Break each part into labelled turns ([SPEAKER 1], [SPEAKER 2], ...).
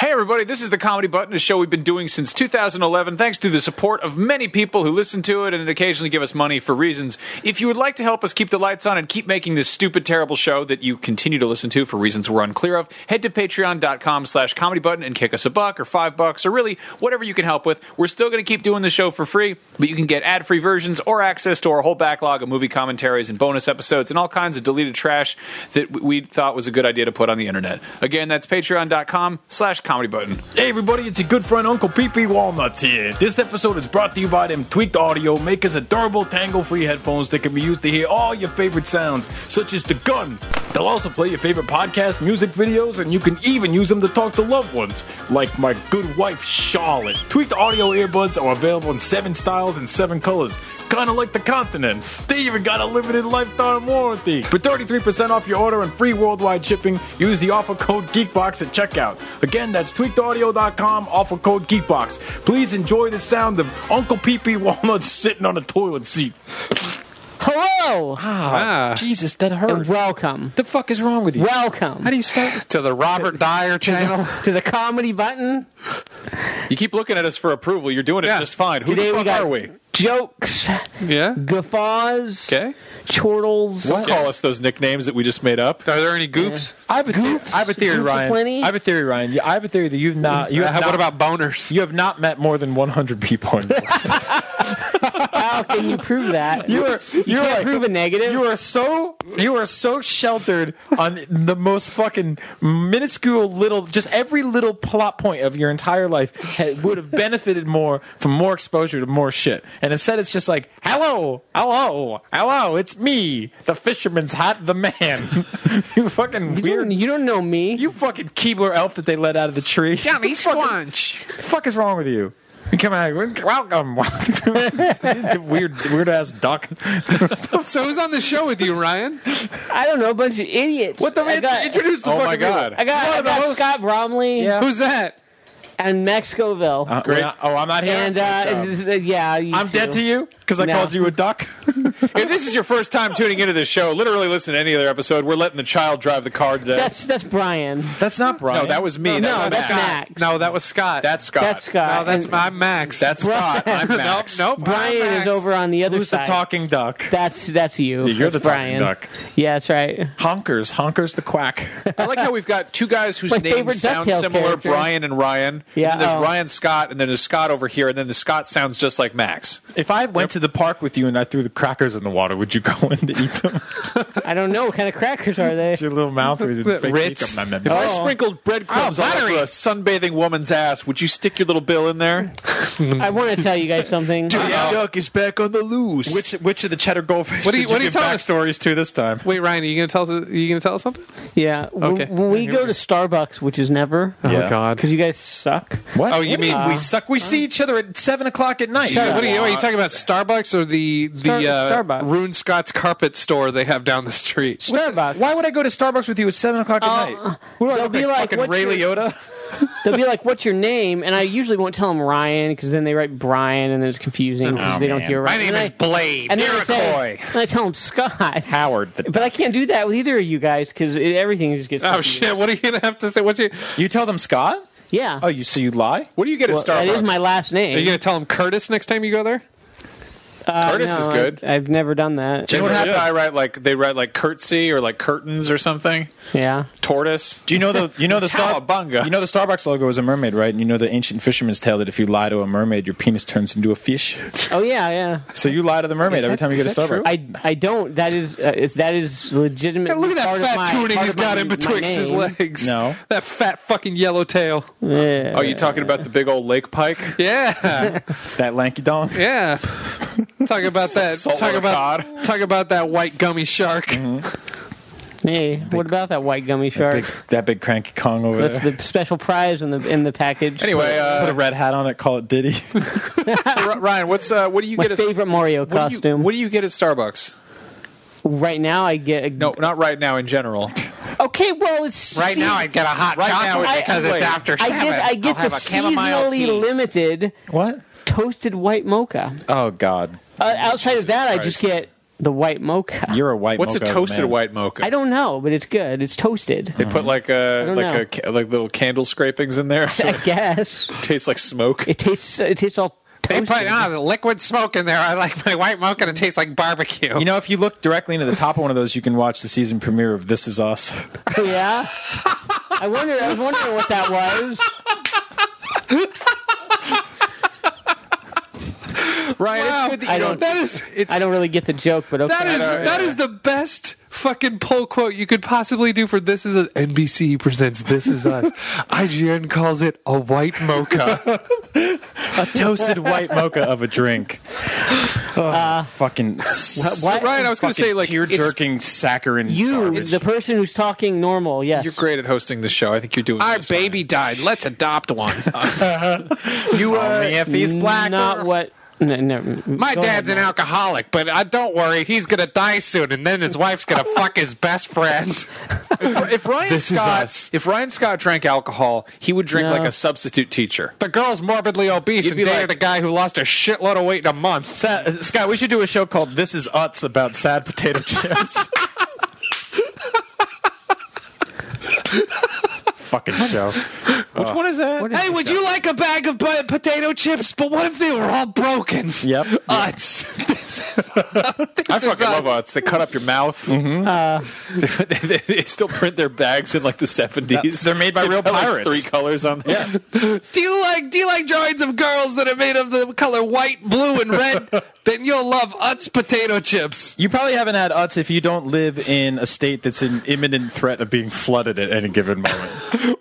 [SPEAKER 1] Hey, everybody, this is the Comedy Button, a show we've been doing since 2011, thanks to the support of many people who listen to it and occasionally give us money for reasons. If you would like to help us keep the lights on and keep making this stupid, terrible show that you continue to listen to for reasons we're unclear of, head to patreon.com slash comedy button and kick us a buck or five bucks or really whatever you can help with. We're still going to keep doing the show for free, but you can get ad free versions or access to our whole backlog of movie commentaries and bonus episodes and all kinds of deleted trash that w- we thought was a good idea to put on the internet. Again, that's patreon.com slash comedy button.
[SPEAKER 2] Hey everybody, it's your good friend Uncle Pee Pee Walnuts here. This episode is brought to you by them Tweaked Audio, makers of durable tangle-free headphones that can be used to hear all your favorite sounds, such as the gun. They'll also play your favorite podcast, music videos, and you can even use them to talk to loved ones, like my good wife Charlotte. Tweaked Audio earbuds are available in seven styles and seven colors, kind of like the continents. They even got a limited lifetime warranty. For 33% off your order and free worldwide shipping, use the offer code GeekBox at checkout. Again, that's tweakedaudio.com, offer code GeekBox. Please enjoy the sound of Uncle Pee Pee Walnut sitting on a toilet seat.
[SPEAKER 3] Hello
[SPEAKER 1] Ah.
[SPEAKER 2] Jesus, that
[SPEAKER 3] and
[SPEAKER 2] hurt.
[SPEAKER 3] welcome.
[SPEAKER 2] the fuck is wrong with you?
[SPEAKER 3] Welcome
[SPEAKER 2] How do you start?
[SPEAKER 4] to the Robert Dyer channel.
[SPEAKER 3] to the comedy button.
[SPEAKER 1] You keep looking at us for approval. You're doing it
[SPEAKER 4] Yeah.
[SPEAKER 1] just fine. Who
[SPEAKER 3] Today
[SPEAKER 1] the
[SPEAKER 3] we
[SPEAKER 1] fuck
[SPEAKER 3] got
[SPEAKER 1] are we?
[SPEAKER 3] jokes,
[SPEAKER 4] Yeah.
[SPEAKER 3] guffaws,
[SPEAKER 4] Okay.
[SPEAKER 3] chortles.
[SPEAKER 1] Call us those nicknames that we just made up.
[SPEAKER 4] Are there any goofs?
[SPEAKER 2] I have a, theory, I have a theory,
[SPEAKER 3] Goofy
[SPEAKER 2] Ryan.
[SPEAKER 3] plenty?
[SPEAKER 2] I have a theory, Ryan. I have a theory that you've not. You
[SPEAKER 4] Uh,
[SPEAKER 2] have
[SPEAKER 4] how-
[SPEAKER 2] not-
[SPEAKER 4] what about boners?
[SPEAKER 2] You have not met more than 100 people. in your life.
[SPEAKER 3] How can you prove that? You
[SPEAKER 2] are-
[SPEAKER 3] you
[SPEAKER 2] you're
[SPEAKER 3] can't
[SPEAKER 2] like-
[SPEAKER 3] prove a negative.
[SPEAKER 2] You are so you are so sheltered on the most fucking minuscule little, just every little plot point of your entire life ha- would have benefited more from more exposure to more shit. And instead, it's just like, hello, hello, hello, it's me, the fisherman's hat, the man. you fucking
[SPEAKER 3] You don't,
[SPEAKER 2] weird.
[SPEAKER 3] you don't know me.
[SPEAKER 2] You fucking Keebler elf that they let out of the tree.
[SPEAKER 4] Johnny
[SPEAKER 2] Fucking-
[SPEAKER 4] Squanch.
[SPEAKER 2] the fuck is wrong with you? You come out, welcome, welcome. weird, weird ass duck.
[SPEAKER 4] So who's on the show with you, Ryan?
[SPEAKER 3] I don't know, a bunch of idiots.
[SPEAKER 2] What the
[SPEAKER 3] I
[SPEAKER 2] man?
[SPEAKER 3] got,
[SPEAKER 2] Introduce the
[SPEAKER 1] Oh
[SPEAKER 2] fucking
[SPEAKER 1] my God.
[SPEAKER 3] I got, I got Scott Bromley
[SPEAKER 2] Yeah.
[SPEAKER 4] Who's that?
[SPEAKER 3] and Max Scoville.
[SPEAKER 2] Uh, Great. Oh, I'm not here.
[SPEAKER 3] and uh,
[SPEAKER 2] Good job.
[SPEAKER 3] it's- uh, yeah, you
[SPEAKER 2] I'm
[SPEAKER 3] too.
[SPEAKER 2] dead to you because I
[SPEAKER 3] No.
[SPEAKER 2] called you a duck.
[SPEAKER 1] If this is your first time tuning into this show, literally listen to any other episode. We're letting the child drive the car today.
[SPEAKER 3] That's that's Brian.
[SPEAKER 2] That's not Brian.
[SPEAKER 1] no, that was me. that
[SPEAKER 3] no,
[SPEAKER 1] was
[SPEAKER 3] that's
[SPEAKER 1] Max.
[SPEAKER 3] Max.
[SPEAKER 4] No, that was Scott.
[SPEAKER 1] That's Scott.
[SPEAKER 3] That's Scott.
[SPEAKER 4] no, that's
[SPEAKER 3] And
[SPEAKER 4] my Max.
[SPEAKER 1] That's Scott. I'm Max.
[SPEAKER 4] Nope. nope,
[SPEAKER 3] Brian
[SPEAKER 4] I'm Max.
[SPEAKER 3] is over on the other
[SPEAKER 2] who's the
[SPEAKER 3] side.
[SPEAKER 2] talking duck.
[SPEAKER 3] That's that's you.
[SPEAKER 2] You're the
[SPEAKER 3] That's
[SPEAKER 2] talking
[SPEAKER 3] Brian.
[SPEAKER 2] duck.
[SPEAKER 3] Yeah, that's right.
[SPEAKER 2] Honkers, honkers, the quack.
[SPEAKER 1] I like how we've got two guys whose
[SPEAKER 3] My favorite
[SPEAKER 1] names sound
[SPEAKER 3] DuckTales
[SPEAKER 1] similar,
[SPEAKER 3] character.
[SPEAKER 1] Brian and Ryan.
[SPEAKER 3] Yeah,
[SPEAKER 1] And then there's
[SPEAKER 3] oh.
[SPEAKER 1] Ryan Scott, and then there's Scott over here, and then the Scott sounds just like Max.
[SPEAKER 2] If I went to the park with you and I threw the crackers in the water, would you go in to eat them?
[SPEAKER 3] I don't know what kind of crackers are they.
[SPEAKER 2] With your little mouth or you fake eat
[SPEAKER 4] Ritz.
[SPEAKER 2] them?
[SPEAKER 1] If
[SPEAKER 3] Oh.
[SPEAKER 1] I sprinkled breadcrumbs
[SPEAKER 4] Oh,
[SPEAKER 1] all
[SPEAKER 4] buttery.
[SPEAKER 1] over a sunbathing woman's ass, would you stick your little bill in there?
[SPEAKER 3] I want to tell you guys something.
[SPEAKER 1] duck is back on the loose.
[SPEAKER 2] Which which of the cheddar goldfish
[SPEAKER 4] What do you-
[SPEAKER 2] did
[SPEAKER 4] what do you
[SPEAKER 2] give
[SPEAKER 4] tell us?
[SPEAKER 2] backstories to this time?
[SPEAKER 4] Wait, Ryan, are you gonna tell us? Are you gonna tell us something?
[SPEAKER 3] Yeah. When-
[SPEAKER 4] Okay.
[SPEAKER 3] When we
[SPEAKER 4] Here
[SPEAKER 3] go to
[SPEAKER 4] we go.
[SPEAKER 3] Starbucks, which is never,
[SPEAKER 2] Yeah.
[SPEAKER 4] Oh God.
[SPEAKER 3] because you guys suck.
[SPEAKER 2] What?
[SPEAKER 4] Oh, you mean-
[SPEAKER 2] we suck? We see each other at seven o'clock at night.
[SPEAKER 3] Shut up.
[SPEAKER 4] What are you, what are you talking about? Starbucks or the the
[SPEAKER 3] Star-
[SPEAKER 4] uh,
[SPEAKER 3] Starbucks.
[SPEAKER 4] Rune Scott's carpet store they have down the street?
[SPEAKER 3] Starbucks.
[SPEAKER 2] Why would I go to Starbucks with you at seven o'clock at night? What do I
[SPEAKER 3] they'll
[SPEAKER 2] look
[SPEAKER 3] be like,
[SPEAKER 2] fucking
[SPEAKER 3] "What's
[SPEAKER 2] Ray
[SPEAKER 3] your-
[SPEAKER 2] Liotta?
[SPEAKER 3] They'll be like, "What's your name?" And I usually won't tell them Ryan because then they write Brian and then it's confusing because
[SPEAKER 2] Oh,
[SPEAKER 3] they don't
[SPEAKER 2] man.
[SPEAKER 3] hear right. And I-
[SPEAKER 4] Blade.
[SPEAKER 3] And then I say,
[SPEAKER 2] Iroquois.
[SPEAKER 3] and I tell them Scott.
[SPEAKER 2] Howard. The
[SPEAKER 3] But I can't do that with either of you guys because everything just gets.
[SPEAKER 4] Oh
[SPEAKER 3] confused.
[SPEAKER 4] shit! What are you gonna have to say? What's your?
[SPEAKER 2] You tell them Scott?
[SPEAKER 3] Yeah.
[SPEAKER 2] Oh, you so you lie?
[SPEAKER 1] what do you get
[SPEAKER 3] Well,
[SPEAKER 1] at Starbucks?
[SPEAKER 3] that is my last name.
[SPEAKER 4] Are you gonna tell him Curtis next time you go there?
[SPEAKER 3] Uh,
[SPEAKER 1] Curtis
[SPEAKER 3] no,
[SPEAKER 1] is good.
[SPEAKER 3] I, have never done that.
[SPEAKER 1] You know what
[SPEAKER 2] Yeah.
[SPEAKER 1] happened? I write like they write like curtsy or like curtains or something.
[SPEAKER 3] yeah.
[SPEAKER 1] Tortoise.
[SPEAKER 2] Do you know the you know the Star-
[SPEAKER 1] Cowabunga.
[SPEAKER 2] You know the Starbucks logo is a mermaid, right? And you know the ancient fisherman's tale that if you lie to a mermaid, your penis turns into a fish.
[SPEAKER 3] Oh yeah, yeah.
[SPEAKER 2] So you lie to the mermaid
[SPEAKER 4] Is that-
[SPEAKER 2] every time you go to
[SPEAKER 4] is that
[SPEAKER 2] Starbucks.
[SPEAKER 4] true?
[SPEAKER 3] I, I don't. That is uh, it's- that is legitimate.
[SPEAKER 4] Hey, look at that
[SPEAKER 3] part of
[SPEAKER 4] fat
[SPEAKER 3] my-
[SPEAKER 4] tuning
[SPEAKER 3] part
[SPEAKER 4] he's
[SPEAKER 3] of my-
[SPEAKER 4] got in
[SPEAKER 3] my
[SPEAKER 4] betwixt his
[SPEAKER 3] name.
[SPEAKER 4] legs.
[SPEAKER 2] No.
[SPEAKER 4] That fat fucking yellow tail.
[SPEAKER 3] Yeah.
[SPEAKER 1] Oh, you talking about the big old lake pike?
[SPEAKER 4] Yeah.
[SPEAKER 2] that lanky dong.
[SPEAKER 4] Yeah. Talk about that. Talk
[SPEAKER 1] Saltwater
[SPEAKER 4] about talk about that white gummy shark.
[SPEAKER 1] Mm-hmm.
[SPEAKER 3] Hey, what about that white gummy shark?
[SPEAKER 2] Big, that big cranky Kong over
[SPEAKER 3] That's
[SPEAKER 2] there.
[SPEAKER 3] the special prize in the in the package.
[SPEAKER 1] Anyway,
[SPEAKER 2] Put
[SPEAKER 1] uh,
[SPEAKER 2] a red hat on it. Call it Diddy.
[SPEAKER 1] so Ri- Ryan, what's uh, what do you
[SPEAKER 3] my
[SPEAKER 1] get?
[SPEAKER 3] favorite Mario
[SPEAKER 1] at, what do you-
[SPEAKER 3] costume.
[SPEAKER 1] what do you get at Starbucks?
[SPEAKER 3] right now, I get a,
[SPEAKER 1] No, not right now. In general.
[SPEAKER 3] Okay, well, it's
[SPEAKER 4] Right now I'd get a hot
[SPEAKER 1] Right now
[SPEAKER 4] chocolate
[SPEAKER 1] it's
[SPEAKER 4] because
[SPEAKER 1] too
[SPEAKER 4] it's
[SPEAKER 1] late.
[SPEAKER 4] after
[SPEAKER 3] I
[SPEAKER 4] seven.
[SPEAKER 3] get I get
[SPEAKER 4] I'll
[SPEAKER 3] the
[SPEAKER 4] have a chamomile
[SPEAKER 3] seasonally
[SPEAKER 4] tea.
[SPEAKER 3] limited
[SPEAKER 2] what?
[SPEAKER 3] toasted white mocha.
[SPEAKER 2] Oh God.
[SPEAKER 3] Uh, outside of that, I just get The white mocha.
[SPEAKER 2] You're a white.
[SPEAKER 1] What's a
[SPEAKER 2] mocha
[SPEAKER 1] toasted
[SPEAKER 2] man.
[SPEAKER 1] white mocha?
[SPEAKER 3] I don't know, but it's good. It's toasted.
[SPEAKER 1] They put like a
[SPEAKER 3] don't
[SPEAKER 1] like
[SPEAKER 3] know.
[SPEAKER 1] a ca- like little candle scrapings in there, so
[SPEAKER 3] I
[SPEAKER 1] it
[SPEAKER 3] guess
[SPEAKER 1] tastes like smoke.
[SPEAKER 3] it tastes. It tastes all.
[SPEAKER 4] They
[SPEAKER 3] Toasted.
[SPEAKER 4] put ah, the liquid smoke in there. I like my white mocha to taste like barbecue.
[SPEAKER 2] You know, if you look directly into the top of one of those, you can watch the season premiere of This Is Us.
[SPEAKER 3] Yeah. I wonder. I was wondering what that was.
[SPEAKER 1] Ryan,
[SPEAKER 4] Wow.
[SPEAKER 1] it's good that you
[SPEAKER 3] I
[SPEAKER 1] don't.
[SPEAKER 3] don't.
[SPEAKER 4] that is
[SPEAKER 1] It's
[SPEAKER 3] I don't really get the joke, but okay.
[SPEAKER 4] that is that is the best fucking poll quote you could possibly do for this is us. NBC presents This Is Us. IGN calls it a white mocha.
[SPEAKER 2] a toasted white mocha of a drink. Oh, fucking.
[SPEAKER 3] what?
[SPEAKER 1] Ryan, I was going to say like
[SPEAKER 2] tear
[SPEAKER 1] it's-
[SPEAKER 2] jerking saccharine.
[SPEAKER 3] you,
[SPEAKER 2] garbage.
[SPEAKER 3] the person who's talking normal. Yes.
[SPEAKER 1] You're great at hosting the show. I think you're doing.
[SPEAKER 4] Our
[SPEAKER 1] just fine.
[SPEAKER 4] baby died. Let's adopt one.
[SPEAKER 2] you are if he's black.
[SPEAKER 3] Not
[SPEAKER 2] or-
[SPEAKER 3] what. No, no,
[SPEAKER 4] My
[SPEAKER 3] go
[SPEAKER 4] dad's an
[SPEAKER 3] ahead, Mark.
[SPEAKER 4] alcoholic, but I don't worry, he's gonna die soon, and then his wife's gonna fuck his best friend.
[SPEAKER 1] If Ryan
[SPEAKER 4] This is
[SPEAKER 1] Scott,
[SPEAKER 4] us.
[SPEAKER 1] if Ryan Scott drank alcohol, he would drink
[SPEAKER 3] No.
[SPEAKER 1] like a substitute teacher.
[SPEAKER 4] The girl's morbidly obese
[SPEAKER 1] You'd
[SPEAKER 4] and
[SPEAKER 1] be
[SPEAKER 4] dated
[SPEAKER 1] like-
[SPEAKER 4] a guy who lost a shitload of weight in a month.
[SPEAKER 2] Sa- uh, Scott, we should do a show called "This Is Uts" about sad potato chips. Fucking show.
[SPEAKER 1] Which one is that?
[SPEAKER 3] is-
[SPEAKER 4] Hey, would you like a bag of bu- potato chips? But what if they were all broken?
[SPEAKER 2] Yep.
[SPEAKER 4] Uts. This is-
[SPEAKER 1] I
[SPEAKER 4] This is
[SPEAKER 1] fucking love
[SPEAKER 4] us.
[SPEAKER 1] Utz. They cut up your mouth.
[SPEAKER 3] Uh,
[SPEAKER 1] they, Mm-hmm. they- they still print their bags in like the seventies.
[SPEAKER 2] They're made by real pirates.
[SPEAKER 1] three colors on them.
[SPEAKER 4] Do you like do you like drawings of girls that are made of the color white, blue, and red? then you'll love Uts potato chips.
[SPEAKER 2] You probably haven't had Uts if you don't live in a state that's in imminent threat of being flooded at any given moment.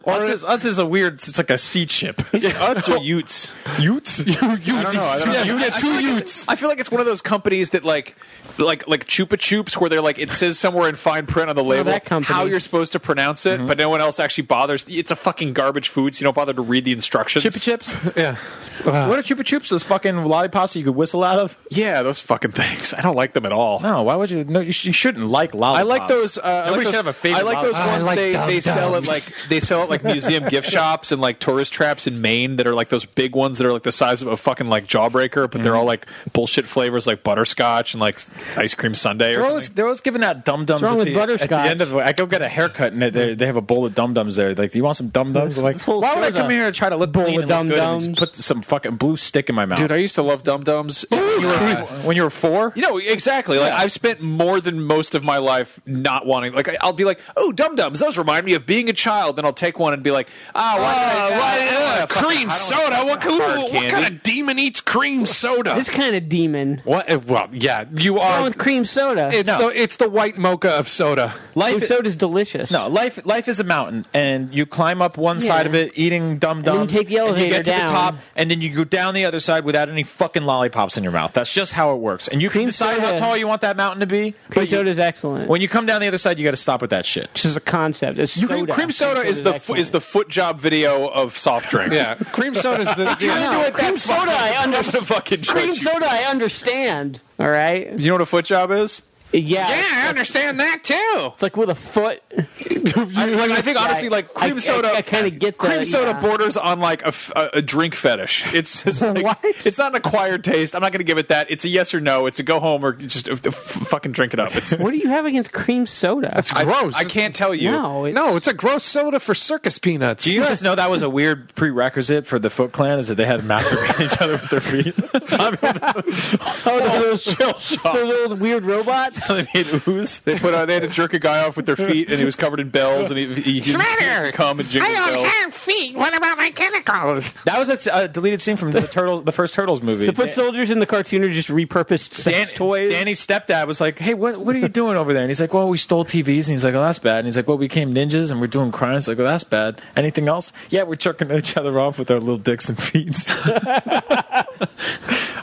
[SPEAKER 2] Uts, is, Uts is a weird. It's like a sea chip.
[SPEAKER 1] Utz or Utes?
[SPEAKER 2] Utes? Utes.
[SPEAKER 1] don't know. I don't know.
[SPEAKER 2] Utes.
[SPEAKER 1] I feel, like it's, I feel like it's one of those companies that like like like Chupa Chups where they're like it says somewhere in fine print on the label
[SPEAKER 3] Oh, that company.
[SPEAKER 1] how you're supposed to pronounce it, but no one else actually bothers. It's a fucking garbage food, so you don't bother to read the instructions.
[SPEAKER 2] Chupa chips?
[SPEAKER 4] Yeah.
[SPEAKER 2] What are Chupa Chups? Those fucking lollipops that you could whistle out of?
[SPEAKER 1] Yeah, those fucking things. I don't like them at all.
[SPEAKER 2] No, why would you? No, you, sh- you shouldn't like lollipops.
[SPEAKER 1] I like those. Uh, I
[SPEAKER 2] Nobody
[SPEAKER 1] like
[SPEAKER 2] should
[SPEAKER 1] those,
[SPEAKER 2] have a favorite
[SPEAKER 1] I like those
[SPEAKER 2] lollipop.
[SPEAKER 1] ones
[SPEAKER 4] I like
[SPEAKER 1] they, they
[SPEAKER 4] Dum
[SPEAKER 1] sell at
[SPEAKER 4] Dums.
[SPEAKER 1] like they sell at like museum gift shops and like tourist traps in Maine that are like those big ones that are like the size of a fucking like jawbreaker, but they're all like bullshit flavors like butterscotch and like ice cream sundae or
[SPEAKER 2] They're always,
[SPEAKER 1] something.
[SPEAKER 2] they're always giving out dum dums.
[SPEAKER 3] wrong
[SPEAKER 2] at
[SPEAKER 3] with
[SPEAKER 2] the, at the
[SPEAKER 3] butterscotch?
[SPEAKER 2] end of I go get a haircut and they they have a bowl of dum dums there. Like, do you want some dum dums?
[SPEAKER 3] This-
[SPEAKER 2] Like,
[SPEAKER 3] this whole
[SPEAKER 2] why would I
[SPEAKER 3] show's
[SPEAKER 2] come
[SPEAKER 3] a
[SPEAKER 2] here and try to look
[SPEAKER 3] bowl
[SPEAKER 2] clean
[SPEAKER 3] of
[SPEAKER 2] and look good and
[SPEAKER 3] Dum
[SPEAKER 2] just put some fucking blue stick in my mouth?
[SPEAKER 1] Dude, I used to love Dum Dums. You were-
[SPEAKER 2] when you were four,
[SPEAKER 1] you know exactly. Like I've spent more than most of my life not wanting. Like I- I'll be like, "Oh, Dum Dums, those remind me of being a child." Then I'll take one and be like, "Ah, why did I-
[SPEAKER 4] Uh,
[SPEAKER 1] I
[SPEAKER 4] why-
[SPEAKER 1] don't wanna
[SPEAKER 4] uh,
[SPEAKER 1] fucking-
[SPEAKER 4] cream
[SPEAKER 1] I don't wanna
[SPEAKER 4] soda. What,
[SPEAKER 1] fucking hard
[SPEAKER 4] who, what kind
[SPEAKER 1] candy." eh,
[SPEAKER 4] of demon eats cream soda?
[SPEAKER 3] This kind of demon.
[SPEAKER 4] what? uh, Well, yeah, you
[SPEAKER 3] Wrong
[SPEAKER 4] are.
[SPEAKER 3] with cream soda.
[SPEAKER 4] It's
[SPEAKER 2] No.
[SPEAKER 4] the it's the white mocha of soda.
[SPEAKER 3] cream
[SPEAKER 2] life.
[SPEAKER 3] soda's delicious.
[SPEAKER 2] No, life life is a mountain, and you climb up one side of it eating dum
[SPEAKER 3] then you
[SPEAKER 2] dums.
[SPEAKER 3] take the
[SPEAKER 2] and you
[SPEAKER 3] elevator
[SPEAKER 2] get to
[SPEAKER 3] down.
[SPEAKER 2] the top, and then you go down the other side without any fucking lollipops in your mouth. That's just how it works. And you
[SPEAKER 3] Cream
[SPEAKER 2] can decide how
[SPEAKER 3] soda-
[SPEAKER 2] tall you want that mountain to be.
[SPEAKER 3] cream
[SPEAKER 2] but you-
[SPEAKER 3] soda's excellent.
[SPEAKER 2] when you come down the other side, you got to stop with that shit.
[SPEAKER 3] This is a concept. It's
[SPEAKER 1] Cream,
[SPEAKER 3] soda.
[SPEAKER 1] cream soda is the
[SPEAKER 3] excellent.
[SPEAKER 1] is the foot job video of soft drinks.
[SPEAKER 4] cream soda's the.
[SPEAKER 3] No, cream soda. I
[SPEAKER 1] I'm
[SPEAKER 3] understand.
[SPEAKER 1] gonna fucking judge
[SPEAKER 3] Cream
[SPEAKER 1] you.
[SPEAKER 3] soda. I understand. All right.
[SPEAKER 1] You know what a foot job is?
[SPEAKER 3] Yeah.
[SPEAKER 4] yeah, I understand that too.
[SPEAKER 3] It's like with a foot.
[SPEAKER 1] I, like, I think honestly, like cream
[SPEAKER 3] I- I-
[SPEAKER 1] soda,
[SPEAKER 3] I kinda get that,
[SPEAKER 1] cream soda
[SPEAKER 3] yeah.
[SPEAKER 1] borders on like a, f- a- a drink fetish. It's just like,
[SPEAKER 3] What?
[SPEAKER 1] it's not an acquired taste. I'm not going to give it that. It's a yes or no. It's a go home or just uh, f- fucking drink it up. It's
[SPEAKER 3] What do you have against cream soda?
[SPEAKER 4] That's
[SPEAKER 1] I-
[SPEAKER 4] gross.
[SPEAKER 1] I, can't tell you.
[SPEAKER 3] no. It,
[SPEAKER 4] No, it's a gross soda for circus peanuts.
[SPEAKER 2] Do you guys know that was a weird prerequisite for the Foot Clan? Is that they had to masturbate each other with their feet? I mean,
[SPEAKER 3] Oh, those
[SPEAKER 2] chill
[SPEAKER 3] those
[SPEAKER 2] shot.
[SPEAKER 3] little weird robots.
[SPEAKER 2] They made ooze.
[SPEAKER 1] They put on, they had to jerk a guy off with their feet, and he was covered in bells, and he, he, he
[SPEAKER 4] matter?
[SPEAKER 1] come and jingle
[SPEAKER 4] I don't
[SPEAKER 1] bells.
[SPEAKER 4] have feet. What about my chemicals?
[SPEAKER 2] That was a t- a deleted scene from the turtle, the first Turtles movie.
[SPEAKER 3] The foot soldiers in the cartoon are just repurposed sex toys.
[SPEAKER 2] Danny's stepdad was like, "Hey, what what are you doing over there?" And he's like, "Well, we stole TVs." And he's like, "Oh, that's bad." And he's like, "Well, we became ninjas and we're doing crimes." Like, "Oh, that's bad." Anything else? Yeah, we're jerking each other off with our little dicks and feet.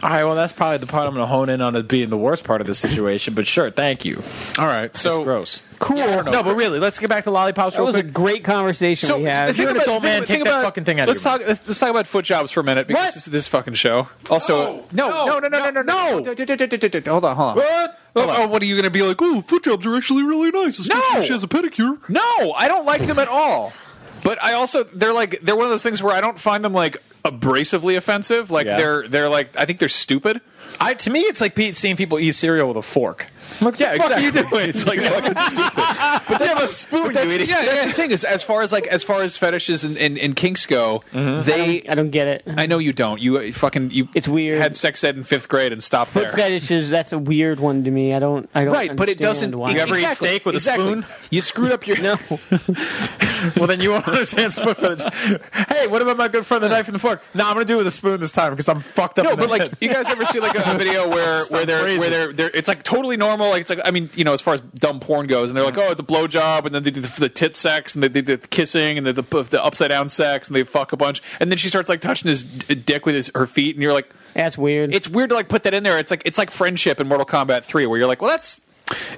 [SPEAKER 2] All right, well, that's probably the part I'm going to hone in on as being the worst part of the situation. But sure, thank you.
[SPEAKER 1] All right, so
[SPEAKER 2] it's gross.
[SPEAKER 3] cool.
[SPEAKER 2] No, but really, let's get back to lollipops
[SPEAKER 3] that
[SPEAKER 2] real
[SPEAKER 3] was a
[SPEAKER 2] quick.
[SPEAKER 3] great conversation we
[SPEAKER 1] uh,
[SPEAKER 3] had.
[SPEAKER 2] You're an adult man, take that fucking thing out of
[SPEAKER 1] Let's
[SPEAKER 2] your
[SPEAKER 1] talk. Let's talk about foot jobs for a minute because
[SPEAKER 2] What?
[SPEAKER 1] this is this fucking show. Also, no, no, no, no, no, no, no. Hold on, hold on.
[SPEAKER 2] What?
[SPEAKER 4] Oh, oh, what are you going to be like? Oh, foot jobs are actually really nice. Especially
[SPEAKER 1] No!
[SPEAKER 4] if she has a pedicure.
[SPEAKER 1] No, I don't like them at all. But I also they're like they're one of those things where I don't find them like abrasively offensive. Like
[SPEAKER 2] Yeah.
[SPEAKER 1] they're they're like I think they're stupid.
[SPEAKER 2] I to me, it's like pe- seeing people eat cereal with a fork. I'm like, yeah,
[SPEAKER 1] fuck are you
[SPEAKER 2] doing? It's like fucking stupid. But they have a spoon.
[SPEAKER 1] That's,
[SPEAKER 2] You idiot.
[SPEAKER 1] yeah, that's the thing is as far as like as far as fetishes and, and, and kinks go,
[SPEAKER 4] Mm-hmm.
[SPEAKER 1] they
[SPEAKER 3] I don't get it.
[SPEAKER 1] I know you don't. You uh, fucking you.
[SPEAKER 3] It's weird.
[SPEAKER 1] Had sex ed in fifth grade and stopped
[SPEAKER 3] Foot
[SPEAKER 1] there.
[SPEAKER 3] fetishes. That's a weird one to me. I don't. I don't.
[SPEAKER 1] Right, but it
[SPEAKER 3] understand
[SPEAKER 1] doesn't.
[SPEAKER 3] Why.
[SPEAKER 2] You ever eat
[SPEAKER 1] Exactly,
[SPEAKER 2] steak with a
[SPEAKER 1] exactly.
[SPEAKER 2] spoon?
[SPEAKER 1] You screwed up your. no.
[SPEAKER 2] Well, then you won't understand spoon fetish. Hey, what about my good friend the knife and the fork? No, I'm gonna do it with a spoon this time because I'm fucked up.
[SPEAKER 1] No,
[SPEAKER 2] in the
[SPEAKER 1] but like
[SPEAKER 2] head.
[SPEAKER 1] you guys ever see like a, a video where where they're where
[SPEAKER 2] crazy.
[SPEAKER 1] they're, they're it's like totally normal. Like it's like I mean you know as far as dumb porn goes, and they're like oh the blowjob, and then they do the, the tit sex, and they do the kissing, and the, the the upside down sex, and they fuck a bunch, and then she starts like touching his d- dick with his her feet, and you're like
[SPEAKER 3] That's weird.
[SPEAKER 1] it's weird to like put that in there. It's like it's like friendship in Mortal Kombat Three, where you're like well that's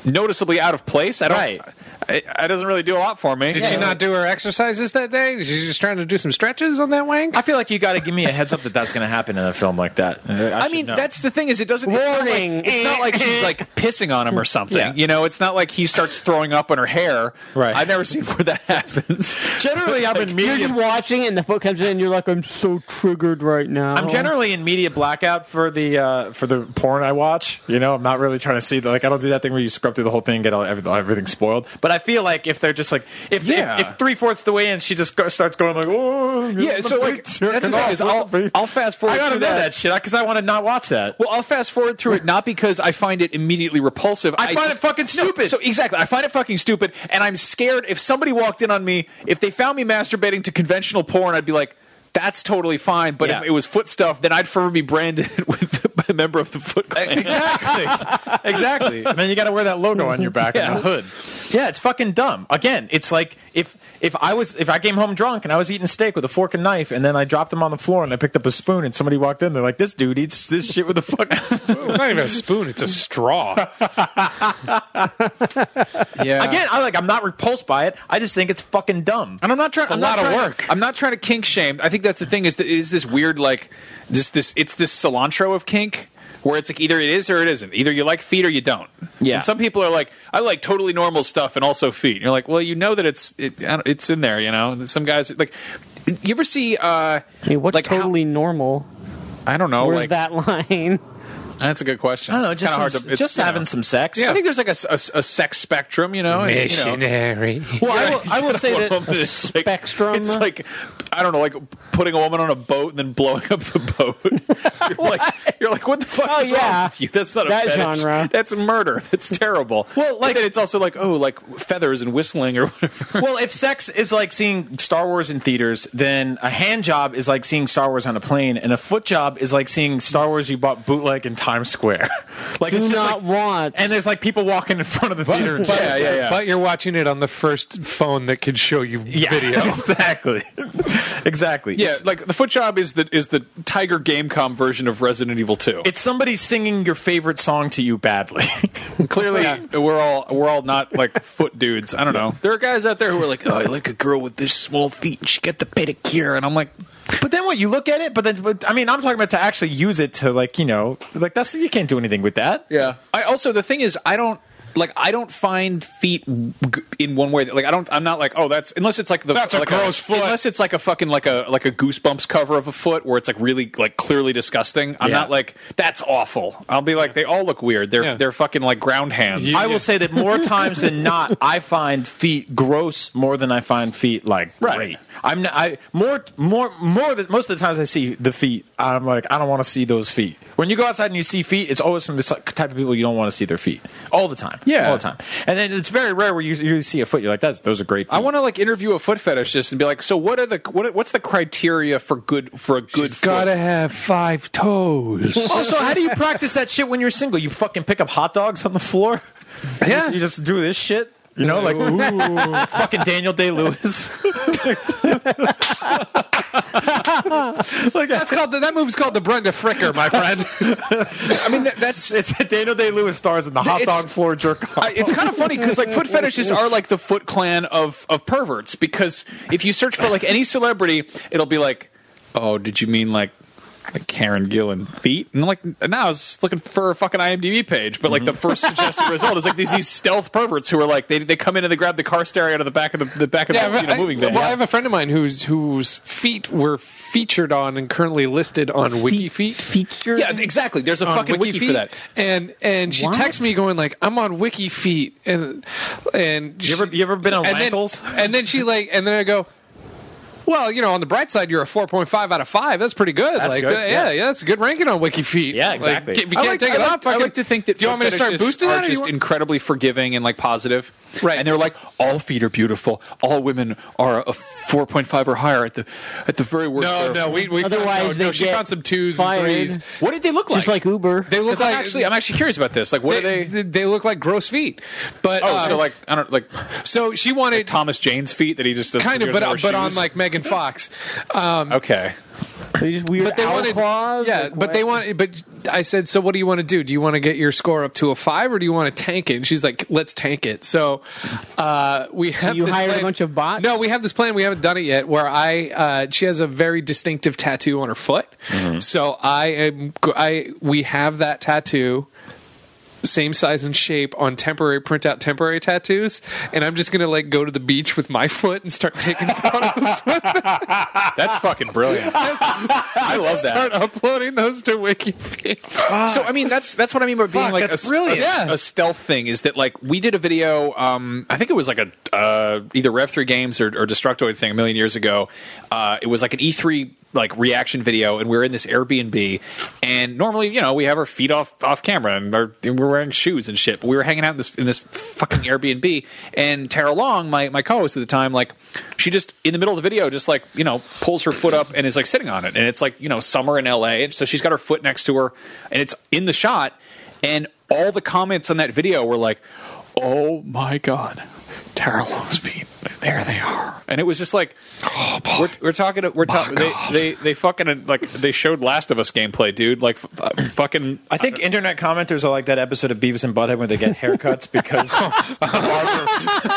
[SPEAKER 1] noticeably out of place. I don't.
[SPEAKER 2] Right.
[SPEAKER 1] I, I doesn't really do a lot for me.
[SPEAKER 4] Did she not do her exercises that day? She's just trying to do some stretches on that wank.
[SPEAKER 2] I feel like you got to give me a heads up that that's gonna happen in a film like that.
[SPEAKER 1] I, mean, that's the thing is it doesn't. It's not,
[SPEAKER 3] Warning.
[SPEAKER 1] like, it's not like she's like pissing on him or something.
[SPEAKER 2] Yeah.
[SPEAKER 1] You know, it's not like he starts throwing up on her hair.
[SPEAKER 2] Right.
[SPEAKER 1] I've never seen where that happens.
[SPEAKER 2] generally I'm in
[SPEAKER 3] you're just
[SPEAKER 2] media.
[SPEAKER 3] watching it, and the foot comes in, and you're like, "I'm so triggered right now."
[SPEAKER 2] I'm generally in media blackout for the uh, for the porn I watch. You know, I'm not really trying to see the like. I don't do that thing where you scrub through the whole thing and get all, everything, everything spoiled. But I feel like if they're just like if
[SPEAKER 1] Yeah.
[SPEAKER 2] if, if three fourths the way in, she just go, starts going like oh
[SPEAKER 1] yeah. So like that's the thing is I'll, I'll fast forward.
[SPEAKER 2] I gotta
[SPEAKER 1] through
[SPEAKER 2] know that shit because I want to not watch that.
[SPEAKER 1] Well, I'll fast forward through it not because I find it immediately repulsive.
[SPEAKER 2] I find it fucking
[SPEAKER 1] No,
[SPEAKER 2] stupid.
[SPEAKER 1] so exactly, I find it fucking stupid, and I'm scared if somebody walked in on me, if they found me masturbating to conventional porn, I'd be like, "That's totally fine." But
[SPEAKER 2] Yeah.
[SPEAKER 1] if it was foot stuff, then I'd forever be branded with a member of the Foot Clan.
[SPEAKER 2] exactly. exactly. And then you got to wear that logo on your back and the hood. Yeah, it's fucking dumb. Again, it's like if if I was if I came home drunk and I was eating steak with a fork and knife and then I dropped them on the floor and I picked up a spoon and somebody walked in, they're like, "This dude eats this shit with a fucking spoon."
[SPEAKER 4] It's not even a spoon; it's a straw.
[SPEAKER 1] Yeah.
[SPEAKER 2] Again, I like I'm not repulsed by it. I just think it's fucking dumb.
[SPEAKER 1] And I'm not trying.
[SPEAKER 2] a
[SPEAKER 1] I'm not
[SPEAKER 2] lot of
[SPEAKER 1] trying to-
[SPEAKER 2] work.
[SPEAKER 1] I'm not trying to kink shame. I think that's the thing is that it is this weird like this this it's this cilantro of kink where it's like either it is or it isn't. Either you like feet or you don't.
[SPEAKER 2] Yeah.
[SPEAKER 1] And some people are like, I like totally normal stuff and also feet. And you're like, well, you know that it's it, I don't- it's in there. You know, some guys like. You ever see? uh
[SPEAKER 3] I mean, what's
[SPEAKER 1] like how-
[SPEAKER 3] totally normal?
[SPEAKER 1] I don't know. like,
[SPEAKER 3] Where's that line?
[SPEAKER 1] That's a good question.
[SPEAKER 2] I don't know,
[SPEAKER 1] It's
[SPEAKER 2] just
[SPEAKER 1] kinda
[SPEAKER 2] some,
[SPEAKER 1] hard to, it's,
[SPEAKER 2] just
[SPEAKER 1] you know.
[SPEAKER 2] having some sex.
[SPEAKER 1] Yeah. I think there's like a, s- a s- a sex spectrum. You know. and, you know.
[SPEAKER 4] Missionary.
[SPEAKER 2] Well, I will, I will say
[SPEAKER 1] One
[SPEAKER 2] that
[SPEAKER 1] woman is like-
[SPEAKER 3] spectrum.
[SPEAKER 1] it's like I don't know, like putting a woman on a boat and then blowing up the boat. you're, like, you're like, what the fuck
[SPEAKER 3] Oh,
[SPEAKER 1] is wrong
[SPEAKER 3] yeah.
[SPEAKER 1] with you? That's not
[SPEAKER 3] That
[SPEAKER 1] a fetish.
[SPEAKER 3] genre.
[SPEAKER 1] That's murder. That's terrible.
[SPEAKER 2] Well,
[SPEAKER 1] But
[SPEAKER 2] like-
[SPEAKER 1] then it's also like oh, like feathers and whistling or whatever.
[SPEAKER 2] well, if sex is like seeing Star Wars in theaters, then a hand job is like seeing Star Wars on a plane, and a foot job is like seeing Star Wars you bought bootleg in Times Square. like it's
[SPEAKER 3] Do
[SPEAKER 2] just
[SPEAKER 3] not
[SPEAKER 2] like,
[SPEAKER 3] want.
[SPEAKER 2] and there's like people walking in front of the theater. And shit.
[SPEAKER 1] yeah, yeah, yeah.
[SPEAKER 4] But you're watching it on the first phone that can show you
[SPEAKER 2] Yeah,
[SPEAKER 4] video.
[SPEAKER 2] exactly, exactly.
[SPEAKER 1] yeah,
[SPEAKER 2] It's-
[SPEAKER 1] like the foot job is the is the Tiger Gamecom version of Resident Evil Two.
[SPEAKER 2] It's somebody singing your favorite song to you badly.
[SPEAKER 1] Clearly, we're all we're all not like foot dudes. I don't know. There are guys out there who are like, oh, I like a girl with this small feet. and She got the pedicure, and I'm like,
[SPEAKER 2] but then what? You look at it, but then but, I mean, I'm talking about to actually use it to like you know, like that's you can't do anything with that.
[SPEAKER 1] Yeah. I also the thing is I don't like I don't find feet g- in one way. Like I don't. I'm not like oh that's unless it's like the
[SPEAKER 4] That's a
[SPEAKER 1] like
[SPEAKER 4] gross foot.
[SPEAKER 1] Unless it's like a fucking like a like a goosebumps cover of a foot where it's like really like clearly disgusting. I'm
[SPEAKER 2] Yeah.
[SPEAKER 1] not like that's awful. I'll be like they all look weird. They're
[SPEAKER 4] Yeah.
[SPEAKER 1] they're fucking like ground hands.
[SPEAKER 2] I will say that more times than not, I find feet gross more than I find feet like
[SPEAKER 1] Right.
[SPEAKER 2] great. I'm not, I more more more than most of the times I see the feet, I'm like I don't want to see those feet. When you go outside and you see feet, it's always from the type of people you don't want to see their feet all the time.
[SPEAKER 1] Yeah.
[SPEAKER 2] all the time. And then it's very rare where you, you see a foot, you're like, that's those are great. Feet.
[SPEAKER 1] I want to like interview a foot fetishist and be like, so what are the what what's the criteria for good for a good foot?
[SPEAKER 4] Gotta have five toes.
[SPEAKER 2] Also, how do you practice that shit when you're single? You fucking pick up hot dogs on the floor.
[SPEAKER 4] Yeah.
[SPEAKER 2] you just do this shit. You know, like fucking Daniel Day Lewis.
[SPEAKER 4] That's called the, that move's called the Brenda Fricker, my friend.
[SPEAKER 1] I mean that, that's
[SPEAKER 2] It's Daniel Day Lewis stars in the hot
[SPEAKER 1] It's-
[SPEAKER 2] dog floor jerk off.
[SPEAKER 1] I, it's kind of funny because like foot fetishes are like the foot clan of of perverts because if you search for like any celebrity it'll be like oh did you mean like like Karen Gillan feet. And I'm like, now I was just looking for a fucking IMDb page, but like
[SPEAKER 4] Mm-hmm.
[SPEAKER 1] the first suggested result is like these, these stealth perverts who are like, they, they come in and they grab the car stereo out of the back of the, the back of
[SPEAKER 4] Yeah,
[SPEAKER 1] the
[SPEAKER 4] but
[SPEAKER 1] you know,
[SPEAKER 4] I-
[SPEAKER 1] moving van.
[SPEAKER 4] well, I have a friend of mine whose whose feet were featured on and currently listed on WikiFeet.
[SPEAKER 3] Feature.
[SPEAKER 1] yeah, exactly. There's a
[SPEAKER 4] on
[SPEAKER 1] fucking wiki for
[SPEAKER 4] WikiFeet.
[SPEAKER 1] that.
[SPEAKER 4] And and she
[SPEAKER 3] What?
[SPEAKER 4] texts me going like, "I'm on WikiFeet," and and
[SPEAKER 2] You ever,
[SPEAKER 4] she-
[SPEAKER 2] you ever been on
[SPEAKER 4] and then,
[SPEAKER 2] Wankles?
[SPEAKER 4] and then she like, and then I go. Well, you know, on the bright side, you're a 4.5 out of 5. That's pretty good. like,
[SPEAKER 2] good,
[SPEAKER 4] uh, yeah.
[SPEAKER 2] yeah.
[SPEAKER 4] yeah, that's a good ranking on WikiFeet.
[SPEAKER 2] Yeah,
[SPEAKER 4] Like,
[SPEAKER 2] exactly.
[SPEAKER 4] can't- you
[SPEAKER 1] I
[SPEAKER 4] can't
[SPEAKER 1] like-
[SPEAKER 4] take
[SPEAKER 1] I
[SPEAKER 4] it
[SPEAKER 1] like-
[SPEAKER 4] off.
[SPEAKER 1] I
[SPEAKER 4] fucking-
[SPEAKER 1] like to think that
[SPEAKER 4] Do you want me to start
[SPEAKER 1] fetishists
[SPEAKER 4] boosting
[SPEAKER 1] are
[SPEAKER 4] that? or you
[SPEAKER 1] just
[SPEAKER 4] want-
[SPEAKER 1] incredibly forgiving and like positive,
[SPEAKER 4] Right.
[SPEAKER 1] And they're like, all feet are beautiful. All women are a four point five or higher at the at the very worst.
[SPEAKER 4] No,
[SPEAKER 1] They're-
[SPEAKER 4] no, we, we found-
[SPEAKER 3] Otherwise
[SPEAKER 4] no, no,
[SPEAKER 3] they
[SPEAKER 4] she
[SPEAKER 3] get
[SPEAKER 4] found some twos
[SPEAKER 3] fired.
[SPEAKER 4] and threes.
[SPEAKER 1] What did they look like?
[SPEAKER 3] Just like Uber.
[SPEAKER 4] They look
[SPEAKER 1] 'Cause I'm
[SPEAKER 4] like
[SPEAKER 1] actually, I'm actually curious about this. Like, what
[SPEAKER 4] they,
[SPEAKER 1] are they?
[SPEAKER 4] they look like gross feet. But
[SPEAKER 1] Oh,
[SPEAKER 4] uh,
[SPEAKER 1] so like I don't like
[SPEAKER 4] so she wanted
[SPEAKER 1] Thomas Jane's feet that he just doesn't
[SPEAKER 4] kind of,
[SPEAKER 1] he doesn't
[SPEAKER 4] but
[SPEAKER 1] wear
[SPEAKER 4] but on
[SPEAKER 1] shoes?
[SPEAKER 4] like Megan Fox. Um,
[SPEAKER 1] okay,
[SPEAKER 3] They just weird
[SPEAKER 4] but they
[SPEAKER 3] owl
[SPEAKER 4] wanted,
[SPEAKER 3] claws.
[SPEAKER 4] yeah.
[SPEAKER 3] like,
[SPEAKER 4] but they
[SPEAKER 3] what?
[SPEAKER 4] want, but I said, so what do you want to do? Do you want to get your score up to a five, or do you want to tank it? And she's like, let's tank it. So uh, we have
[SPEAKER 3] You
[SPEAKER 4] this
[SPEAKER 3] hired a
[SPEAKER 4] plan-
[SPEAKER 3] bunch of bots?
[SPEAKER 4] No, we have this plan. We haven't done it yet. Where I, uh, she has a very distinctive tattoo on her foot. So I am, go- I we have that tattoo. Same size and shape on temporary print out temporary tattoos, and I'm just gonna like go to the beach with my foot and start taking photos with
[SPEAKER 1] that's fucking brilliant. I love that.
[SPEAKER 4] start uploading those to WikiFeed.
[SPEAKER 1] So I mean, that's that's what I mean by being
[SPEAKER 2] Fuck,
[SPEAKER 1] like
[SPEAKER 2] that's
[SPEAKER 1] a,
[SPEAKER 2] brilliant.
[SPEAKER 1] a-
[SPEAKER 4] Yeah.
[SPEAKER 1] a stealth thing is that like we did a video. Um, I think it was like a uh, either Rev Three Games or, or Destructoid thing a million years ago. Uh, it was like an E three like reaction video, and we were in this Airbnb. And normally, you know, we have our feet off off camera and, our, and we're wearing shoes and shit. But we were hanging out in this in this fucking Airbnb, and Tara Long, my my co-host at the time, like she just in the middle of the video, just like you know, pulls her foot up and is like sitting on it, and it's like you know summer in L.A. And so she's got her foot next to her, and it's in the shot. And all the comments on that video were like, "Oh my god, Tara Long's feet, there they are!" And it was just like, we're, we're talking, we're talking. They, they they fucking like they showed Last of Us gameplay, dude. Like f- uh, fucking.
[SPEAKER 2] I think internet commenters are like that episode of Beavis and Butthead where they get haircuts because the barber,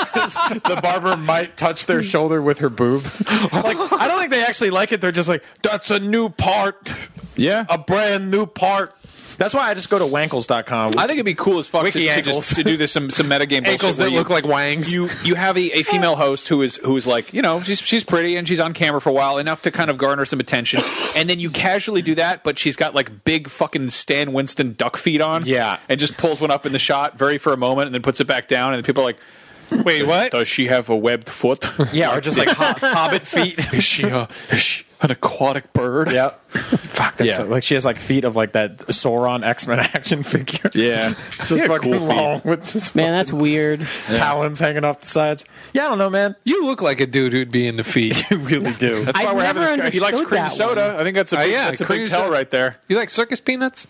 [SPEAKER 2] the barber might touch their shoulder with her boob. Like, I don't think they actually like it. They're just like, that's a new part,
[SPEAKER 1] Yeah,
[SPEAKER 2] a brand new part. That's why I just go to wankles.com.
[SPEAKER 1] I think it'd be cool as fuck to,
[SPEAKER 2] Wiki
[SPEAKER 1] to
[SPEAKER 2] ankles.
[SPEAKER 1] just to do this some some metagame bullshit
[SPEAKER 4] Ankles that
[SPEAKER 1] where you-
[SPEAKER 4] look like wangs.
[SPEAKER 1] You you have a, a female host who is who is like you know she's she's pretty and she's on camera for a while enough to kind of garner some attention, and then you casually do that, but she's got like big fucking Stan Winston duck feet on,
[SPEAKER 2] Yeah.
[SPEAKER 1] and just pulls one up in the shot, very for a moment, and then puts it back down, and people are like.
[SPEAKER 4] Wait, what?
[SPEAKER 1] Does she have a webbed foot?
[SPEAKER 2] yeah, or just like hob- hobbit feet.
[SPEAKER 1] is she
[SPEAKER 4] uh,
[SPEAKER 1] a is she an aquatic bird?
[SPEAKER 2] Yeah. Fuck, that's
[SPEAKER 1] Yeah.
[SPEAKER 2] so- like she has like feet of like that Sauron X Men action figure.
[SPEAKER 1] yeah.
[SPEAKER 2] Just fucking long with just
[SPEAKER 3] Man, that's weird.
[SPEAKER 2] talons hanging off the sides. Yeah, I don't know, man.
[SPEAKER 4] You look like a dude who'd be in the feet.
[SPEAKER 2] You really do.
[SPEAKER 1] That's why
[SPEAKER 3] I've
[SPEAKER 1] we're having this.
[SPEAKER 3] never
[SPEAKER 1] guy. He likes
[SPEAKER 3] understood
[SPEAKER 1] cream
[SPEAKER 3] that
[SPEAKER 1] soda. I think that's a
[SPEAKER 4] Oh,
[SPEAKER 1] big,
[SPEAKER 4] yeah,
[SPEAKER 1] that's a
[SPEAKER 4] cream
[SPEAKER 1] big tell
[SPEAKER 4] soda.
[SPEAKER 1] right there.
[SPEAKER 4] You like circus peanuts?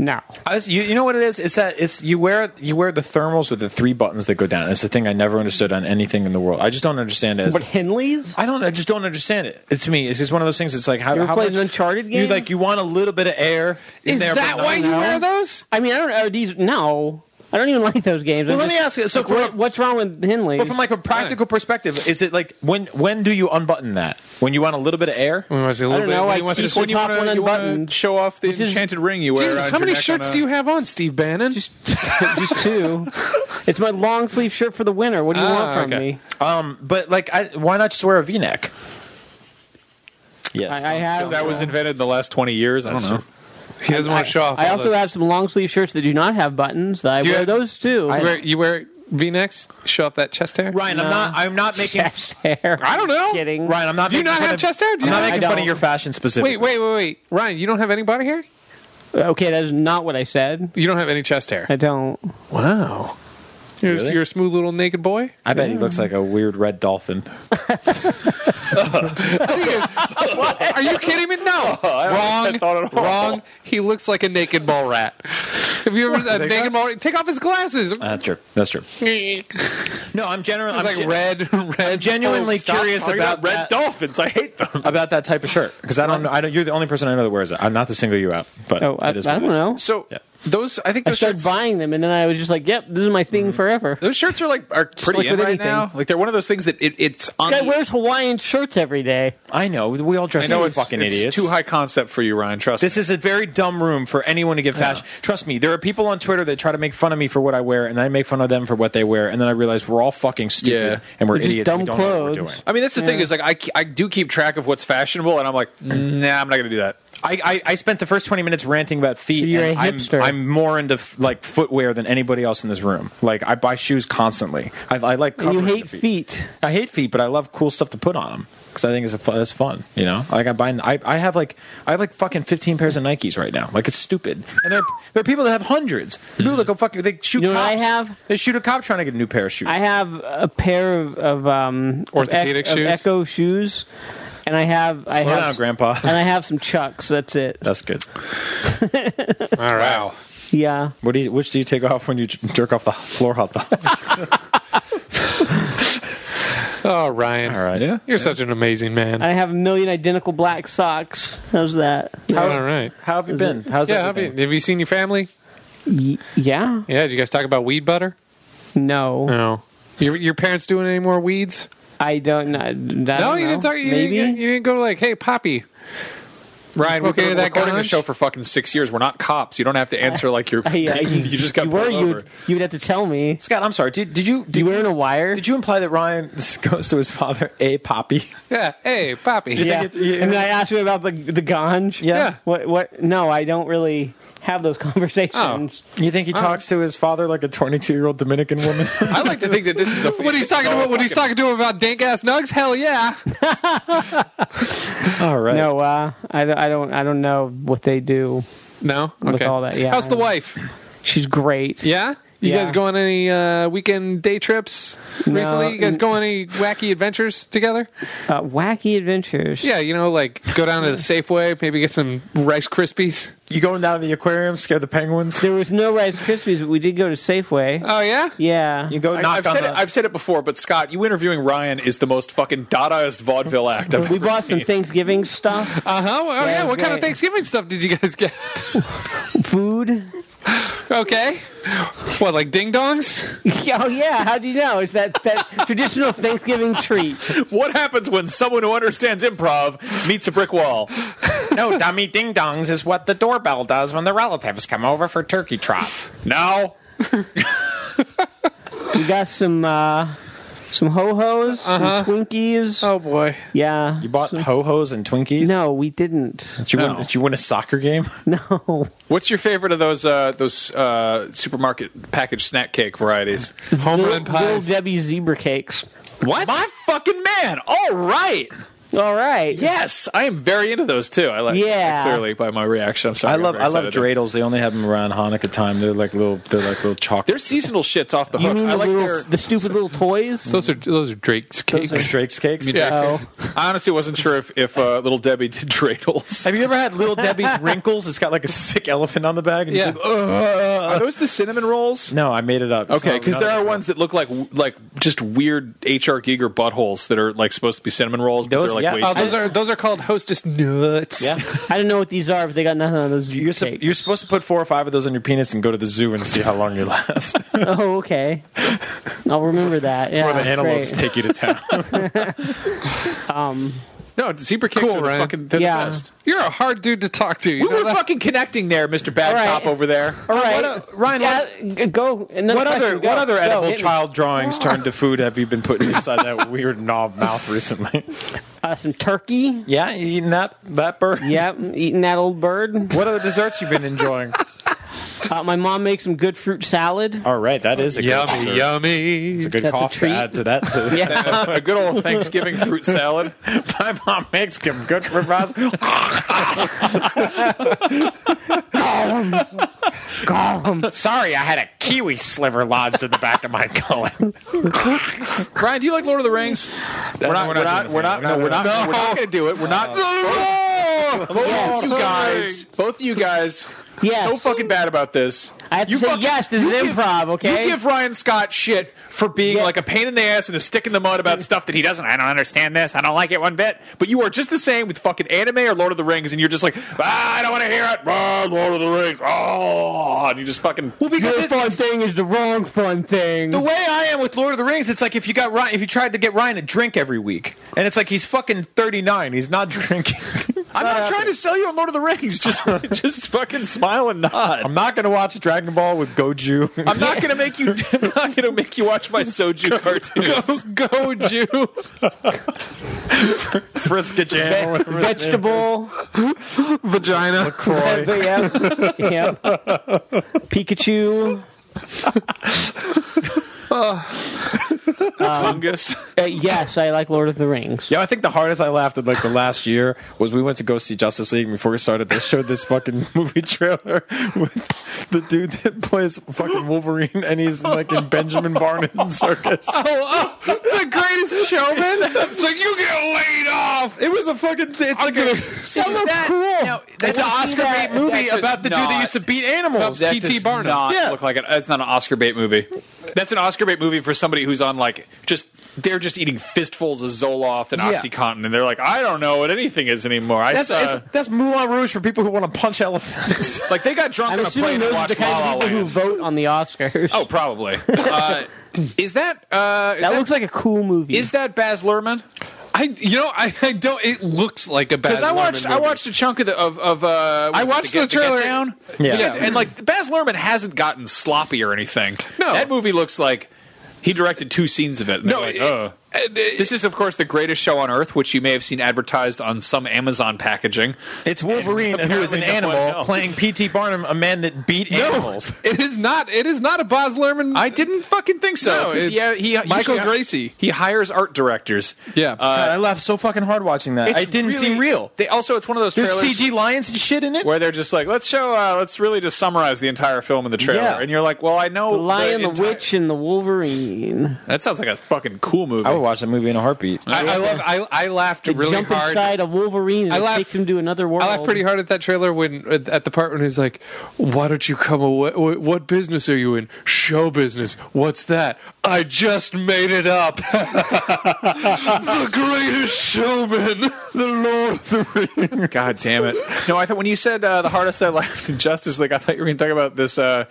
[SPEAKER 3] No.
[SPEAKER 2] I was, you, you know what it is? It's that it's you wear you wear the thermals with the three buttons that go down. It's the thing I never understood on anything in the world. I just don't understand it. as-
[SPEAKER 3] But Henley's?
[SPEAKER 2] I don't. I just don't understand it. It's me. It's just one of those things. It's like how
[SPEAKER 3] You ever
[SPEAKER 2] how
[SPEAKER 3] played
[SPEAKER 2] much
[SPEAKER 3] an Uncharted
[SPEAKER 2] You
[SPEAKER 3] game?
[SPEAKER 2] like you want a little bit of air. in
[SPEAKER 4] Is
[SPEAKER 2] there, but
[SPEAKER 4] that
[SPEAKER 2] not
[SPEAKER 4] why you
[SPEAKER 2] enough.
[SPEAKER 4] wear those?
[SPEAKER 3] I mean, I don't know. These, no. I don't even like those games.
[SPEAKER 2] Well,
[SPEAKER 3] I'm
[SPEAKER 2] let me ask
[SPEAKER 3] just-
[SPEAKER 2] you. So,
[SPEAKER 3] like,
[SPEAKER 2] from
[SPEAKER 3] what-
[SPEAKER 2] a-
[SPEAKER 3] what's wrong with Henley's?
[SPEAKER 2] but from like a practical perspective, is it like when when do you unbutton that? When you want a little bit of air?
[SPEAKER 4] I
[SPEAKER 3] I don't know. I just
[SPEAKER 1] When you
[SPEAKER 3] top
[SPEAKER 1] wanna-
[SPEAKER 3] one
[SPEAKER 1] you wanna
[SPEAKER 3] unbuttoned.
[SPEAKER 1] show off the
[SPEAKER 3] This is-
[SPEAKER 1] enchanted ring you wear.
[SPEAKER 4] Jesus,
[SPEAKER 1] around
[SPEAKER 4] how
[SPEAKER 1] your
[SPEAKER 4] many
[SPEAKER 1] neck on
[SPEAKER 4] shirts
[SPEAKER 1] a-
[SPEAKER 4] do you have on, Steve Bannon?
[SPEAKER 3] just two. It's my long sleeve shirt for the winter. What do you
[SPEAKER 4] Ah,
[SPEAKER 3] want from
[SPEAKER 4] okay.
[SPEAKER 3] me?
[SPEAKER 2] Um, but like, I, why not just wear a V neck? Yes,
[SPEAKER 3] I, I have.
[SPEAKER 1] That was invented in the last twenty years. I don't know.
[SPEAKER 4] he doesn't want to show off.
[SPEAKER 3] I
[SPEAKER 4] all
[SPEAKER 3] also
[SPEAKER 4] those.
[SPEAKER 3] have some long sleeve shirts that do not have buttons. That I
[SPEAKER 4] you
[SPEAKER 3] wear
[SPEAKER 4] have-
[SPEAKER 3] those too.
[SPEAKER 4] You wear, you wear V-necks? Show off that chest hair?
[SPEAKER 2] Ryan, I'm not. I'm not making.
[SPEAKER 3] chest hair.
[SPEAKER 4] I don't know.
[SPEAKER 3] Kidding.
[SPEAKER 2] Ryan, I'm not.
[SPEAKER 4] Do you
[SPEAKER 2] making
[SPEAKER 4] not
[SPEAKER 2] fun
[SPEAKER 4] have
[SPEAKER 2] of-
[SPEAKER 4] chest hair? Do
[SPEAKER 2] I'm
[SPEAKER 4] you
[SPEAKER 2] not
[SPEAKER 4] not-
[SPEAKER 2] making
[SPEAKER 3] I
[SPEAKER 2] fun of
[SPEAKER 3] don't.
[SPEAKER 2] your fashion specifically.
[SPEAKER 4] Wait, wait, wait, wait. Ryan, you don't have any body hair?
[SPEAKER 3] Okay, that is not what I said.
[SPEAKER 4] You don't have any chest hair.
[SPEAKER 3] I don't.
[SPEAKER 4] Wow. You're,
[SPEAKER 2] Really?
[SPEAKER 4] you're a smooth little naked boy?
[SPEAKER 2] I bet he looks like a weird red dolphin.
[SPEAKER 4] Are you kidding me? No. wrong. Wrong. he looks like a naked mall rat. Have you ever a naked mall? rat- Take off his glasses.
[SPEAKER 2] That's true. That's true.
[SPEAKER 4] It's
[SPEAKER 2] No, I'm generally Uh, I'm
[SPEAKER 4] like
[SPEAKER 2] gen-
[SPEAKER 4] red, red.
[SPEAKER 2] genuinely
[SPEAKER 4] full stop.
[SPEAKER 2] curious
[SPEAKER 4] Are you
[SPEAKER 2] about
[SPEAKER 4] red
[SPEAKER 2] that,
[SPEAKER 5] Dolphins, I hate them.
[SPEAKER 2] about that type of shirt because I don't know. I don't. You're the only person I know that wears it. I'm not to single you out, but
[SPEAKER 3] Oh, I, I
[SPEAKER 2] it is what
[SPEAKER 3] don't
[SPEAKER 2] it is.
[SPEAKER 3] know.
[SPEAKER 1] So
[SPEAKER 2] Yeah.
[SPEAKER 1] those, I think
[SPEAKER 3] I
[SPEAKER 1] those
[SPEAKER 3] started
[SPEAKER 1] shirts,
[SPEAKER 3] buying them, and then I was just like, "Yep, this is my
[SPEAKER 2] Mm-hmm.
[SPEAKER 3] thing forever."
[SPEAKER 1] those shirts are like are pretty
[SPEAKER 3] like
[SPEAKER 1] in
[SPEAKER 3] with
[SPEAKER 1] right
[SPEAKER 3] anything.
[SPEAKER 1] now. Like they're one of those things that it, it's on.
[SPEAKER 3] This guy
[SPEAKER 1] the-
[SPEAKER 3] wears Hawaiian shirts every day.
[SPEAKER 2] I know. We all dress
[SPEAKER 1] I know
[SPEAKER 2] like
[SPEAKER 1] it's
[SPEAKER 2] fucking
[SPEAKER 1] it's
[SPEAKER 2] idiots.
[SPEAKER 1] Too high concept for you, Ryan. Trust
[SPEAKER 2] This
[SPEAKER 1] me.
[SPEAKER 2] is a very dumb room for anyone to get fashion. Trust me, there are people on Twitter that try to make fun of me for what I wear, and I make fun of them for what they wear, and then I realize we're all fucking stupid
[SPEAKER 1] Yeah.
[SPEAKER 2] and we're
[SPEAKER 3] We're just
[SPEAKER 2] idiots. and we
[SPEAKER 3] dumb
[SPEAKER 2] don't know what we're
[SPEAKER 3] clothes.
[SPEAKER 2] doing.
[SPEAKER 1] I mean, that's the thing is like I, I do keep track of what's fashionable, and I'm like, nah, I'm not gonna do that.
[SPEAKER 2] I, I, I spent the first twenty minutes ranting about feet.
[SPEAKER 3] So you're
[SPEAKER 2] and
[SPEAKER 3] a
[SPEAKER 2] I'm-
[SPEAKER 3] hipster.
[SPEAKER 2] I'm, more into f- like footwear than anybody else in this room. Like I buy shoes constantly. I, I like
[SPEAKER 3] You
[SPEAKER 2] covering the
[SPEAKER 3] hate feet.
[SPEAKER 2] I hate feet, but I love cool stuff to put on them because I think it's a fu- that's fun. You know, like I buy, I, I have like I have like fucking fifteen pairs of Nikes right now. Like it's stupid, and there there are people that have hundreds. People that go fucking they shoot.
[SPEAKER 3] You know what I
[SPEAKER 2] cops.
[SPEAKER 3] have?
[SPEAKER 2] They shoot a cop trying to get a new pair of shoes.
[SPEAKER 3] I have a pair of, of um of
[SPEAKER 4] Orthopedic
[SPEAKER 3] Ec- of
[SPEAKER 4] shoes?
[SPEAKER 3] Echo shoes, and I have I
[SPEAKER 2] Slow
[SPEAKER 3] have
[SPEAKER 2] down, Grandpa.
[SPEAKER 3] and I have some Chucks. That's it.
[SPEAKER 2] that's good.
[SPEAKER 4] All right. Wow.
[SPEAKER 3] Yeah,
[SPEAKER 2] What do you, which do you take off when you j- jerk off the floor hot dog?
[SPEAKER 4] Oh, Ryan.
[SPEAKER 2] All right,
[SPEAKER 1] Yeah.
[SPEAKER 4] You're such an amazing man.
[SPEAKER 3] I have a million identical black socks. How's that?
[SPEAKER 4] All right.
[SPEAKER 2] How have you been? How's
[SPEAKER 4] Yeah. Have you,
[SPEAKER 2] everything?
[SPEAKER 4] have you seen your family?
[SPEAKER 3] Yeah.
[SPEAKER 4] Yeah. Did you guys talk about weed butter?
[SPEAKER 3] No,
[SPEAKER 4] No. Your, your parents doing any more weeds?
[SPEAKER 3] I don't. know. I
[SPEAKER 4] No,
[SPEAKER 3] don't
[SPEAKER 4] you didn't
[SPEAKER 3] know.
[SPEAKER 4] talk. You,
[SPEAKER 3] Maybe.
[SPEAKER 4] Didn't, you didn't go like, "Hey, Poppy."
[SPEAKER 1] Ryan, we've
[SPEAKER 4] Okay,
[SPEAKER 1] been
[SPEAKER 4] that
[SPEAKER 1] recording the
[SPEAKER 4] guns?
[SPEAKER 1] show for fucking six years. We're not cops. You don't have to answer like you're.
[SPEAKER 3] I- I-
[SPEAKER 1] you, just got
[SPEAKER 3] you were,
[SPEAKER 1] pulled
[SPEAKER 3] you
[SPEAKER 1] over.
[SPEAKER 3] would, you would have to tell me.
[SPEAKER 2] Scott, I'm sorry. Did, did you did
[SPEAKER 3] You were in a wire.
[SPEAKER 2] did you imply that Ryan goes to his father a poppy?
[SPEAKER 4] Yeah. Hey, Poppy.
[SPEAKER 3] yeah.
[SPEAKER 2] think it's- yeah.
[SPEAKER 3] And then I asked you about the the ganj.
[SPEAKER 2] Yeah.
[SPEAKER 3] What? What? No, I don't really have those conversations.
[SPEAKER 2] You think he
[SPEAKER 1] Uh-huh.
[SPEAKER 2] talks to his father like a 22 year old Dominican woman?
[SPEAKER 1] I like to think that this is a.
[SPEAKER 4] What he's talking about? What he's talking to him about? Dank ass nugs? Hell yeah.
[SPEAKER 2] All right.
[SPEAKER 3] No, uh, I, don't- I don't. I don't know what they do.
[SPEAKER 4] No. Okay.
[SPEAKER 3] With all that, yeah.
[SPEAKER 4] How's the wife?
[SPEAKER 3] She's great.
[SPEAKER 4] Yeah. You
[SPEAKER 3] Yeah.
[SPEAKER 4] guys go on any uh, weekend day trips recently? You guys go on any wacky adventures together?
[SPEAKER 3] Uh, wacky adventures.
[SPEAKER 4] Yeah, you know, like go down to the Safeway, maybe get some Rice Krispies.
[SPEAKER 2] You going down to the aquarium, scare the penguins?
[SPEAKER 3] There was no Rice Krispies, but we did go to Safeway.
[SPEAKER 4] Oh yeah,
[SPEAKER 3] yeah.
[SPEAKER 2] You go
[SPEAKER 1] I,
[SPEAKER 2] knock
[SPEAKER 1] have
[SPEAKER 2] on
[SPEAKER 1] said it,
[SPEAKER 2] the.
[SPEAKER 1] I've said it before, but Scott, you interviewing Ryan is the most fucking Dadaist vaudeville act I've
[SPEAKER 3] we
[SPEAKER 1] ever
[SPEAKER 3] bought
[SPEAKER 1] seen.
[SPEAKER 3] some Thanksgiving stuff,
[SPEAKER 4] uh huh. Oh yeah,
[SPEAKER 3] Yeah,
[SPEAKER 4] what kind of
[SPEAKER 3] right.
[SPEAKER 4] Thanksgiving stuff did you guys get?
[SPEAKER 3] food.
[SPEAKER 4] okay, what like ding dongs?
[SPEAKER 3] Oh yeah, how do you know? It's that, that traditional Thanksgiving treat.
[SPEAKER 1] What happens when someone who understands improv meets a brick wall?
[SPEAKER 2] no, dummy ding dongs is what the doorbell does when the relatives come over for turkey trot.
[SPEAKER 1] Now,
[SPEAKER 3] We got some uh, some ho hos,
[SPEAKER 2] Uh-huh.
[SPEAKER 3] some Twinkies.
[SPEAKER 4] Oh boy,
[SPEAKER 3] Yeah.
[SPEAKER 2] You bought ho hos and Twinkies?
[SPEAKER 3] No, we didn't.
[SPEAKER 2] Did you,
[SPEAKER 1] No.
[SPEAKER 2] win, did you win a soccer game?
[SPEAKER 3] No.
[SPEAKER 1] what's your favorite of those uh, those uh, supermarket packaged snack cake varieties?
[SPEAKER 4] home run
[SPEAKER 3] Little
[SPEAKER 4] pies.
[SPEAKER 3] Debbie zebra cakes.
[SPEAKER 1] What? My fucking man! All right.
[SPEAKER 3] All right.
[SPEAKER 1] Yes, I am very into those too. I like.
[SPEAKER 3] Yeah.
[SPEAKER 1] Clearly, by my reaction, I'm sorry.
[SPEAKER 2] I
[SPEAKER 1] I'm
[SPEAKER 2] love
[SPEAKER 1] very
[SPEAKER 2] I love
[SPEAKER 1] excited now.
[SPEAKER 2] dreidels. They only have them around Hanukkah time. They're like little they're like little chocolate.
[SPEAKER 1] Their seasonal shit's off the
[SPEAKER 3] You
[SPEAKER 1] hook.
[SPEAKER 3] mean
[SPEAKER 1] I
[SPEAKER 3] the,
[SPEAKER 1] like
[SPEAKER 3] little,
[SPEAKER 1] their.
[SPEAKER 3] the stupid little toys?
[SPEAKER 4] Those are those are Drake's cakes.
[SPEAKER 2] Like Drake's cakes.
[SPEAKER 3] No.
[SPEAKER 1] I honestly wasn't sure if if uh, little Debbie did dreidels.
[SPEAKER 2] Have you ever had Little Debbie's wrinkles? It's got like a sick elephant on the bag. And
[SPEAKER 4] Yeah.
[SPEAKER 2] yeah.
[SPEAKER 1] Are those the cinnamon rolls?
[SPEAKER 2] no, I made it up. It's
[SPEAKER 1] Okay,
[SPEAKER 2] not-
[SPEAKER 1] because
[SPEAKER 2] not
[SPEAKER 1] there are
[SPEAKER 2] a-
[SPEAKER 1] ones that look like like just weird HR Giger buttholes that are like supposed to be cinnamon rolls, but
[SPEAKER 2] Those-
[SPEAKER 1] they're like
[SPEAKER 2] yeah.
[SPEAKER 1] way
[SPEAKER 4] Oh,
[SPEAKER 1] too-
[SPEAKER 4] those are those are called Hostess nuts.
[SPEAKER 2] Yeah.
[SPEAKER 3] I don't know what these are, but they got nothing on those
[SPEAKER 2] You're,
[SPEAKER 3] zebra
[SPEAKER 2] sup-
[SPEAKER 3] cakes.
[SPEAKER 2] you're supposed to put four or five of those on your penis and go to the zoo and see how long you last.
[SPEAKER 3] oh, okay. I'll remember that. Yeah,
[SPEAKER 2] Or the antelopes
[SPEAKER 3] great.
[SPEAKER 2] take you to town.
[SPEAKER 3] Um,
[SPEAKER 1] no zebra cakes
[SPEAKER 4] Cool,
[SPEAKER 1] are the
[SPEAKER 4] Ryan.
[SPEAKER 1] fucking they're
[SPEAKER 3] Yeah.
[SPEAKER 1] the best.
[SPEAKER 4] You're a hard dude to talk to. You
[SPEAKER 1] We
[SPEAKER 4] know
[SPEAKER 1] were
[SPEAKER 4] that?
[SPEAKER 1] fucking connecting there, Mister Bad
[SPEAKER 3] All right.
[SPEAKER 1] Cop over there.
[SPEAKER 3] all right.
[SPEAKER 2] What, uh, Ryan,
[SPEAKER 3] yeah, g- go. Another
[SPEAKER 2] What
[SPEAKER 3] question,
[SPEAKER 2] other
[SPEAKER 3] go,
[SPEAKER 2] what other
[SPEAKER 3] go,
[SPEAKER 2] edible
[SPEAKER 3] hit me.
[SPEAKER 2] child drawings turned to food have you been putting inside that weird knob mouth recently?
[SPEAKER 3] Uh, some turkey.
[SPEAKER 2] Yeah, you eating that that bird.
[SPEAKER 3] Yep, eating that old bird.
[SPEAKER 2] What other desserts you've been enjoying?
[SPEAKER 3] Uh, my mom makes some good fruit salad.
[SPEAKER 2] All right, that is a good dessert.
[SPEAKER 4] Yummy, yummy.
[SPEAKER 2] It's a good
[SPEAKER 3] That's a
[SPEAKER 2] cough
[SPEAKER 3] treat.
[SPEAKER 2] to add to that. to-
[SPEAKER 3] Yeah.
[SPEAKER 1] a good old Thanksgiving fruit salad.
[SPEAKER 2] My mom makes them good for fries.
[SPEAKER 3] Gollum.
[SPEAKER 2] Sorry, I had a kiwi sliver lodged in the back of my colon.
[SPEAKER 1] Brian, do you like Lord of the Rings? We're not. We're not. We're not. no, We're not. We're not going to do it. We're not.
[SPEAKER 3] Yes.
[SPEAKER 2] you guys, both you guys,
[SPEAKER 3] Yes.
[SPEAKER 2] so fucking bad about this.
[SPEAKER 3] I have to
[SPEAKER 2] you
[SPEAKER 3] say yes, this
[SPEAKER 2] you
[SPEAKER 3] is
[SPEAKER 2] give-
[SPEAKER 3] improv, okay?
[SPEAKER 2] You give Ryan Scott shit for being
[SPEAKER 3] Yeah.
[SPEAKER 2] like a pain in the ass and a stick in the mud about stuff that he doesn't. I don't understand this. I don't like it one bit. But you are just the same with fucking anime or Lord of the Rings, and you're just like, ah, I don't want to hear it. Ah, Lord of the Rings. Oh, and you just fucking. Well,
[SPEAKER 3] Your fun thing is the wrong fun thing.
[SPEAKER 2] the way I am with Lord of the Rings, it's like if you got Ryan, if you tried to get Ryan a drink every week, and it's like he's fucking thirty nine, he's not drinking.
[SPEAKER 1] I'm not trying to sell you on Lord of the Rings. Just, just fucking smile and nod.
[SPEAKER 2] I'm not going to watch Dragon Ball with Goju.
[SPEAKER 1] I'm not gonna make you. I'm not gonna make you watch my soju cartoons.
[SPEAKER 4] Go, Jew.
[SPEAKER 2] Friska Jam. or whatever his name is.
[SPEAKER 3] Vegetable.
[SPEAKER 5] Vagina.
[SPEAKER 2] Croy.
[SPEAKER 3] yep. yep. Pikachu.
[SPEAKER 1] Tungus.
[SPEAKER 3] Uh, yes, I like Lord of the Rings.
[SPEAKER 2] Yeah, I think the hardest I laughed in like the last year was we went to go see Justice League and before we started. They showed this fucking movie trailer with the dude that plays fucking Wolverine and he's like in Benjamin Barnum circus.
[SPEAKER 4] Oh, oh, the greatest showman. It's like you get laid off.
[SPEAKER 2] It was a fucking. It's like a. That
[SPEAKER 1] looks cool. now, that-
[SPEAKER 2] it's an
[SPEAKER 1] that-
[SPEAKER 2] Oscar bait movie
[SPEAKER 1] that does
[SPEAKER 2] about the dude that
[SPEAKER 1] not-
[SPEAKER 2] used to beat animals.
[SPEAKER 1] Um, That
[SPEAKER 4] P.T.
[SPEAKER 1] does
[SPEAKER 4] Barnum.
[SPEAKER 1] not
[SPEAKER 2] Yeah.
[SPEAKER 1] look like it. It's not an Oscar bait movie. That's an Oscar bait movie for somebody who's on like just they're just eating fistfuls of Zoloft and
[SPEAKER 2] Yeah.
[SPEAKER 1] OxyContin, and they're like, I don't know what anything is anymore. I
[SPEAKER 2] That's,
[SPEAKER 1] saw-
[SPEAKER 2] it's- that's Moulin Rouge for people who want to punch elephants.
[SPEAKER 1] like they got drunk
[SPEAKER 3] I'm
[SPEAKER 1] on a
[SPEAKER 3] assuming
[SPEAKER 1] plane and
[SPEAKER 3] those are the
[SPEAKER 1] watched La
[SPEAKER 3] kind
[SPEAKER 1] La
[SPEAKER 3] of people who
[SPEAKER 1] Land.
[SPEAKER 3] vote on the Oscars.
[SPEAKER 1] Oh, probably. Uh, is that uh, is
[SPEAKER 3] that looks like a cool movie.
[SPEAKER 1] is that Baz Luhrmann?
[SPEAKER 4] I, you know, I, I don't. It looks like a bad.
[SPEAKER 1] Because I
[SPEAKER 4] Luhrmann
[SPEAKER 1] watched, I
[SPEAKER 4] movie.
[SPEAKER 1] watched a chunk of the of, of uh,
[SPEAKER 4] I
[SPEAKER 1] was it
[SPEAKER 4] watched
[SPEAKER 1] Get-
[SPEAKER 4] the
[SPEAKER 1] Get
[SPEAKER 4] trailer.
[SPEAKER 1] down.
[SPEAKER 2] Yeah.
[SPEAKER 1] Get- and like Baz Luhrmann hasn't gotten sloppy or anything.
[SPEAKER 4] No.
[SPEAKER 1] that movie looks like he directed two scenes of it. And
[SPEAKER 4] No,
[SPEAKER 1] no, like,
[SPEAKER 4] it-
[SPEAKER 1] "Ugh."
[SPEAKER 4] And, uh,
[SPEAKER 1] this is of course the greatest show on earth, which you may have seen advertised on some Amazon packaging.
[SPEAKER 2] It's Wolverine, who is an
[SPEAKER 1] Apparently no one
[SPEAKER 2] animal,
[SPEAKER 1] else.
[SPEAKER 2] playing P.T. Barnum, a man that beat animals.
[SPEAKER 4] It is not. It is not a Boz Lerman.
[SPEAKER 1] I didn't fucking think so.
[SPEAKER 4] No,
[SPEAKER 1] 'cause
[SPEAKER 4] it's
[SPEAKER 1] he, he, he
[SPEAKER 4] Michael
[SPEAKER 1] usually-
[SPEAKER 4] Gracie.
[SPEAKER 1] He hires art directors.
[SPEAKER 4] Yeah.
[SPEAKER 2] God, I laughed so fucking hard watching that.
[SPEAKER 1] It's
[SPEAKER 2] It didn't
[SPEAKER 1] really-
[SPEAKER 2] seem real.
[SPEAKER 1] They also it's one of those
[SPEAKER 2] There's
[SPEAKER 1] trailers
[SPEAKER 2] CG lions and shit in it.
[SPEAKER 1] where they're just like, let's show, uh, let's really just summarize the entire film in the trailer,
[SPEAKER 2] Yeah.
[SPEAKER 1] and you're like, well, I know
[SPEAKER 3] the Lion, the,
[SPEAKER 1] entire-
[SPEAKER 3] Witch, and the Wolverine?
[SPEAKER 1] That sounds like a fucking cool movie.
[SPEAKER 2] I would watch that movie in a heartbeat.
[SPEAKER 4] Oh, I, I love. I, I laughed
[SPEAKER 3] They
[SPEAKER 4] really
[SPEAKER 3] jump
[SPEAKER 4] hard.
[SPEAKER 3] inside a Wolverine and
[SPEAKER 4] I
[SPEAKER 3] it
[SPEAKER 4] laugh-
[SPEAKER 3] takes him to another world.
[SPEAKER 4] I laughed pretty hard at that trailer when at at the part when he's like, "Why don't you come away? wh- What business are you in? Show business. What's that? I just made it up. the greatest showman, the Lord of the Rings.
[SPEAKER 1] God damn it! No, I thought when you said uh, the hardest I laughed in Justice League, I thought you were going to talk about this. Uh,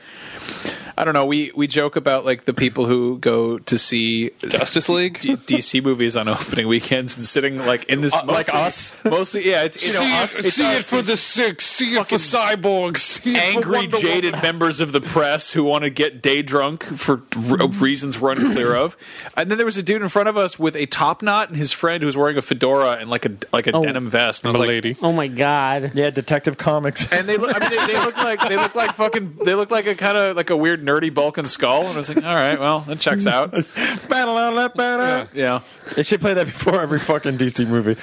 [SPEAKER 1] I don't know. We we joke about like the people who go to see
[SPEAKER 4] Justice League.
[SPEAKER 1] D- DC movies on opening weekends and sitting like in this mostly,
[SPEAKER 2] like us?
[SPEAKER 1] mostly yeah. It's you know
[SPEAKER 4] Uh, see
[SPEAKER 1] us.
[SPEAKER 4] it,
[SPEAKER 1] it's
[SPEAKER 4] see
[SPEAKER 1] us,
[SPEAKER 4] it for the sick. See it for cyborgs. See it for
[SPEAKER 1] angry,
[SPEAKER 4] Wonder
[SPEAKER 1] jaded
[SPEAKER 4] Woman.
[SPEAKER 1] members of the press who want to get day drunk for r- uh, reasons we're unclear of. And then there was a dude in front of us with a top knot and his friend who was wearing a fedora and like a like a
[SPEAKER 3] Oh.
[SPEAKER 1] denim vest. And I was like,
[SPEAKER 4] Milady.
[SPEAKER 3] Oh my god!
[SPEAKER 2] yeah, Detective Comics.
[SPEAKER 1] and they look, I mean, they, they look like they look like fucking they look like a kind of like a weird nerdy Balkan skull. And I was like, all right, well, that checks out.
[SPEAKER 2] They
[SPEAKER 1] Yeah,
[SPEAKER 2] should play that before every fucking DC movie.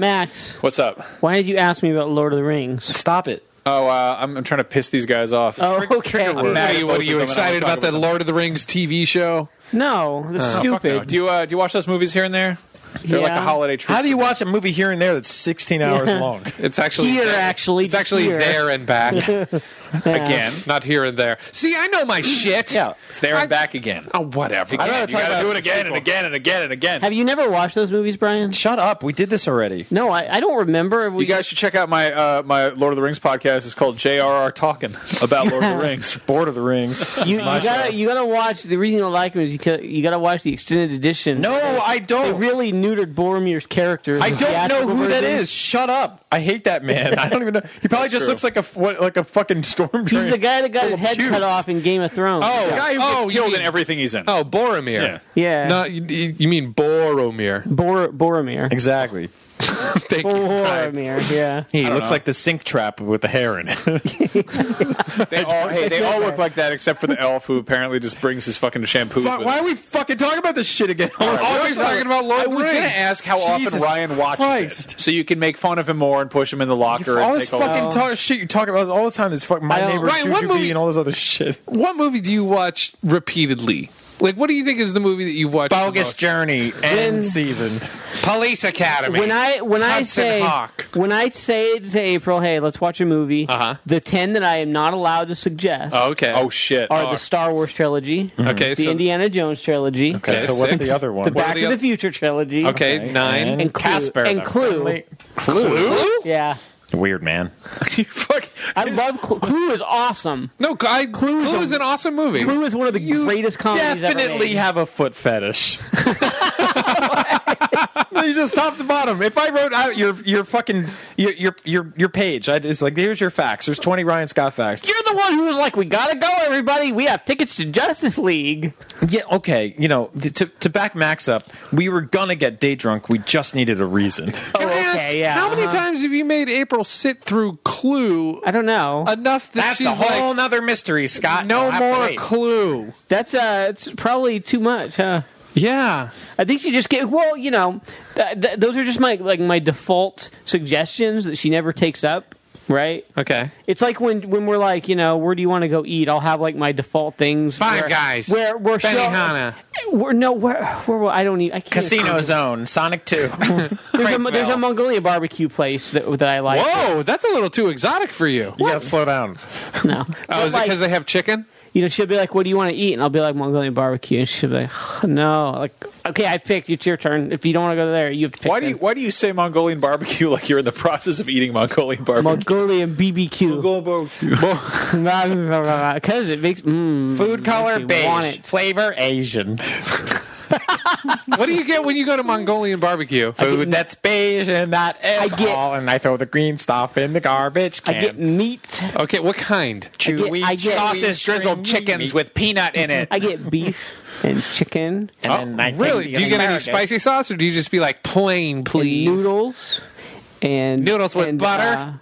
[SPEAKER 3] Max,
[SPEAKER 1] what's up?
[SPEAKER 3] why did you ask me about Lord of the Rings?
[SPEAKER 2] Stop it.
[SPEAKER 1] Oh, uh, I'm, I'm trying to piss these guys off.
[SPEAKER 3] Oh, okay.
[SPEAKER 4] Maddie,
[SPEAKER 1] both
[SPEAKER 4] what are
[SPEAKER 1] of
[SPEAKER 4] you
[SPEAKER 1] them, and I
[SPEAKER 4] excited
[SPEAKER 1] was
[SPEAKER 4] about
[SPEAKER 1] talking
[SPEAKER 4] the Lord of the Rings TV show?
[SPEAKER 3] No, that's
[SPEAKER 1] Fuck no.
[SPEAKER 3] stupid.
[SPEAKER 1] Do you uh, do you watch those movies here and there? They're like a
[SPEAKER 3] Yeah.
[SPEAKER 1] holiday treat.
[SPEAKER 2] How do you watch a movie here and there that's 16 hours long?
[SPEAKER 4] It's actually
[SPEAKER 3] Here,
[SPEAKER 4] there.
[SPEAKER 3] actually,
[SPEAKER 4] It's actually
[SPEAKER 3] here.
[SPEAKER 4] there and back
[SPEAKER 3] Yeah.
[SPEAKER 1] again?
[SPEAKER 4] not here and there. See, I know my shit.
[SPEAKER 2] Yeah.
[SPEAKER 1] It's there and back again.
[SPEAKER 4] Oh, whatever.
[SPEAKER 1] Again,
[SPEAKER 2] rather
[SPEAKER 1] you
[SPEAKER 2] talk
[SPEAKER 1] gotta
[SPEAKER 2] about
[SPEAKER 1] do it
[SPEAKER 2] the
[SPEAKER 1] again and
[SPEAKER 2] sequel.
[SPEAKER 1] again and again and again.
[SPEAKER 3] Have you never watched those movies, Brian?
[SPEAKER 2] Shut up. We did this already.
[SPEAKER 3] No, I, I don't remember. We
[SPEAKER 1] you guys should check out my uh, my Lord of the Rings podcast. It's called JRR Talking about Lord of the Rings.
[SPEAKER 2] Board of the Rings.
[SPEAKER 3] you, you gotta you gotta watch. The reason I like them is you gotta, you gotta watch the extended edition.
[SPEAKER 2] no, I
[SPEAKER 3] They
[SPEAKER 2] don't.
[SPEAKER 3] really neutered Boromir's character. in
[SPEAKER 2] I
[SPEAKER 3] the
[SPEAKER 2] don't know
[SPEAKER 3] theatrical
[SPEAKER 2] who that
[SPEAKER 3] version.
[SPEAKER 2] is. Shut up. I hate that man. I don't even know. He probably just
[SPEAKER 1] true.
[SPEAKER 2] looks like a f- what, like a fucking storm
[SPEAKER 3] He's the guy that got his head
[SPEAKER 2] cubes.
[SPEAKER 3] cut off in Game of Thrones.
[SPEAKER 4] Oh,
[SPEAKER 1] The guy who gets
[SPEAKER 4] oh, you
[SPEAKER 1] killed
[SPEAKER 4] mean-
[SPEAKER 1] in everything he's in.
[SPEAKER 4] Oh, Boromir.
[SPEAKER 1] Yeah.
[SPEAKER 3] Yeah.
[SPEAKER 4] No, you, you mean Boromir.
[SPEAKER 3] Bor- Boromir.
[SPEAKER 2] Exactly.
[SPEAKER 4] Thank you.
[SPEAKER 3] Boromir. Yeah.
[SPEAKER 2] He looks like the sink trap with the hair in it.
[SPEAKER 1] They all hey, they all look like that except for the elf who apparently just brings his fucking shampoo.
[SPEAKER 2] Fuck,
[SPEAKER 1] with
[SPEAKER 2] why
[SPEAKER 1] him.
[SPEAKER 2] are we fucking talking about this shit again? We're
[SPEAKER 4] always talking about Lord
[SPEAKER 1] I
[SPEAKER 4] of the
[SPEAKER 1] was
[SPEAKER 4] Rings.
[SPEAKER 1] gonna ask how
[SPEAKER 2] Jesus
[SPEAKER 1] often Ryan watches
[SPEAKER 2] Christ.
[SPEAKER 1] it, so you can make fun of him more and push him in the locker.
[SPEAKER 2] all
[SPEAKER 1] and
[SPEAKER 2] this
[SPEAKER 1] take over.
[SPEAKER 2] fucking tar- shit you talk about all the time. This fuck my
[SPEAKER 3] I don't-
[SPEAKER 2] neighbor
[SPEAKER 4] Ryan, what
[SPEAKER 2] Juju
[SPEAKER 4] movie-
[SPEAKER 2] B and all this other shit.
[SPEAKER 4] What movie do you watch repeatedly? Like, what do you think is the movie that you've watched? the
[SPEAKER 2] Bogus
[SPEAKER 4] most?
[SPEAKER 2] Journey
[SPEAKER 3] When-
[SPEAKER 2] and season.
[SPEAKER 4] Police Academy.
[SPEAKER 3] When I when I
[SPEAKER 4] Hudson
[SPEAKER 3] say
[SPEAKER 4] Hawk.
[SPEAKER 3] when I say to April, hey, let's watch a movie.
[SPEAKER 4] Uh-huh.
[SPEAKER 3] The ten that I am not allowed to suggest
[SPEAKER 4] okay.
[SPEAKER 1] Oh shit!
[SPEAKER 3] are the Star Wars trilogy,
[SPEAKER 4] okay.
[SPEAKER 3] the
[SPEAKER 4] So
[SPEAKER 3] Indiana Jones trilogy,
[SPEAKER 2] Okay,
[SPEAKER 4] Okay,
[SPEAKER 2] so what's
[SPEAKER 4] six.
[SPEAKER 2] the other one?
[SPEAKER 3] the
[SPEAKER 4] What are
[SPEAKER 3] Back
[SPEAKER 4] the
[SPEAKER 3] to the
[SPEAKER 4] oth-
[SPEAKER 3] Future trilogy.
[SPEAKER 4] okay, nine.
[SPEAKER 2] and,
[SPEAKER 3] And Clue-
[SPEAKER 2] Casper
[SPEAKER 3] and
[SPEAKER 2] the
[SPEAKER 3] Clue.
[SPEAKER 2] Friendly-
[SPEAKER 3] Yeah,
[SPEAKER 2] Weird man.
[SPEAKER 1] Fuck.
[SPEAKER 3] I love Clue. Clue is awesome.
[SPEAKER 4] No, I, Clue,
[SPEAKER 3] a-
[SPEAKER 4] is an awesome movie.
[SPEAKER 3] Clue is one of the greatest comedies ever
[SPEAKER 2] Definitely
[SPEAKER 3] made.
[SPEAKER 2] have a foot fetish. you just top to bottom. If I wrote out your your fucking your your your, your page, I just like here's your facts. There's 20 Ryan Scott facts.
[SPEAKER 3] You're the one who was like, "We gotta go, everybody. We have tickets to Justice League."
[SPEAKER 2] Yeah, okay. You know, to to back Max up, we were gonna get day drunk. We just needed a reason.
[SPEAKER 3] oh,
[SPEAKER 4] Can I ask,
[SPEAKER 3] okay, yeah.
[SPEAKER 4] How many
[SPEAKER 3] uh-huh.
[SPEAKER 4] times have you made April sit through Clue
[SPEAKER 3] I don't know.
[SPEAKER 4] enough that
[SPEAKER 2] That's a
[SPEAKER 4] she's
[SPEAKER 2] whole
[SPEAKER 4] like,
[SPEAKER 2] nother mystery, Scott.
[SPEAKER 4] no
[SPEAKER 2] You'll have to
[SPEAKER 4] more
[SPEAKER 2] wait.
[SPEAKER 4] Clue?
[SPEAKER 3] That's uh, it's probably too much, huh?
[SPEAKER 4] Yeah.
[SPEAKER 3] I think she just get well, you know, th- th- those are just my like my default suggestions that she never takes up, right?
[SPEAKER 4] Okay.
[SPEAKER 3] It's like when when we're like, you know, where do you want to go eat? I'll have like my default things.
[SPEAKER 4] Five
[SPEAKER 3] where,
[SPEAKER 4] Guys.
[SPEAKER 3] Where we're
[SPEAKER 4] Benihana.
[SPEAKER 3] We're no where where will- I don't eat. I can't.
[SPEAKER 2] Casino Zone, Sonic Two.
[SPEAKER 3] There's a, there's a Mongolian barbecue place that that I like.
[SPEAKER 4] Whoa, that's a little too exotic for you.
[SPEAKER 2] You gotta slow down.
[SPEAKER 3] No.
[SPEAKER 4] Oh, is it
[SPEAKER 3] Like-
[SPEAKER 4] because they have chicken?
[SPEAKER 3] you know, she'll be like, "What do you want to eat?" And I'll be like, "Mongolian barbecue." And she'll be like, "No, like, okay, I picked. It's your turn. If you don't want to go there, you have to pick."
[SPEAKER 1] Why do you
[SPEAKER 3] this.
[SPEAKER 1] Why do you say Mongolian barbecue like you're in the process of eating Mongolian barbecue?
[SPEAKER 3] Mongolian BBQ?
[SPEAKER 1] Mongolian barbecue.
[SPEAKER 3] Because it makes mm,
[SPEAKER 2] Food color
[SPEAKER 3] you want
[SPEAKER 2] beige,
[SPEAKER 3] it.
[SPEAKER 2] flavor Asian.
[SPEAKER 4] What do you get when you go to Mongolian barbecue?
[SPEAKER 2] Food that's beige and that is
[SPEAKER 3] I get-
[SPEAKER 2] all, and I throw the green stuff in the garbage
[SPEAKER 3] I
[SPEAKER 2] can.
[SPEAKER 3] get meat.
[SPEAKER 4] Okay, what kind?
[SPEAKER 2] chewy
[SPEAKER 3] I get-
[SPEAKER 2] sausage drizzled chickens with peanut in it.
[SPEAKER 3] I get beef and chicken,
[SPEAKER 2] And
[SPEAKER 4] Oh, really? Do you get any spicy sauce, or do you just be like plain,
[SPEAKER 3] and
[SPEAKER 4] please?
[SPEAKER 3] noodles, and
[SPEAKER 4] Noodles with
[SPEAKER 3] and,
[SPEAKER 4] butter?
[SPEAKER 3] uh,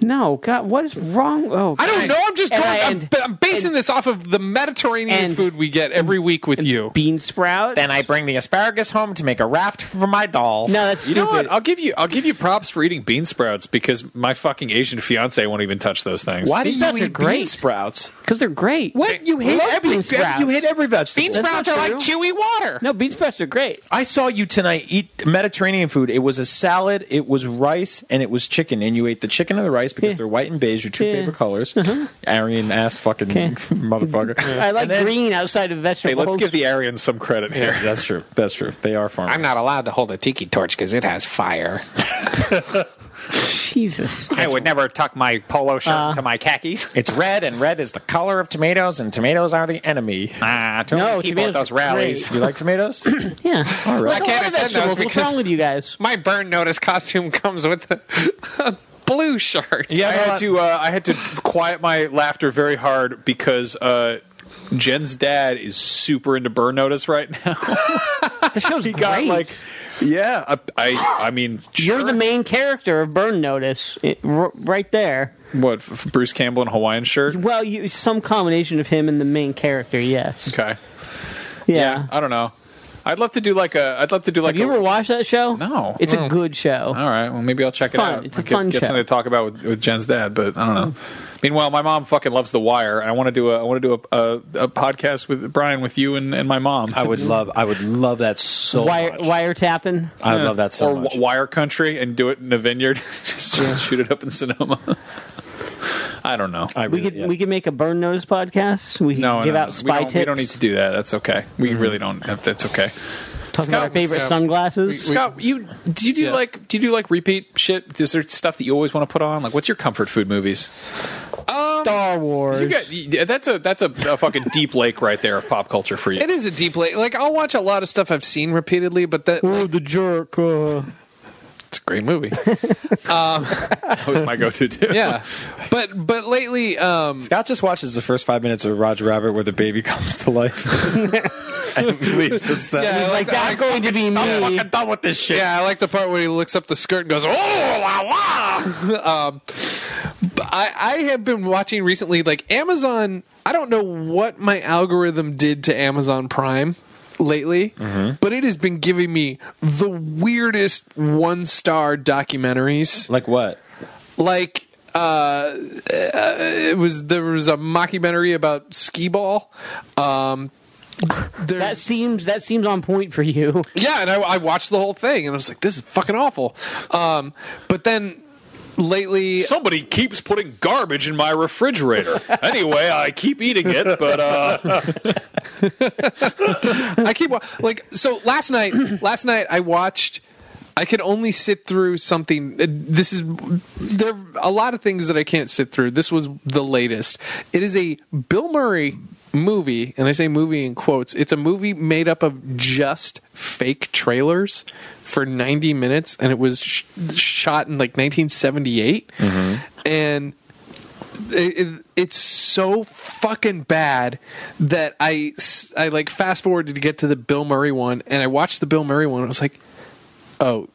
[SPEAKER 3] no, God, what is wrong? Oh,
[SPEAKER 4] I don't know. I'm just
[SPEAKER 3] And
[SPEAKER 4] going.
[SPEAKER 3] I-
[SPEAKER 4] I'm,
[SPEAKER 3] and-
[SPEAKER 4] I'm basing
[SPEAKER 3] and-
[SPEAKER 4] this off of the Mediterranean
[SPEAKER 3] and-
[SPEAKER 4] food we get every week with you.
[SPEAKER 3] bean sprout.
[SPEAKER 2] Then I bring the asparagus home to make a raft for my dolls.
[SPEAKER 3] no, that's
[SPEAKER 1] You know
[SPEAKER 3] stupid.
[SPEAKER 1] what? I'll give you I'll give you props for eating bean sprouts because my fucking Asian fiance won't even touch those things.
[SPEAKER 2] Why do
[SPEAKER 3] These
[SPEAKER 2] you
[SPEAKER 3] nuts
[SPEAKER 2] eat
[SPEAKER 3] are
[SPEAKER 2] bean
[SPEAKER 3] great.
[SPEAKER 2] sprouts?
[SPEAKER 3] Because they're great.
[SPEAKER 2] What you hate
[SPEAKER 3] love
[SPEAKER 2] every
[SPEAKER 3] bean sprouts.
[SPEAKER 2] you hate every vegetable.
[SPEAKER 4] Bean
[SPEAKER 3] That's
[SPEAKER 4] sprouts are
[SPEAKER 3] not
[SPEAKER 4] like
[SPEAKER 3] true.
[SPEAKER 4] chewy water.
[SPEAKER 3] No, bean sprouts are great.
[SPEAKER 2] I saw you tonight eat Mediterranean food. It was a salad, it was rice, and it was chicken. And you ate the chicken and the rice because
[SPEAKER 3] Yeah.
[SPEAKER 2] they're white and beige, your two
[SPEAKER 3] Yeah. Uh-huh.
[SPEAKER 2] favorite colors. Aryan ass fucking
[SPEAKER 3] Okay.
[SPEAKER 2] motherfucker.
[SPEAKER 3] I like
[SPEAKER 2] And then-
[SPEAKER 3] green outside of vegetables.
[SPEAKER 1] Hey, let's give the Aryans some credit here.
[SPEAKER 2] Yeah, that's true. That's true. They are farmers.
[SPEAKER 4] I'm not allowed to hold a tiki torch because it has fire.
[SPEAKER 3] Jesus.
[SPEAKER 1] I would never tuck my polo shirt
[SPEAKER 3] Uh.
[SPEAKER 1] to my khakis.
[SPEAKER 2] It's red, and red is the color of tomatoes, and tomatoes are the enemy.
[SPEAKER 1] Ah,
[SPEAKER 3] No, tomatoes are great.
[SPEAKER 2] You like tomatoes?
[SPEAKER 3] Yeah. All
[SPEAKER 4] right. I
[SPEAKER 3] Like a lot of
[SPEAKER 4] can't attend those
[SPEAKER 3] vegetables. What's
[SPEAKER 4] because-
[SPEAKER 3] wrong with you guys?
[SPEAKER 4] My burn notice costume comes with a, a blue shirt.
[SPEAKER 1] Yeah, I had to. Uh, I had to quiet my laughter very hard because uh, Jen's dad is super into Burn Notice right now.
[SPEAKER 3] The show's
[SPEAKER 1] he
[SPEAKER 3] great.
[SPEAKER 1] got like, yeah. I, I, I mean,
[SPEAKER 3] You're
[SPEAKER 1] sure.
[SPEAKER 3] the main character of Burn Notice, it, r- right there.
[SPEAKER 1] What f- Bruce Campbell in a Hawaiian shirt?
[SPEAKER 3] Well, you some combination of him and the main character. Yes.
[SPEAKER 1] Okay.
[SPEAKER 3] Yeah.
[SPEAKER 1] I don't know. I'd love to do like a. I'd love to do like.
[SPEAKER 3] Have you
[SPEAKER 1] a-
[SPEAKER 3] ever watched that show?
[SPEAKER 1] No.
[SPEAKER 3] It's a good show.
[SPEAKER 1] All right. Well, maybe I'll check
[SPEAKER 3] It's
[SPEAKER 1] it
[SPEAKER 3] fun.
[SPEAKER 1] out.
[SPEAKER 3] It's a
[SPEAKER 1] Get-
[SPEAKER 3] fun
[SPEAKER 1] Get
[SPEAKER 3] show.
[SPEAKER 1] something to talk about with, with Jen's dad, but I don't know. Meanwhile, my mom fucking loves The Wire. I want to do a. I want to do a, a, a podcast with Brian, with you, and, and my mom.
[SPEAKER 2] I would love. I would love that so
[SPEAKER 3] Wire,
[SPEAKER 2] much.
[SPEAKER 3] wiretapping.
[SPEAKER 2] I would love that so
[SPEAKER 1] or
[SPEAKER 2] much.
[SPEAKER 1] wi- wire country and do it in a vineyard. Just shoot it up in Sonoma. I don't know.
[SPEAKER 2] I
[SPEAKER 3] We
[SPEAKER 2] really,
[SPEAKER 3] could
[SPEAKER 2] yeah.
[SPEAKER 3] we could make a Burn Notice podcast. We could
[SPEAKER 1] no,
[SPEAKER 3] give
[SPEAKER 1] no,
[SPEAKER 3] out
[SPEAKER 1] no.
[SPEAKER 3] spy
[SPEAKER 1] we don't,
[SPEAKER 3] tips. Mm-hmm.
[SPEAKER 1] we don't need to do that. That's okay. We really don't. Have, that's okay.
[SPEAKER 3] talk about our
[SPEAKER 1] Scott,
[SPEAKER 3] favorite
[SPEAKER 4] so-
[SPEAKER 3] sunglasses.
[SPEAKER 1] Scott, you do you do
[SPEAKER 4] Yes.
[SPEAKER 1] like do you do like repeat shit? Is there stuff that you always want to put on? Like, what's your comfort food movies?
[SPEAKER 3] Star Wars.
[SPEAKER 1] You got you- that's a that's a, a fucking deep lake right there of pop culture for you.
[SPEAKER 4] It is a deep lake. Like I'll watch a lot of stuff I've seen repeatedly, but that
[SPEAKER 3] oh, the jerk. uh.
[SPEAKER 4] it's a great movie.
[SPEAKER 1] That was my go-to too.
[SPEAKER 4] yeah, but but lately, um,
[SPEAKER 2] Scott just watches the first five minutes of Roger Rabbit where the baby comes to life. and he leaves the set.
[SPEAKER 4] yeah, I like,
[SPEAKER 3] Like
[SPEAKER 4] the,
[SPEAKER 3] that's going to be me.
[SPEAKER 2] I'm done with this shit.
[SPEAKER 4] yeah, I like the part where he looks up the skirt and goes, "Oh, la la." um, but I I have been watching recently, like Amazon. I don't know what my algorithm did to Amazon Prime lately, but it has been giving me the weirdest one star documentaries.
[SPEAKER 2] Like what?
[SPEAKER 4] like uh, uh it was there was a mockumentary about skee ball um there's
[SPEAKER 3] That seems that seems on point for you.
[SPEAKER 4] Yeah, and I, I watched the whole thing, and I was like, "This is fucking awful." Um, but then lately,
[SPEAKER 1] Somebody keeps putting garbage in my refrigerator. anyway, I keep eating it, but uh,
[SPEAKER 4] I keep wa- like so. Last night, last night I watched. I could only sit through something. uh, This is there are a lot of things that I can't sit through. This was the latest. It is a Bill Murray movie, and I say movie in quotes. It's a movie made up of just fake trailers for 90 minutes, and it was sh- shot in like 1978, and it, it- it's so fucking bad that I s- I like fast forwarded to get to the Bill Murray one, and I watched the Bill Murray one. And I was like, oh.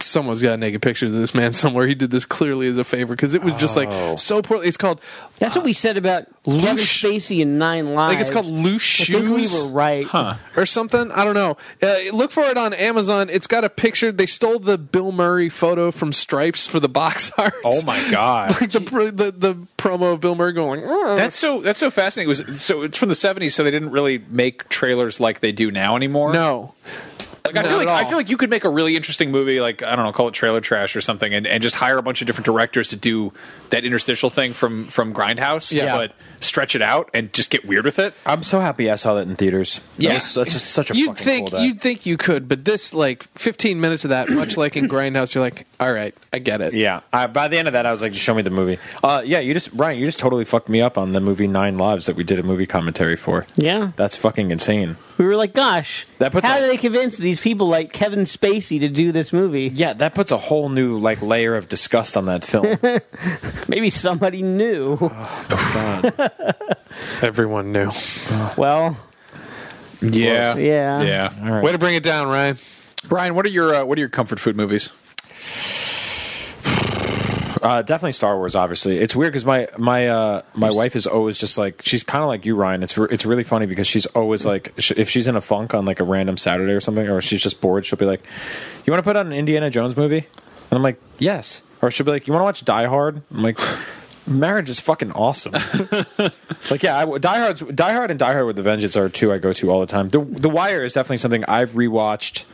[SPEAKER 4] Someone's got naked pictures of this man somewhere. He did this clearly as a favor because it was just
[SPEAKER 2] Oh.
[SPEAKER 4] like so poorly. It's called
[SPEAKER 3] That's what we said about Kevin
[SPEAKER 4] Loosh.
[SPEAKER 3] Spacey in Nine Lives.
[SPEAKER 4] like it's called loose
[SPEAKER 3] I
[SPEAKER 4] shoes
[SPEAKER 3] think we were right.
[SPEAKER 4] or something. I don't know. Uh, look for it on Amazon. It's got a picture. They stole the Bill Murray photo from Stripes for the box art.
[SPEAKER 2] Oh my god.
[SPEAKER 4] the, pr- the the promo of Bill Murray going. "Mm, "Arr."
[SPEAKER 1] that's so that's so fascinating. It was so it's from the '70s, so they didn't really make trailers like they do now anymore.
[SPEAKER 4] no.
[SPEAKER 1] Like, I
[SPEAKER 4] Not
[SPEAKER 1] feel like
[SPEAKER 4] at all.
[SPEAKER 1] I feel like you could make a really interesting movie, like I don't know, call it trailer trash or something, and, and just hire a bunch of different directors to do that interstitial thing from from Grindhouse,
[SPEAKER 4] Yeah.
[SPEAKER 1] but stretch it out and just get weird with it.
[SPEAKER 2] I'm so happy I saw that in theaters. That
[SPEAKER 1] Yeah.
[SPEAKER 2] was such a, such a
[SPEAKER 4] you'd
[SPEAKER 2] fucking
[SPEAKER 4] think
[SPEAKER 2] cool day.
[SPEAKER 4] you'd think you could, but this like 15 minutes of that, much like in Grindhouse, you're like, all right, I get it.
[SPEAKER 2] Yeah. I, by the end of that, I was like, just show me the movie. Uh, yeah, you just, Brian, you just totally fucked me up on the movie Nine Lives that we did a movie commentary for.
[SPEAKER 3] Yeah.
[SPEAKER 2] That's fucking insane.
[SPEAKER 3] We were like, gosh,
[SPEAKER 2] That puts
[SPEAKER 3] how
[SPEAKER 2] a-
[SPEAKER 3] do they convince these people like Kevin Spacey to do this movie?
[SPEAKER 2] Yeah, that puts a whole new like layer of disgust on that film.
[SPEAKER 3] Maybe somebody knew.
[SPEAKER 4] Everyone knew.
[SPEAKER 3] Well,
[SPEAKER 1] Yeah,
[SPEAKER 3] Yeah.
[SPEAKER 1] yeah.
[SPEAKER 4] Way to bring it down, Ryan.
[SPEAKER 1] Brian, what are your uh, what are your comfort food movies?
[SPEAKER 2] Uh, definitely Star Wars. Obviously, it's weird because my my uh, my wife is always just like she's kind of like you, Ryan. It's re- it's really funny because she's always like sh- if she's in a funk on like a random Saturday or something, or she's just bored, she'll be like, "You want to put on an Indiana Jones movie?" And I'm like, "Yes." Or she'll be like, "You want to watch Die Hard?" I'm like. Marriage is fucking awesome. like, yeah, I, Die Hard's Die Hard and Die Hard with a Vengeance are two I go to all the time. The The Wire is definitely something I've rewatched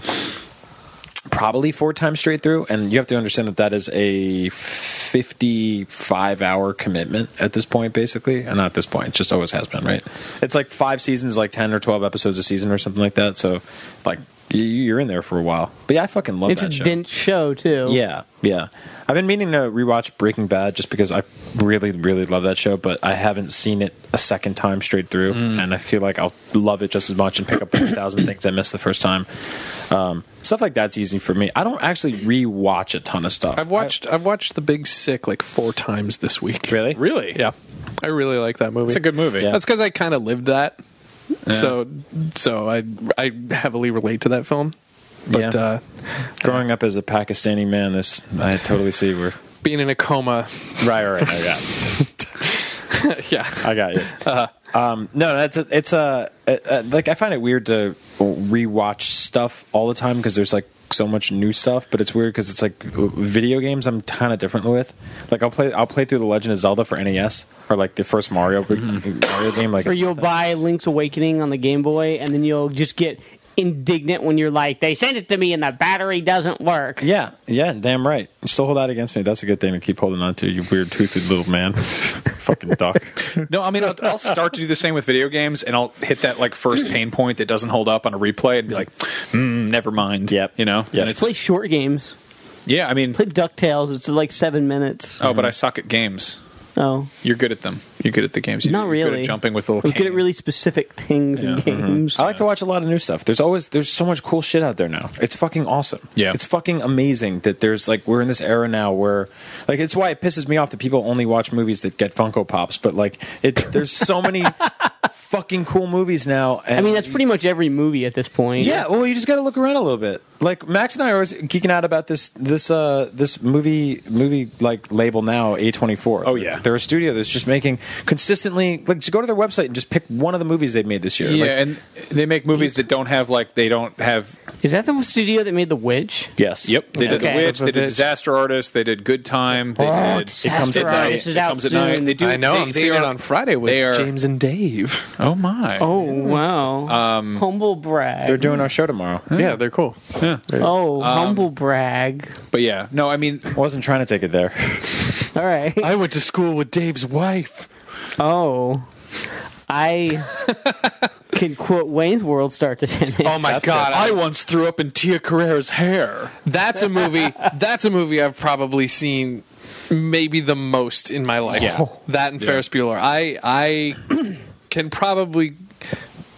[SPEAKER 2] probably four times straight through and you have to understand that that is a 55 hour commitment at this point basically and not at this point it just always has been right it's like five seasons like 10 or 12 episodes a season or something like that so like y- you're in there for a while but yeah i fucking love
[SPEAKER 3] it's a
[SPEAKER 2] that show
[SPEAKER 3] dense show too.
[SPEAKER 2] yeah yeah i've been meaning to rewatch breaking bad just because i really really love that show but i haven't seen it a second time straight through and i feel like i'll love it just as much and pick up a thousand things i missed the first time um, stuff like that's easy for me i don't actually rewatch a ton of stuff
[SPEAKER 4] I've watched I've watched The Big Sick like four times this week.
[SPEAKER 2] I- really
[SPEAKER 1] Really?
[SPEAKER 4] Yeah, I really like that movie.
[SPEAKER 1] it's a good movie.
[SPEAKER 2] Yeah.
[SPEAKER 4] That's because I kind of lived that. So so I I heavily relate to that film. But
[SPEAKER 2] Yeah.
[SPEAKER 4] uh,
[SPEAKER 2] growing up as a pakistani man this i totally see where
[SPEAKER 4] being in a coma,
[SPEAKER 2] right right i got
[SPEAKER 4] yeah,
[SPEAKER 2] i got you um, no that's a, it's a, a, a- like i find it weird to rewatch stuff all the time because there's like so much new stuff but it's weird because it's like video games i'm kind of different with like i'll play i'll play through the legend of zelda for nes or like the first mario mario game like
[SPEAKER 3] Or
[SPEAKER 2] it's
[SPEAKER 3] you'll
[SPEAKER 2] nothing.
[SPEAKER 3] buy Link's Awakening on the Game Boy, and then you'll just get indignant when you're like, they sent it to me and the battery doesn't work.
[SPEAKER 2] yeah yeah damn right you still hold that against me that's a good thing to keep holding on to you weird toothed little man fucking duck
[SPEAKER 1] No, I mean I'll, I'll start to do the same with video games, and I'll hit that like first pain point that doesn't hold up on a replay, and be like, mm, never mind.
[SPEAKER 2] Yep.
[SPEAKER 1] You know.
[SPEAKER 2] Yep.
[SPEAKER 1] And it's-
[SPEAKER 3] Play short games.
[SPEAKER 1] yeah. I mean.
[SPEAKER 3] Play DuckTales. It's like seven minutes.
[SPEAKER 1] Oh, but I suck at games.
[SPEAKER 3] Oh.
[SPEAKER 1] You're good at them. You're good at the games. You do.
[SPEAKER 3] Not
[SPEAKER 1] You're
[SPEAKER 3] really.
[SPEAKER 1] good at jumping with a little.
[SPEAKER 3] I'm good
[SPEAKER 1] cane.
[SPEAKER 3] at really specific things in
[SPEAKER 2] Mm-hmm.
[SPEAKER 3] games.
[SPEAKER 2] I like to watch a lot of new stuff. There's always there's so much cool shit out there now. It's fucking awesome.
[SPEAKER 1] Yeah.
[SPEAKER 2] it's fucking amazing that there's like we're in this era now where like it's why it pisses me off that people only watch movies that get Funko Pops. But like it, there's so many fucking cool movies now. And
[SPEAKER 3] I mean, that's pretty much every movie at this point.
[SPEAKER 2] yeah. Well, you just got to look around a little bit. like Max and I are always geeking out about this this uh this movie movie like label now A twenty four.
[SPEAKER 1] Oh, yeah.
[SPEAKER 2] they're a studio that's just making consistently like just go to their website and just pick one of the movies they've made this year.
[SPEAKER 1] yeah,
[SPEAKER 2] Like,
[SPEAKER 1] and they make movies that don't have like they don't have.
[SPEAKER 3] Is that the studio that made The Witch?
[SPEAKER 2] yes,
[SPEAKER 1] Yep, they did
[SPEAKER 3] Okay.
[SPEAKER 1] the witch. They did
[SPEAKER 4] Bitch.
[SPEAKER 1] disaster artist. They did good time. They
[SPEAKER 3] Oh,
[SPEAKER 1] did.
[SPEAKER 3] Disaster Artist is
[SPEAKER 1] It
[SPEAKER 3] out
[SPEAKER 1] comes at
[SPEAKER 3] soon.
[SPEAKER 1] night. They do.
[SPEAKER 4] I know.
[SPEAKER 1] They,
[SPEAKER 4] I'm
[SPEAKER 1] they
[SPEAKER 4] seeing it
[SPEAKER 1] are-
[SPEAKER 4] on Friday with
[SPEAKER 1] they are-
[SPEAKER 4] James and Dave.
[SPEAKER 1] Oh my.
[SPEAKER 3] Oh wow! humble brag.
[SPEAKER 2] Um, they're doing Um, our show tomorrow. I
[SPEAKER 4] Yeah, they're cool.
[SPEAKER 3] oh, humble brag.
[SPEAKER 1] But yeah, no. I mean,
[SPEAKER 2] wasn't trying to take it there.
[SPEAKER 3] All right.
[SPEAKER 4] I went to school with Dave's wife.
[SPEAKER 3] Oh, I can quote Wayne's World start to finish.
[SPEAKER 4] Oh my god! I,
[SPEAKER 1] once threw up in Tia Carrera's hair.
[SPEAKER 4] that's a movie. That's a movie I've probably seen maybe the most in my life.
[SPEAKER 1] Yeah.
[SPEAKER 4] That and Ferris Bueller. I I can probably.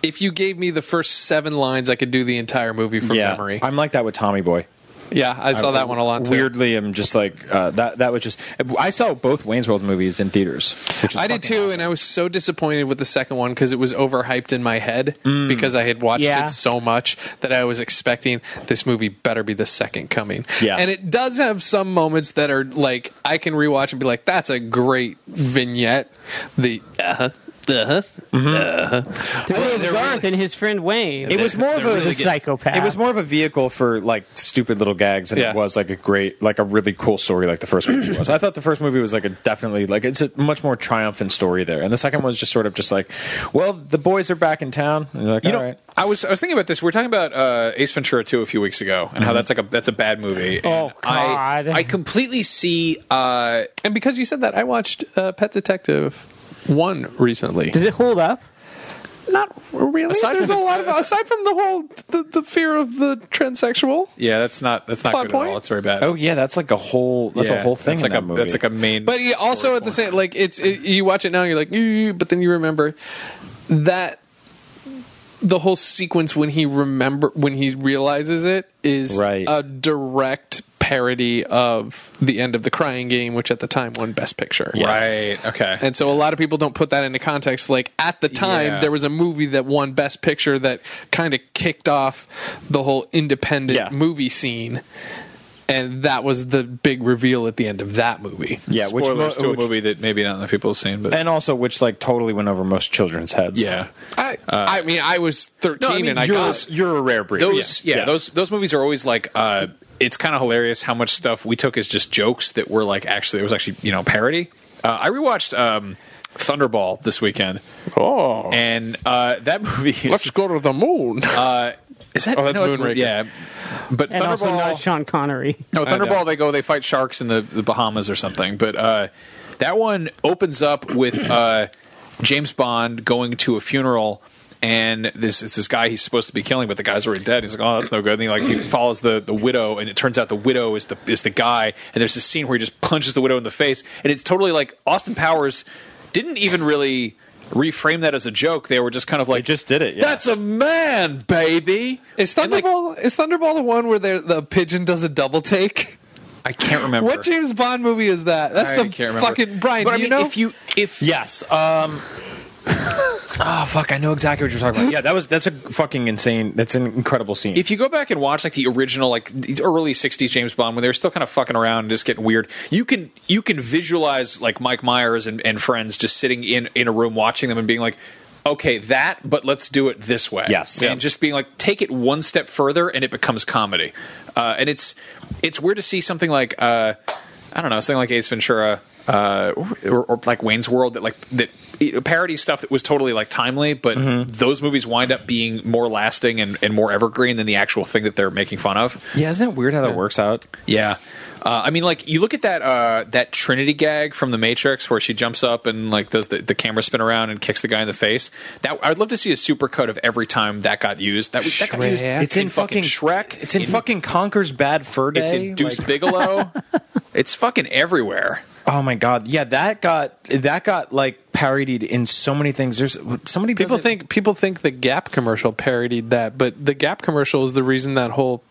[SPEAKER 4] If you gave me the first seven lines, I could do the entire movie from memory.
[SPEAKER 2] I'm like that with Tommy Boy.
[SPEAKER 4] yeah, I saw that one a lot too.
[SPEAKER 2] Weirdly, I'm just like uh, that. That was just. I saw both Wayne's World movies in theaters. Which is
[SPEAKER 4] I did
[SPEAKER 2] fucking
[SPEAKER 4] too,
[SPEAKER 2] awesome.
[SPEAKER 4] and I was so disappointed with the second one because it was overhyped in my head
[SPEAKER 2] Mm.
[SPEAKER 4] because I had watched
[SPEAKER 3] Yeah.
[SPEAKER 4] it so much that I was expecting this movie better be the second coming.
[SPEAKER 2] Yeah.
[SPEAKER 4] And it does have some moments that are like I can rewatch and be like, that's a great vignette. The uh huh. Uh-huh.
[SPEAKER 3] There was Garth and his friend Wayne.
[SPEAKER 2] It was more of a
[SPEAKER 3] really good. psychopath.
[SPEAKER 2] It was more of a vehicle for like stupid little gags, and
[SPEAKER 4] Yeah.
[SPEAKER 2] it was like a great, like a really cool story, like the first movie was. I thought the first movie was like a definitely like it's a much more triumphant story there, and the second one's just sort of just like, well, the boys are back in town. And you're like,
[SPEAKER 1] You
[SPEAKER 2] all
[SPEAKER 1] know,
[SPEAKER 2] right.
[SPEAKER 1] I was I was thinking about this. We were talking about uh, Ace Ventura 2 a few weeks ago, and
[SPEAKER 2] Mm-hmm.
[SPEAKER 1] how that's like a that's a bad movie. And
[SPEAKER 3] Oh,
[SPEAKER 1] I,
[SPEAKER 3] God.
[SPEAKER 1] I completely see. Uh,
[SPEAKER 4] And because you said that, I watched uh, Pet Detective one recently.
[SPEAKER 3] Does it hold up?
[SPEAKER 4] Not really.
[SPEAKER 1] Aside
[SPEAKER 4] There's
[SPEAKER 1] from
[SPEAKER 4] a
[SPEAKER 1] the-
[SPEAKER 4] lot of aside from the whole the, the fear of the transsexual.
[SPEAKER 1] yeah, that's not that's not
[SPEAKER 4] Plot
[SPEAKER 1] good
[SPEAKER 4] point?
[SPEAKER 1] at all. It's very bad.
[SPEAKER 2] Oh yeah, that's like a whole that's a
[SPEAKER 1] Yeah,
[SPEAKER 2] whole thing.
[SPEAKER 1] That's like
[SPEAKER 2] in that
[SPEAKER 1] a
[SPEAKER 2] movie.
[SPEAKER 1] that's like a main.
[SPEAKER 4] But you also at the same like it's it, you watch it now and you're like, "Ew," but then you remember that the whole sequence when he remember when he realizes it is
[SPEAKER 2] Right.
[SPEAKER 4] a direct parody of the end of the crying game, which at the time won Best Picture.
[SPEAKER 1] right. Okay.
[SPEAKER 4] And so a lot of people don't put that into context. Like at the time,
[SPEAKER 1] Yeah.
[SPEAKER 4] there was a movie that won Best Picture that kind of kicked off the whole independent
[SPEAKER 2] Yeah.
[SPEAKER 4] movie scene. And that was the big reveal at the end of that movie.
[SPEAKER 2] yeah, which, mo-
[SPEAKER 1] Spoilers to
[SPEAKER 2] which-
[SPEAKER 1] a movie that maybe not enough people have seen, but
[SPEAKER 2] and also which like totally went over most children's heads.
[SPEAKER 1] yeah.
[SPEAKER 4] I, I mean, I was 13
[SPEAKER 1] No, I mean,
[SPEAKER 4] and I
[SPEAKER 1] you're-
[SPEAKER 4] got it.
[SPEAKER 2] You're a rare breed.
[SPEAKER 1] Those yeah, those those movies are always like uh it's kind of hilarious how much stuff we took as just jokes that were like actually it was actually, you know, parody. Uh, I rewatched um Thunderball this weekend.
[SPEAKER 4] Oh,
[SPEAKER 1] And uh that movie is
[SPEAKER 4] let's go to the moon.
[SPEAKER 1] uh is that
[SPEAKER 4] Oh, that's
[SPEAKER 1] no, it's-
[SPEAKER 4] Moonraker.
[SPEAKER 1] Yeah. But
[SPEAKER 3] And also
[SPEAKER 1] Thunderball
[SPEAKER 3] not Sean Connery.
[SPEAKER 1] No,
[SPEAKER 4] I know.
[SPEAKER 1] Thunderball. They go. They fight sharks in the, the Bahamas or something. But uh, that one opens up with uh, James Bond going to a funeral, and this it's this guy he's supposed to be killing, but the guy's already dead. He's like, oh, that's no good. And he like he follows the, the widow, and it turns out the widow is the is the guy. And there's this scene where he just punches the widow in the face, and it's totally like Austin Powers didn't even really reframe that as a joke. They were just kind of like,
[SPEAKER 2] just did it, yeah.
[SPEAKER 1] That's a man, baby.
[SPEAKER 4] is
[SPEAKER 1] And, like,
[SPEAKER 4] Thunderball is Thunderball the one where the, the pigeon does a double take?
[SPEAKER 1] I can't remember
[SPEAKER 4] What James Bond movie is that? That's
[SPEAKER 1] I
[SPEAKER 4] the
[SPEAKER 1] can't remember.
[SPEAKER 4] fucking Brian.
[SPEAKER 1] But
[SPEAKER 4] do
[SPEAKER 1] I
[SPEAKER 4] you
[SPEAKER 1] mean,
[SPEAKER 4] know?
[SPEAKER 1] if you if
[SPEAKER 2] Yes. Um. oh fuck! I know exactly what you're talking about. Yeah, that was that's a fucking insane. That's an incredible scene.
[SPEAKER 1] if you go back and watch like the original like the early 60s james bond when they were still kind of fucking around and just getting weird you can you can visualize like mike myers and, and friends just sitting in in a room watching them and being like okay that but let's do it this way
[SPEAKER 2] Yes.
[SPEAKER 1] and
[SPEAKER 2] Yeah.
[SPEAKER 1] just being like take it one step further and it becomes comedy uh, and it's it's weird to see something like uh i don't know something like ace ventura uh, or, or like Wayne's World that like that it, parody stuff that was totally like timely, but
[SPEAKER 2] Mm-hmm.
[SPEAKER 1] those movies wind up being more lasting and, and more evergreen than the actual thing that they're making fun of.
[SPEAKER 2] yeah, isn't it weird how that works out?
[SPEAKER 1] Yeah. Uh, I mean, like you look at that uh, that Trinity gag from The Matrix, where she jumps up and like does the, the camera spin around and kicks the guy in the face. That I'd love to see a supercut of every time that got used. That, was- that got used.
[SPEAKER 4] Shrek.
[SPEAKER 2] It's in, fucking
[SPEAKER 1] Shrek.
[SPEAKER 2] It's in, fucking Conker's Bad Fur Day.
[SPEAKER 1] It's in Deuce
[SPEAKER 2] Like,
[SPEAKER 1] Bigelow. it's fucking everywhere.
[SPEAKER 2] oh my god! Yeah, that got that got like parodied in so many things. There's so many
[SPEAKER 4] People
[SPEAKER 2] doesn't-
[SPEAKER 4] think people think the Gap commercial parodied that, but the Gap commercial is the reason that whole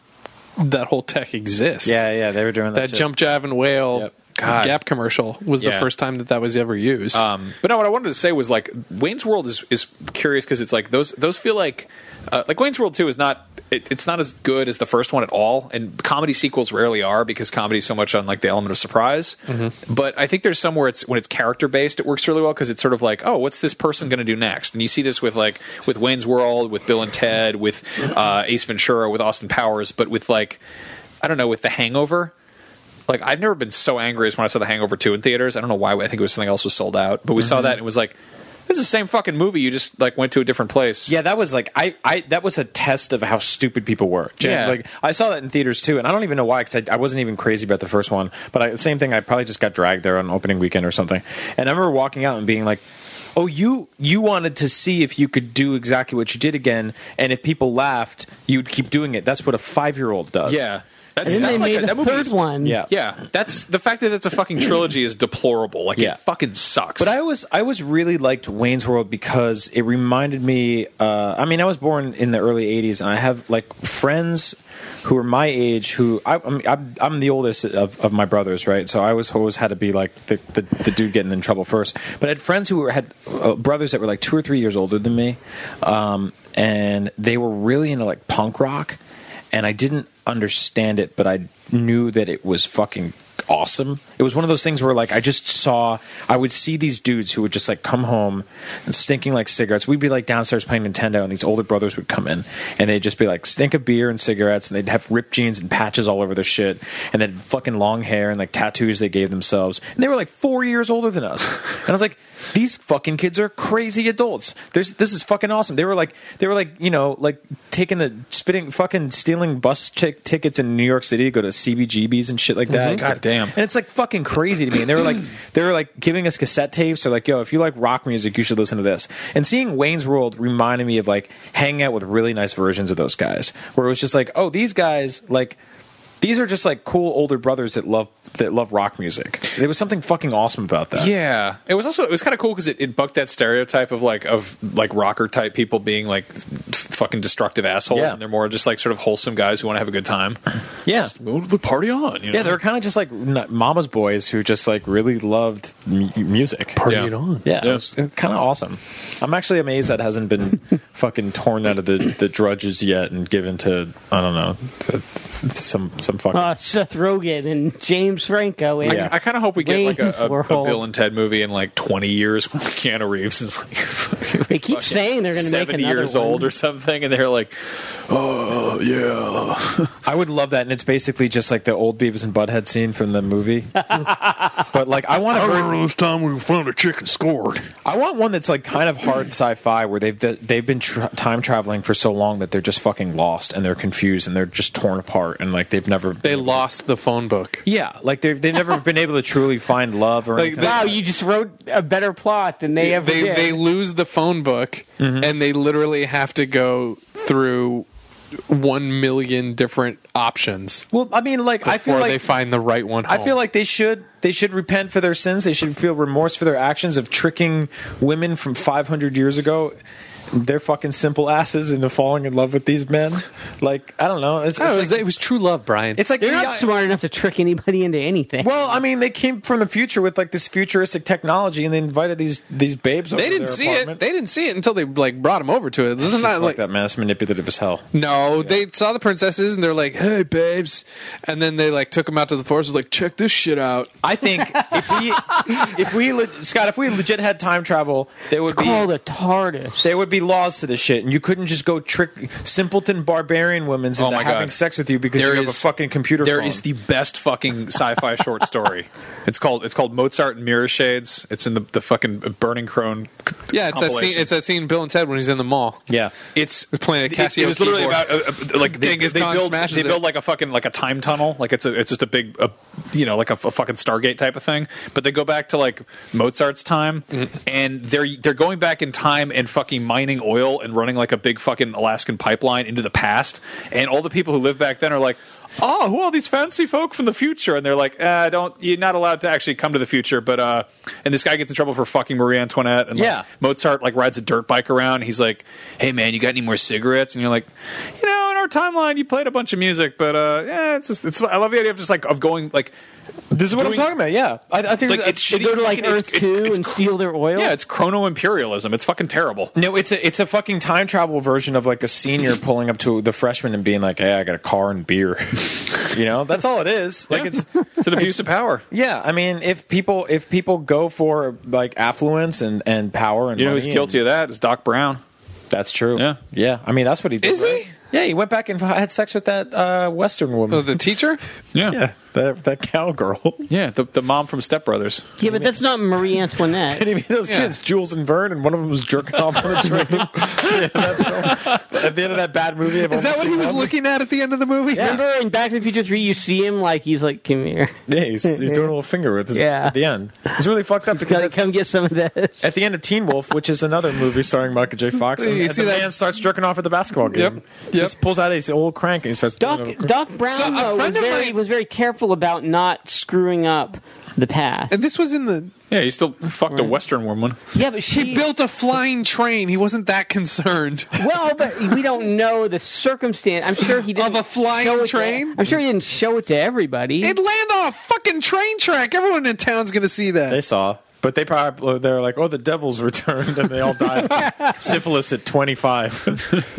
[SPEAKER 4] that whole tech exists.
[SPEAKER 2] Yeah, yeah, they were doing that.
[SPEAKER 4] that
[SPEAKER 2] shit.
[SPEAKER 4] jump jive and whale
[SPEAKER 2] Yep. God.
[SPEAKER 4] Gap commercial was the
[SPEAKER 2] Yeah.
[SPEAKER 4] first time that that was ever used.
[SPEAKER 1] Um, but no, what I wanted to say was like Wayne's World is is curious because it's like those those feel like uh, like Wayne's World two is not it, it's not as good as the first one at all, and comedy sequels rarely are because comedy's so much on like the element of surprise. But I think there's somewhere it's when it's character based, it works really well because it's sort of like oh, what's this person going to do next? And you see this with like with Wayne's World, with Bill and Ted, with uh, Ace Ventura, with Austin Powers, but with like I don't know with The Hangover like I've never been so angry as when I saw The Hangover Two in theaters. I don't know why. I think it was something else was sold out, but we saw that and it was like, this is the same fucking movie. You just like went to a different place.
[SPEAKER 2] Yeah, that was like I, I that was a test of how stupid people were.
[SPEAKER 1] Yeah.
[SPEAKER 2] like I saw that in theaters too, and I don't even know why because I, I wasn't even crazy about the first one. But I, same thing, I probably just got dragged there on opening weekend or something. And I remember walking out and being like, "Oh, you you wanted to see if you could do exactly what you did again, and if people laughed, you'd keep doing it. That's what a five year old does.
[SPEAKER 1] yeah. That's,
[SPEAKER 3] And then they
[SPEAKER 1] that's like
[SPEAKER 3] made
[SPEAKER 1] a,
[SPEAKER 3] a
[SPEAKER 1] that movie
[SPEAKER 3] third
[SPEAKER 1] is-
[SPEAKER 3] one.
[SPEAKER 2] Yeah.
[SPEAKER 1] Yeah, that's the fact that it's a fucking trilogy is deplorable. Like
[SPEAKER 2] Yeah.
[SPEAKER 1] it fucking sucks.
[SPEAKER 2] But I always, I always really liked Wayne's World because it reminded me. Uh, I mean, I was born in the early '80s, and I have like friends who are my age. Who I, I'm, I'm, I'm the oldest of, of my brothers, right? So I was always had to be like the, the, the dude getting in trouble first. But I had friends who were, had uh, brothers that were like two or three years older than me, um, and they were really into like punk rock and I didn't understand it, but I knew that it was fucking awesome. It was one of those things where like I just saw I would see these dudes who would just like come home and stinking like cigarettes. We'd be like downstairs playing Nintendo and these older brothers would come in and they'd just be like stink of beer and cigarettes and they'd have ripped jeans and patches all over their shit and then fucking long hair and like tattoos they gave themselves. And they were like 4 years older than us. And I was like these fucking kids are crazy adults. There's this is fucking awesome. They were like they were like you know like taking the spitting fucking stealing bus tick tickets in New York City to go to CBGBs and shit like that.
[SPEAKER 1] Mm-hmm. God damn.
[SPEAKER 2] And it's like fucking crazy to me. And they were like they were like giving us cassette tapes. They're like yo if you like rock music you should listen to this. And seeing Wayne's World reminded me of like hanging out with really nice versions of those guys, where it was just like oh these guys like. These are just like cool older brothers that love that love rock music. There was something fucking awesome about that.
[SPEAKER 1] Yeah, it was also it was kind of cool because it, it bucked that stereotype of like of like rocker type people being like f- fucking destructive assholes,
[SPEAKER 2] Yeah.
[SPEAKER 1] and they're more just like sort of wholesome guys who want to have a good time.
[SPEAKER 2] Yeah.
[SPEAKER 1] Go to the party on. You know?
[SPEAKER 2] Yeah, they were kind of just like n- mama's boys who just like really loved mu- music.
[SPEAKER 4] Party
[SPEAKER 1] yeah.
[SPEAKER 4] it on.
[SPEAKER 2] Yeah,
[SPEAKER 1] Yeah.
[SPEAKER 2] it was kind of awesome. I'm actually amazed that hasn't been fucking torn out of the, the drudges yet and given to I don't know th- th- some some fucking.
[SPEAKER 3] Uh, Seth Rogen and James Franco. And
[SPEAKER 2] Yeah.
[SPEAKER 1] I kind of hope we get like
[SPEAKER 3] Wayne's
[SPEAKER 1] a, a, a
[SPEAKER 3] World.
[SPEAKER 1] Bill and Ted movie in like 20 years when Keanu Reeves is like fucking
[SPEAKER 3] They keep saying they're going to make
[SPEAKER 1] 70
[SPEAKER 3] another
[SPEAKER 1] years
[SPEAKER 3] one.
[SPEAKER 1] old or something, and they're like, oh yeah,
[SPEAKER 2] I would love that, and it's basically just like the old Beavis and Butthead scene from the movie. but like, I want a ver-
[SPEAKER 5] this time we found a chicken scored.
[SPEAKER 2] I want one that's like kind of hard sci-fi where they've they've been tra- time traveling for so long that they're just fucking lost and they're confused and they're just torn apart and like they've never
[SPEAKER 4] They lost the phone book.
[SPEAKER 2] Yeah, like they've they've never been able to truly find love or
[SPEAKER 4] Like,
[SPEAKER 2] anything.
[SPEAKER 4] they-
[SPEAKER 2] like
[SPEAKER 3] Wow,
[SPEAKER 2] that.
[SPEAKER 3] you just wrote a better plot than they ever
[SPEAKER 4] they
[SPEAKER 3] did.
[SPEAKER 4] they lose the phone book
[SPEAKER 2] Mm-hmm.
[SPEAKER 4] and they literally have to go through one million different options
[SPEAKER 2] well, I mean, like I feel
[SPEAKER 4] before they
[SPEAKER 2] like
[SPEAKER 4] find the right one.
[SPEAKER 2] I
[SPEAKER 4] home.
[SPEAKER 2] feel like they should they should repent for their sins. They should feel remorse for their actions of tricking women from 500 years ago. Their fucking simple asses into falling in love with these men. Like I don't know. It's,
[SPEAKER 4] No,
[SPEAKER 2] it's
[SPEAKER 4] Oh, it, was,
[SPEAKER 2] like,
[SPEAKER 4] it was true love, Brian.
[SPEAKER 2] it's like
[SPEAKER 3] They're
[SPEAKER 2] the-
[SPEAKER 3] not smart enough to trick anybody into anything.
[SPEAKER 2] Well, I mean, they came from the future with like this futuristic technology, and they invited these these babes. over
[SPEAKER 4] they
[SPEAKER 2] to
[SPEAKER 4] didn't
[SPEAKER 2] their
[SPEAKER 4] see
[SPEAKER 2] apartment.
[SPEAKER 4] it. They didn't see it until they like brought him over to it. This is
[SPEAKER 2] Just
[SPEAKER 4] not
[SPEAKER 2] fuck
[SPEAKER 4] like
[SPEAKER 2] that man. That's manipulative as hell.
[SPEAKER 4] No, they saw the princesses and they're like, "Hey, babes," and then they like took them out to the forest. Was like, "Check this shit out."
[SPEAKER 2] I think if we if we le- Scott, if we legit had time travel, there would
[SPEAKER 3] it's
[SPEAKER 2] be
[SPEAKER 3] called a TARDIS.
[SPEAKER 2] There would be laws to this shit, and you couldn't just go trick simpleton barbarian women's into
[SPEAKER 1] Oh my God.
[SPEAKER 2] having sex with you because
[SPEAKER 1] There
[SPEAKER 2] you have
[SPEAKER 1] is-
[SPEAKER 2] a fucking computer.
[SPEAKER 1] there
[SPEAKER 2] phone.
[SPEAKER 1] is the best fucking sci-fi short story. It's called it's called Mozart and Mirror Shades. It's in the the fucking Burning Crone. c-
[SPEAKER 4] Yeah, it's that scene.
[SPEAKER 1] compilation.
[SPEAKER 4] It's that scene in Bill and Ted when he's in the mall.
[SPEAKER 2] yeah.
[SPEAKER 1] It's
[SPEAKER 4] It's playing a
[SPEAKER 1] it- It,
[SPEAKER 4] Casio
[SPEAKER 1] was literally
[SPEAKER 4] keyboard.
[SPEAKER 1] about uh, uh, like they,
[SPEAKER 4] Genghis
[SPEAKER 1] they
[SPEAKER 4] Khan
[SPEAKER 1] build
[SPEAKER 4] smashes
[SPEAKER 1] they
[SPEAKER 4] it.
[SPEAKER 1] build like a fucking like a time tunnel. Like it's a it's just a big uh, you know like a, f- a fucking Stargate type of thing. But they go back to like Mozart's time,
[SPEAKER 2] Mm-hmm.
[SPEAKER 1] and they're they're going back in time and fucking mining oil and running like a big fucking Alaskan pipeline into the past. And all the people who live back then are like. Oh, who are these fancy folk from the future? And they're like, uh, don't you're not allowed to actually come to the future, but uh and this guy gets in trouble for fucking Marie Antoinette and like,
[SPEAKER 2] Yeah.
[SPEAKER 1] Mozart like rides a dirt bike around. He's like, "Hey man, you got any more cigarettes?" And you're like, "You know, in our timeline, you played a bunch of music, but uh, yeah, it's just, it's. I love the idea of just like of going like
[SPEAKER 2] This is what
[SPEAKER 1] Doing-
[SPEAKER 2] I'm talking about. Yeah, I, I think
[SPEAKER 1] Like,
[SPEAKER 2] it's-
[SPEAKER 1] it's
[SPEAKER 3] They
[SPEAKER 1] shitty
[SPEAKER 3] go to like
[SPEAKER 1] fucking-
[SPEAKER 3] Earth
[SPEAKER 1] it's- it's-
[SPEAKER 3] Two
[SPEAKER 1] it's
[SPEAKER 3] and steal their oil.
[SPEAKER 1] yeah, it's chrono imperialism. It's fucking terrible.
[SPEAKER 2] No, it's a it's a fucking time travel version of like a senior pulling up to the freshman and being like, "Hey, I got a car and beer," you know. That's all it is. Like
[SPEAKER 1] Yeah.
[SPEAKER 2] it's
[SPEAKER 1] It's an abuse of power.
[SPEAKER 2] yeah. I mean, if people if people go for like affluence and and power and
[SPEAKER 1] You know who's
[SPEAKER 2] money
[SPEAKER 1] guilty
[SPEAKER 2] and-
[SPEAKER 1] of that? It's Doc Brown.
[SPEAKER 2] that's true.
[SPEAKER 1] Yeah.
[SPEAKER 2] yeah. I mean, that's what he did.
[SPEAKER 4] Is he?
[SPEAKER 2] right? Yeah, he went back and had sex with that uh, Western woman.
[SPEAKER 4] Oh, the teacher?
[SPEAKER 1] Yeah, yeah.
[SPEAKER 2] yeah, that that cowgirl.
[SPEAKER 1] the, the mom from Step Brothers.
[SPEAKER 3] yeah, but that's not Marie Antoinette.
[SPEAKER 2] And he made those
[SPEAKER 4] Yeah.
[SPEAKER 2] kids, Jules and Vern, and one of them was jerking off on the train. Yeah, that- at the end of that bad movie, I've only
[SPEAKER 4] Is that what
[SPEAKER 2] seen
[SPEAKER 4] he was
[SPEAKER 2] once.
[SPEAKER 4] looking at at the end of the movie?
[SPEAKER 3] Remember in Back to the Future Three, you see him like he's like, "Come here,
[SPEAKER 2] Yeah, he's, he's doing a little finger with his
[SPEAKER 3] Yeah.
[SPEAKER 2] at the end. It's really fucked up because
[SPEAKER 3] gotta
[SPEAKER 2] at,
[SPEAKER 3] come get some of this."
[SPEAKER 2] at the end of Teen Wolf, which is another movie starring Michael J. Fox, and,
[SPEAKER 4] You
[SPEAKER 2] and
[SPEAKER 4] see
[SPEAKER 2] the
[SPEAKER 4] that-
[SPEAKER 2] man starts jerking off at the basketball game.
[SPEAKER 4] Yep.
[SPEAKER 2] He Just
[SPEAKER 4] Yep.
[SPEAKER 2] pulls out his old crank and he starts. doing a
[SPEAKER 3] Doc
[SPEAKER 2] little-
[SPEAKER 3] Doc Brown
[SPEAKER 4] So, a
[SPEAKER 3] though, was
[SPEAKER 4] friend of
[SPEAKER 3] very
[SPEAKER 4] mine-
[SPEAKER 3] was very careful about not screwing up the past.
[SPEAKER 4] And this was in the.
[SPEAKER 1] Yeah, he still fucked a Western woman.
[SPEAKER 3] yeah, but she
[SPEAKER 4] He built a flying train. He wasn't that concerned.
[SPEAKER 3] well, but we don't know the circumstance. I'm sure he didn't
[SPEAKER 4] Of a flying
[SPEAKER 3] show it to-
[SPEAKER 4] train?
[SPEAKER 3] I'm sure he didn't show it to everybody.
[SPEAKER 4] It'd land on a fucking train track. Everyone in town's gonna see that.
[SPEAKER 2] They saw, but they probably they're like, "Oh, the devil's returned," and they all died of syphilis at twenty five.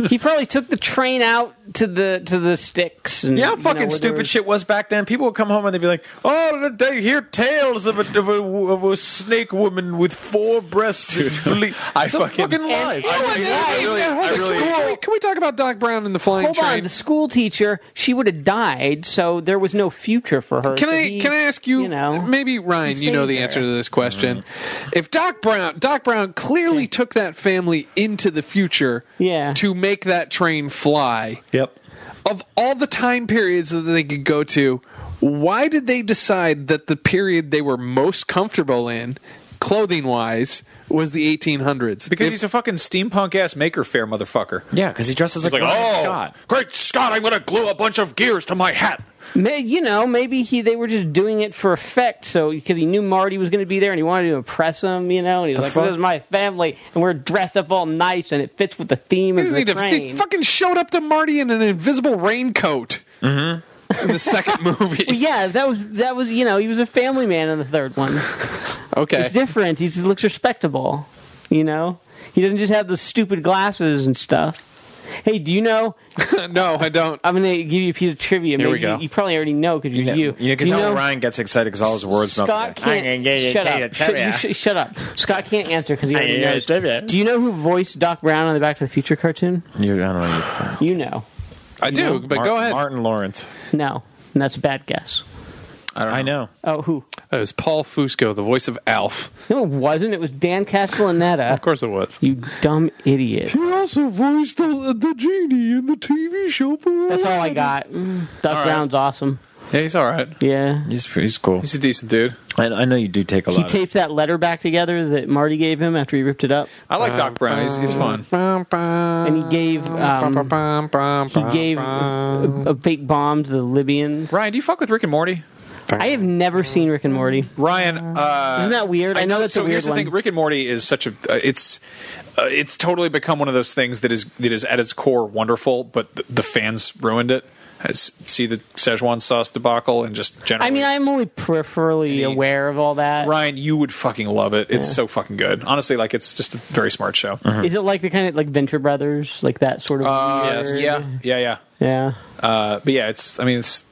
[SPEAKER 3] he probably took the train out to the to the sticks. And,
[SPEAKER 2] You know how
[SPEAKER 3] you
[SPEAKER 2] fucking
[SPEAKER 3] where there
[SPEAKER 2] stupid
[SPEAKER 3] was-
[SPEAKER 2] shit was back then? People would come home and they'd be like, oh, they hear tales of a, of a, of a snake woman with four breasts. Dude, I it's fucking, a fucking lie.
[SPEAKER 3] and- Oh,
[SPEAKER 4] Hey,
[SPEAKER 3] yeah, I
[SPEAKER 4] hey,
[SPEAKER 3] really-
[SPEAKER 4] hey, hold
[SPEAKER 3] I
[SPEAKER 4] on.
[SPEAKER 3] really-
[SPEAKER 4] Can we- Can we talk about Doc Brown and the flying
[SPEAKER 3] Hold
[SPEAKER 4] train?
[SPEAKER 3] on, the school teacher, she would have died, so there was no future for her.
[SPEAKER 4] Can
[SPEAKER 3] So
[SPEAKER 4] I
[SPEAKER 3] he-
[SPEAKER 4] can I ask you,
[SPEAKER 3] You know,
[SPEAKER 4] maybe Ryan,
[SPEAKER 3] he
[SPEAKER 4] you know
[SPEAKER 3] saved Mm-hmm.
[SPEAKER 4] the
[SPEAKER 3] her.
[SPEAKER 4] answer to this question. If Doc Brown Doc Brown clearly took that family into the future
[SPEAKER 3] Yeah.
[SPEAKER 4] to make that train fly,
[SPEAKER 2] Yep.
[SPEAKER 4] of all the time periods that they could go to, why did they decide that the period they were most comfortable in, clothing wise, was the 1800s?
[SPEAKER 1] Because
[SPEAKER 4] If-
[SPEAKER 1] he's a fucking steampunk ass maker fair motherfucker.
[SPEAKER 2] Yeah, because he dresses
[SPEAKER 1] He's like, oh, great Scott, I'm going to glue a bunch of gears to my hat.
[SPEAKER 3] May, you know, maybe he they were just doing it for effect, so because he knew Marty was going to be there and he wanted to impress him, you know, and he's like,
[SPEAKER 2] fuck?
[SPEAKER 3] "This is my family, and we're dressed up all nice, and it fits with the theme
[SPEAKER 4] They
[SPEAKER 3] of the
[SPEAKER 4] need to-
[SPEAKER 3] train."
[SPEAKER 4] He fucking showed up to Marty in an invisible raincoat in the second movie.
[SPEAKER 3] yeah, that was that was you know he was a family man in the third one.
[SPEAKER 4] Okay.
[SPEAKER 3] It's different. He just looks respectable, you know. He doesn't just have the stupid glasses and stuff. Hey, do you know?
[SPEAKER 4] no, I don't.
[SPEAKER 3] I'm going to give you a piece of trivia.
[SPEAKER 4] Here we
[SPEAKER 3] Maybe
[SPEAKER 4] go.
[SPEAKER 3] You, you probably already know because you're you.
[SPEAKER 2] You, you can
[SPEAKER 3] Do
[SPEAKER 2] tell
[SPEAKER 3] know-
[SPEAKER 2] when Ryan gets excited because all his words
[SPEAKER 3] Scott can't shut up. Shut, you sh- shut up. Scott can't answer because he already
[SPEAKER 2] yeah,
[SPEAKER 3] knows.
[SPEAKER 2] yeah.
[SPEAKER 3] Do you know who voiced Doc Brown on the Back to the Future cartoon?
[SPEAKER 2] You, I don't know. You,
[SPEAKER 3] You know,
[SPEAKER 4] I do, but
[SPEAKER 2] Martin,
[SPEAKER 4] go ahead.
[SPEAKER 2] Martin Lawrence.
[SPEAKER 3] no, and that's a bad guess.
[SPEAKER 2] I don't know. I know.
[SPEAKER 3] Oh, who?
[SPEAKER 4] That was Paul Fusco, the voice of Alf.
[SPEAKER 3] No, it wasn't. It was Dan Castellaneta.
[SPEAKER 4] Of course it was.
[SPEAKER 3] You dumb idiot.
[SPEAKER 4] He also voiced the, the genie in the TV show.
[SPEAKER 3] That's all I got. Mm, Doc Brown's awesome.
[SPEAKER 1] Yeah, he's all right.
[SPEAKER 3] Yeah.
[SPEAKER 2] He's, he's cool.
[SPEAKER 1] He's a decent dude.
[SPEAKER 2] I, I know you do take a
[SPEAKER 3] He
[SPEAKER 2] lot. of,
[SPEAKER 3] taped that letter back together that Marty gave him after he ripped it up,
[SPEAKER 1] I like Doc Brown. He's, he's fun.
[SPEAKER 3] and he gave
[SPEAKER 4] Uh,
[SPEAKER 3] um, he gave a, a fake bomb to the Libyans.
[SPEAKER 1] Ryan, do you fuck with Rick and Morty?
[SPEAKER 3] I have never seen Rick and Morty.
[SPEAKER 1] Ryan, uh,
[SPEAKER 3] Isn't that weird? I know that's
[SPEAKER 1] so
[SPEAKER 3] a weird
[SPEAKER 1] here's the
[SPEAKER 3] one.
[SPEAKER 1] thing: Rick and Morty is such a uh, it's uh, it's totally become one of those things that is that is at its core wonderful, but th- the fans ruined it. I s- see the Szechuan sauce debacle and just generally.
[SPEAKER 3] I mean, I'm only peripherally
[SPEAKER 1] Any-
[SPEAKER 3] aware of all that. Is
[SPEAKER 1] Ryan, you would fucking love it. It's so fucking good. Honestly, like it's just a very smart show.
[SPEAKER 3] it like the kind of like Venture Brothers, like that sort of?
[SPEAKER 1] Uh,
[SPEAKER 3] weird?
[SPEAKER 1] Yeah, yeah, yeah.
[SPEAKER 3] yeah.
[SPEAKER 1] Uh, but yeah, it's I mean it's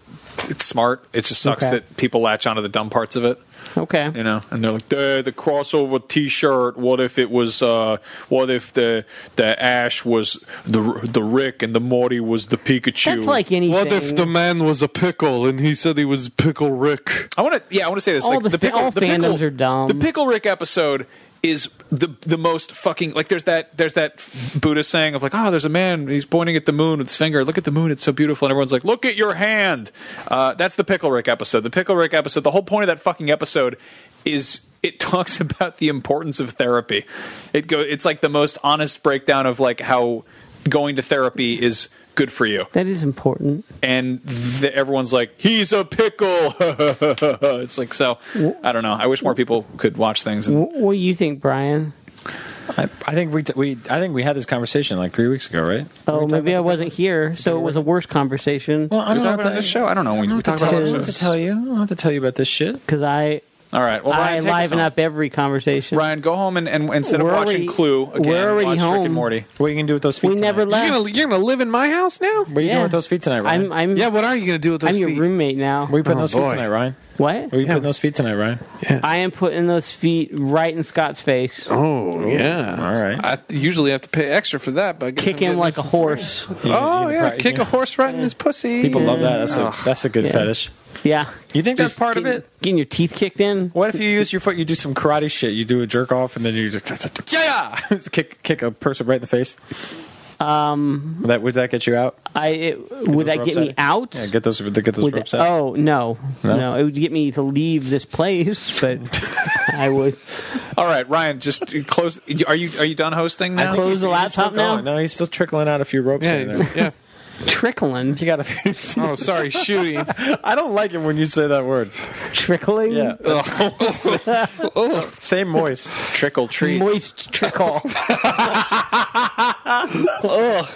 [SPEAKER 1] it's smart. It just sucks
[SPEAKER 3] Okay.
[SPEAKER 1] that people latch onto the dumb parts of it.
[SPEAKER 3] Okay.
[SPEAKER 1] you know and they're like the the crossover t-shirt what if it was uh what if the the ash was the the rick and the morty was the pikachu
[SPEAKER 3] That's like anything.
[SPEAKER 4] What if the man was a pickle and he said he was Pickle Rick?
[SPEAKER 1] i want to yeah i want to say this
[SPEAKER 3] All
[SPEAKER 1] like
[SPEAKER 3] the
[SPEAKER 1] the,
[SPEAKER 3] fa-
[SPEAKER 1] pickle
[SPEAKER 3] all
[SPEAKER 1] the pickle-
[SPEAKER 3] fandoms are dumb.
[SPEAKER 1] the pickle rick episode is the the most fucking like there's that there's that buddha saying of like oh there's a man he's pointing at the moon with his finger look at the moon it's so beautiful and everyone's like look at your hand uh, that's the pickle rick episode the pickle rick episode the whole point of that fucking episode is it talks about the importance of therapy it go it's like the most honest breakdown of like how going to therapy is good for you
[SPEAKER 3] that is important.
[SPEAKER 1] and th- everyone's like, "He's a pickle." it's like so. I don't know. I wish more people could watch things. And
[SPEAKER 3] Wh- What do you think, Brian?
[SPEAKER 2] I, I think we, t- we I think we had this conversation like three weeks ago, right?
[SPEAKER 3] Oh, maybe I wasn't here, so it was a worse conversation.
[SPEAKER 2] Well, I
[SPEAKER 4] we
[SPEAKER 2] don't
[SPEAKER 4] talk
[SPEAKER 2] know
[SPEAKER 4] about it on this show? I don't know when we talk about
[SPEAKER 2] I
[SPEAKER 4] it
[SPEAKER 2] don't
[SPEAKER 4] on
[SPEAKER 2] know what
[SPEAKER 4] this
[SPEAKER 2] to
[SPEAKER 4] show.
[SPEAKER 2] tell you. I don't have to tell you about this shit.
[SPEAKER 3] Because I
[SPEAKER 1] All right. Well, Ryan, take
[SPEAKER 3] I
[SPEAKER 1] us
[SPEAKER 3] liven
[SPEAKER 1] home.
[SPEAKER 3] up every conversation.
[SPEAKER 1] Ryan, go home and, and instead of
[SPEAKER 3] We're
[SPEAKER 1] watching
[SPEAKER 3] already-
[SPEAKER 1] Clue again,
[SPEAKER 3] we're already
[SPEAKER 1] watch Rick
[SPEAKER 3] home.
[SPEAKER 1] and Morty.
[SPEAKER 2] What are you gonna do with those feet?
[SPEAKER 3] we
[SPEAKER 2] tonight?
[SPEAKER 3] never
[SPEAKER 4] You're
[SPEAKER 3] left.
[SPEAKER 4] gonna, you're gonna live in my house now?
[SPEAKER 2] What are you
[SPEAKER 3] Yeah.
[SPEAKER 2] doing with those feet tonight, Ryan?
[SPEAKER 3] I'm I'm
[SPEAKER 4] Yeah. What are you gonna do with those
[SPEAKER 3] I'm your
[SPEAKER 4] feet?
[SPEAKER 3] roommate now.
[SPEAKER 2] Where you putting
[SPEAKER 4] Oh,
[SPEAKER 2] those feet
[SPEAKER 4] boy.
[SPEAKER 2] tonight, Ryan?
[SPEAKER 3] what?
[SPEAKER 2] Where you
[SPEAKER 4] Yeah.
[SPEAKER 2] putting those feet tonight, Ryan?
[SPEAKER 3] I am putting those feet right in Scott's face.
[SPEAKER 4] Oh yeah.
[SPEAKER 2] all right.
[SPEAKER 4] I th- usually have to pay extra for that, but I guess
[SPEAKER 3] Kick
[SPEAKER 4] I'm
[SPEAKER 3] him
[SPEAKER 4] getting
[SPEAKER 3] like a
[SPEAKER 4] this-
[SPEAKER 3] horse.
[SPEAKER 4] Oh
[SPEAKER 2] You- you
[SPEAKER 4] yeah,
[SPEAKER 2] probably-
[SPEAKER 4] kick a horse right in his pussy.
[SPEAKER 2] People love that. That's a that's a good
[SPEAKER 3] Yeah.
[SPEAKER 2] fetish.
[SPEAKER 3] Yeah.
[SPEAKER 2] You think that's part of
[SPEAKER 3] Getting-
[SPEAKER 2] it?
[SPEAKER 3] Getting your teeth kicked in.
[SPEAKER 2] What if you use your foot? You do some karate shit. You do a jerk off, and then you just yeah, yeah. kick kick a person right in the face. Um, would that would that get you out?
[SPEAKER 3] I it, would that
[SPEAKER 2] Those
[SPEAKER 3] get
[SPEAKER 2] ropes
[SPEAKER 3] me out?
[SPEAKER 2] Yeah, get those get those
[SPEAKER 3] Would-
[SPEAKER 2] ropes out.
[SPEAKER 3] oh no.
[SPEAKER 2] No?
[SPEAKER 3] no, It would get me to leave this place, but oh, I would
[SPEAKER 1] All right, Ryan, just close. Are you are you done hosting now?
[SPEAKER 3] close the laptop now.
[SPEAKER 2] No, he's still trickling out a few ropes in
[SPEAKER 4] Yeah,
[SPEAKER 2] there.
[SPEAKER 4] yeah.
[SPEAKER 3] Trickling,
[SPEAKER 2] You got to.
[SPEAKER 4] Oh, sorry, shooting.
[SPEAKER 2] I don't like it when you say that word.
[SPEAKER 3] trickling,
[SPEAKER 2] Yeah.
[SPEAKER 4] Oh,
[SPEAKER 2] Say moist.
[SPEAKER 1] Trickle treat.
[SPEAKER 3] moist trickle.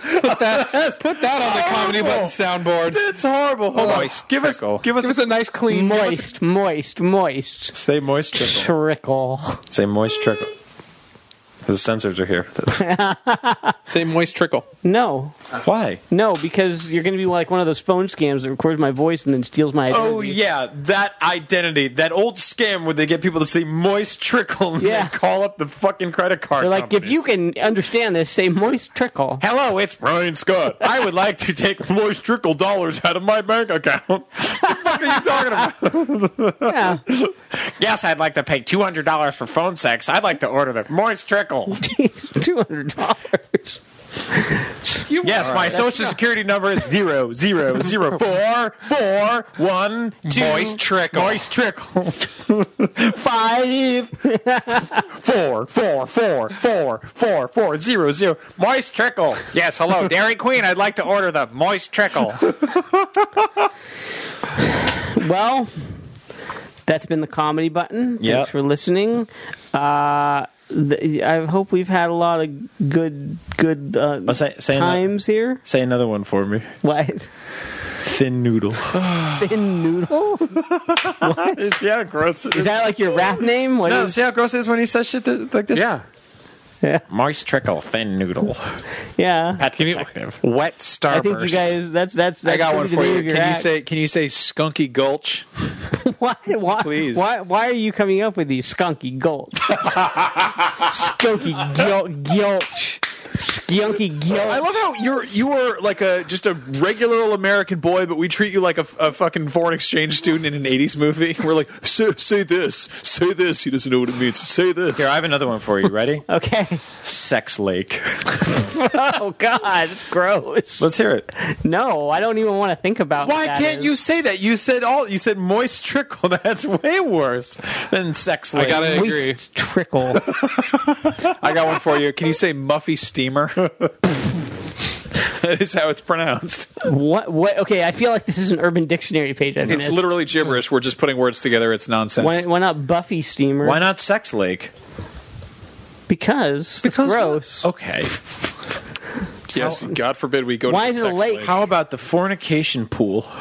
[SPEAKER 4] put that on the comedy
[SPEAKER 1] Oh!
[SPEAKER 4] button soundboard.
[SPEAKER 2] It's horrible. Oh, Hold on.
[SPEAKER 1] Moist
[SPEAKER 2] Give us
[SPEAKER 1] trickle.
[SPEAKER 2] give us
[SPEAKER 4] Give us a nice clean.
[SPEAKER 3] moist, moist, moist.
[SPEAKER 2] say moist trickle.
[SPEAKER 3] Trickle.
[SPEAKER 2] Say moist trickle. The sensors are here.
[SPEAKER 4] Say moist trickle.
[SPEAKER 3] No,
[SPEAKER 2] Why?
[SPEAKER 3] no, because you're going to be like one of those phone scams that records my voice and then steals my identity.
[SPEAKER 2] Oh yeah, that identity, that old scam where they get people to say moist trickle and
[SPEAKER 3] Yeah.
[SPEAKER 2] then call up the fucking credit card.
[SPEAKER 3] They're like, if you
[SPEAKER 2] companies.
[SPEAKER 3] can understand this, say moist trickle.
[SPEAKER 2] Hello, it's Brian Scott. I would like to take moist trickle dollars out of my bank account. what the fuck are you talking about?
[SPEAKER 3] Yeah.
[SPEAKER 2] Yes, I'd like to pay two hundred dollars for phone sex. I'd like to order the moist trickle.
[SPEAKER 3] two hundred dollars.
[SPEAKER 2] Yes, my social security number is zero zero zero four four one two.
[SPEAKER 4] Moist trickle.
[SPEAKER 2] Moist trickle. Five four four four four four four zero zero. Moist trickle. Yes, hello, Dairy Queen. I'd like to order the moist trickle.
[SPEAKER 3] Well, that's been the comedy button.
[SPEAKER 2] Yep.
[SPEAKER 3] Thanks for listening. Uh, th- I hope we've had a lot of good good uh,
[SPEAKER 2] Oh, say- saying that-
[SPEAKER 3] times here.
[SPEAKER 2] Say another one for me.
[SPEAKER 3] What
[SPEAKER 2] Thin noodle.
[SPEAKER 3] thin noodle?
[SPEAKER 2] see how gross it
[SPEAKER 3] Is that like your rap name? What
[SPEAKER 2] No,
[SPEAKER 3] is-
[SPEAKER 2] see how gross it is when he says shit th- like this.
[SPEAKER 4] Yeah.
[SPEAKER 3] yeah,
[SPEAKER 2] Moist trickle, thin noodle.
[SPEAKER 3] yeah.
[SPEAKER 2] Pet detective.
[SPEAKER 4] Wet
[SPEAKER 3] I
[SPEAKER 4] starburst.
[SPEAKER 3] think you guys. That's that's. that's
[SPEAKER 1] I got one
[SPEAKER 3] gonna be the
[SPEAKER 1] for
[SPEAKER 3] name
[SPEAKER 1] you.
[SPEAKER 3] of your
[SPEAKER 1] Can you
[SPEAKER 3] act.
[SPEAKER 1] say can you say Skunky Gulch?
[SPEAKER 3] why? Why?
[SPEAKER 1] Please.
[SPEAKER 3] Why? Why are you coming up with these skunky gulch? skunky gulch. gulch. Skunky gulch.
[SPEAKER 1] I love how you're you are like a just a regular old American boy, but we treat you like a, a fucking foreign exchange student in an '80s movie. We're like, say, say this, say this. He doesn't know what it means. Say this.
[SPEAKER 2] Here, I have another one for you. Ready?
[SPEAKER 3] Okay.
[SPEAKER 2] Sex lake.
[SPEAKER 3] Oh God, it's gross.
[SPEAKER 2] Let's hear it.
[SPEAKER 3] no, I don't even want to think about.
[SPEAKER 2] Why
[SPEAKER 3] what that
[SPEAKER 2] can't
[SPEAKER 3] is.
[SPEAKER 2] you say that? You said all. You said moist trickle. That's way worse than sex.
[SPEAKER 4] I gotta agree.
[SPEAKER 3] Moist trickle.
[SPEAKER 1] I got one for you. Can you say Muffy Steamer? that is how it's pronounced.
[SPEAKER 3] what? What? Okay, I feel like this is an Urban Dictionary page. I
[SPEAKER 1] It's literally gibberish. We're just putting words together. It's nonsense.
[SPEAKER 3] Why, why not Buffy steamer?
[SPEAKER 2] Why not sex lake?
[SPEAKER 3] Because, it's gross.
[SPEAKER 2] Okay.
[SPEAKER 1] yes, God forbid we go
[SPEAKER 3] Why
[SPEAKER 1] to
[SPEAKER 3] is
[SPEAKER 1] the
[SPEAKER 3] it a
[SPEAKER 1] sex
[SPEAKER 3] lake?
[SPEAKER 1] lake.
[SPEAKER 2] How about the fornication pool?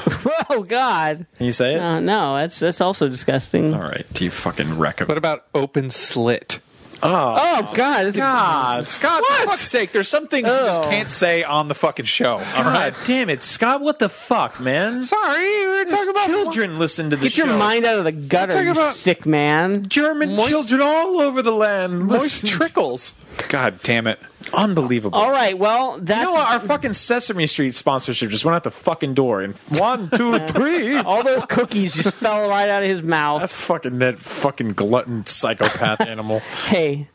[SPEAKER 3] Oh God.
[SPEAKER 2] Can you say it?
[SPEAKER 3] Uh, no, that's that's also disgusting.
[SPEAKER 2] all right. Do you fucking
[SPEAKER 4] What
[SPEAKER 2] recommend?
[SPEAKER 4] about open slit?
[SPEAKER 3] Oh God, that's a,
[SPEAKER 2] God, Scott.
[SPEAKER 1] For fuck's sake, there's some things you just
[SPEAKER 3] Oh.
[SPEAKER 1] can't say on the fucking show. All
[SPEAKER 2] God
[SPEAKER 1] right.
[SPEAKER 2] damn it, Scott! What the fuck, man?
[SPEAKER 4] Sorry, we were
[SPEAKER 2] There's children. Listen to the
[SPEAKER 3] get your
[SPEAKER 2] show.
[SPEAKER 3] mind out of the gutter,
[SPEAKER 4] talking
[SPEAKER 3] you
[SPEAKER 4] about-
[SPEAKER 3] sick man.
[SPEAKER 2] German
[SPEAKER 4] Moist-
[SPEAKER 2] children all over the land.
[SPEAKER 4] moist
[SPEAKER 2] Listen.
[SPEAKER 4] trickles.
[SPEAKER 1] God damn it.
[SPEAKER 2] Unbelievable.
[SPEAKER 3] All right, well that's
[SPEAKER 2] You know what? Our fucking Sesame Street sponsorship just went out the fucking door. And one, two, three.
[SPEAKER 3] all those cookies just fell right out of his mouth.
[SPEAKER 2] That's fucking that fucking glutton psychopath animal.
[SPEAKER 3] hey,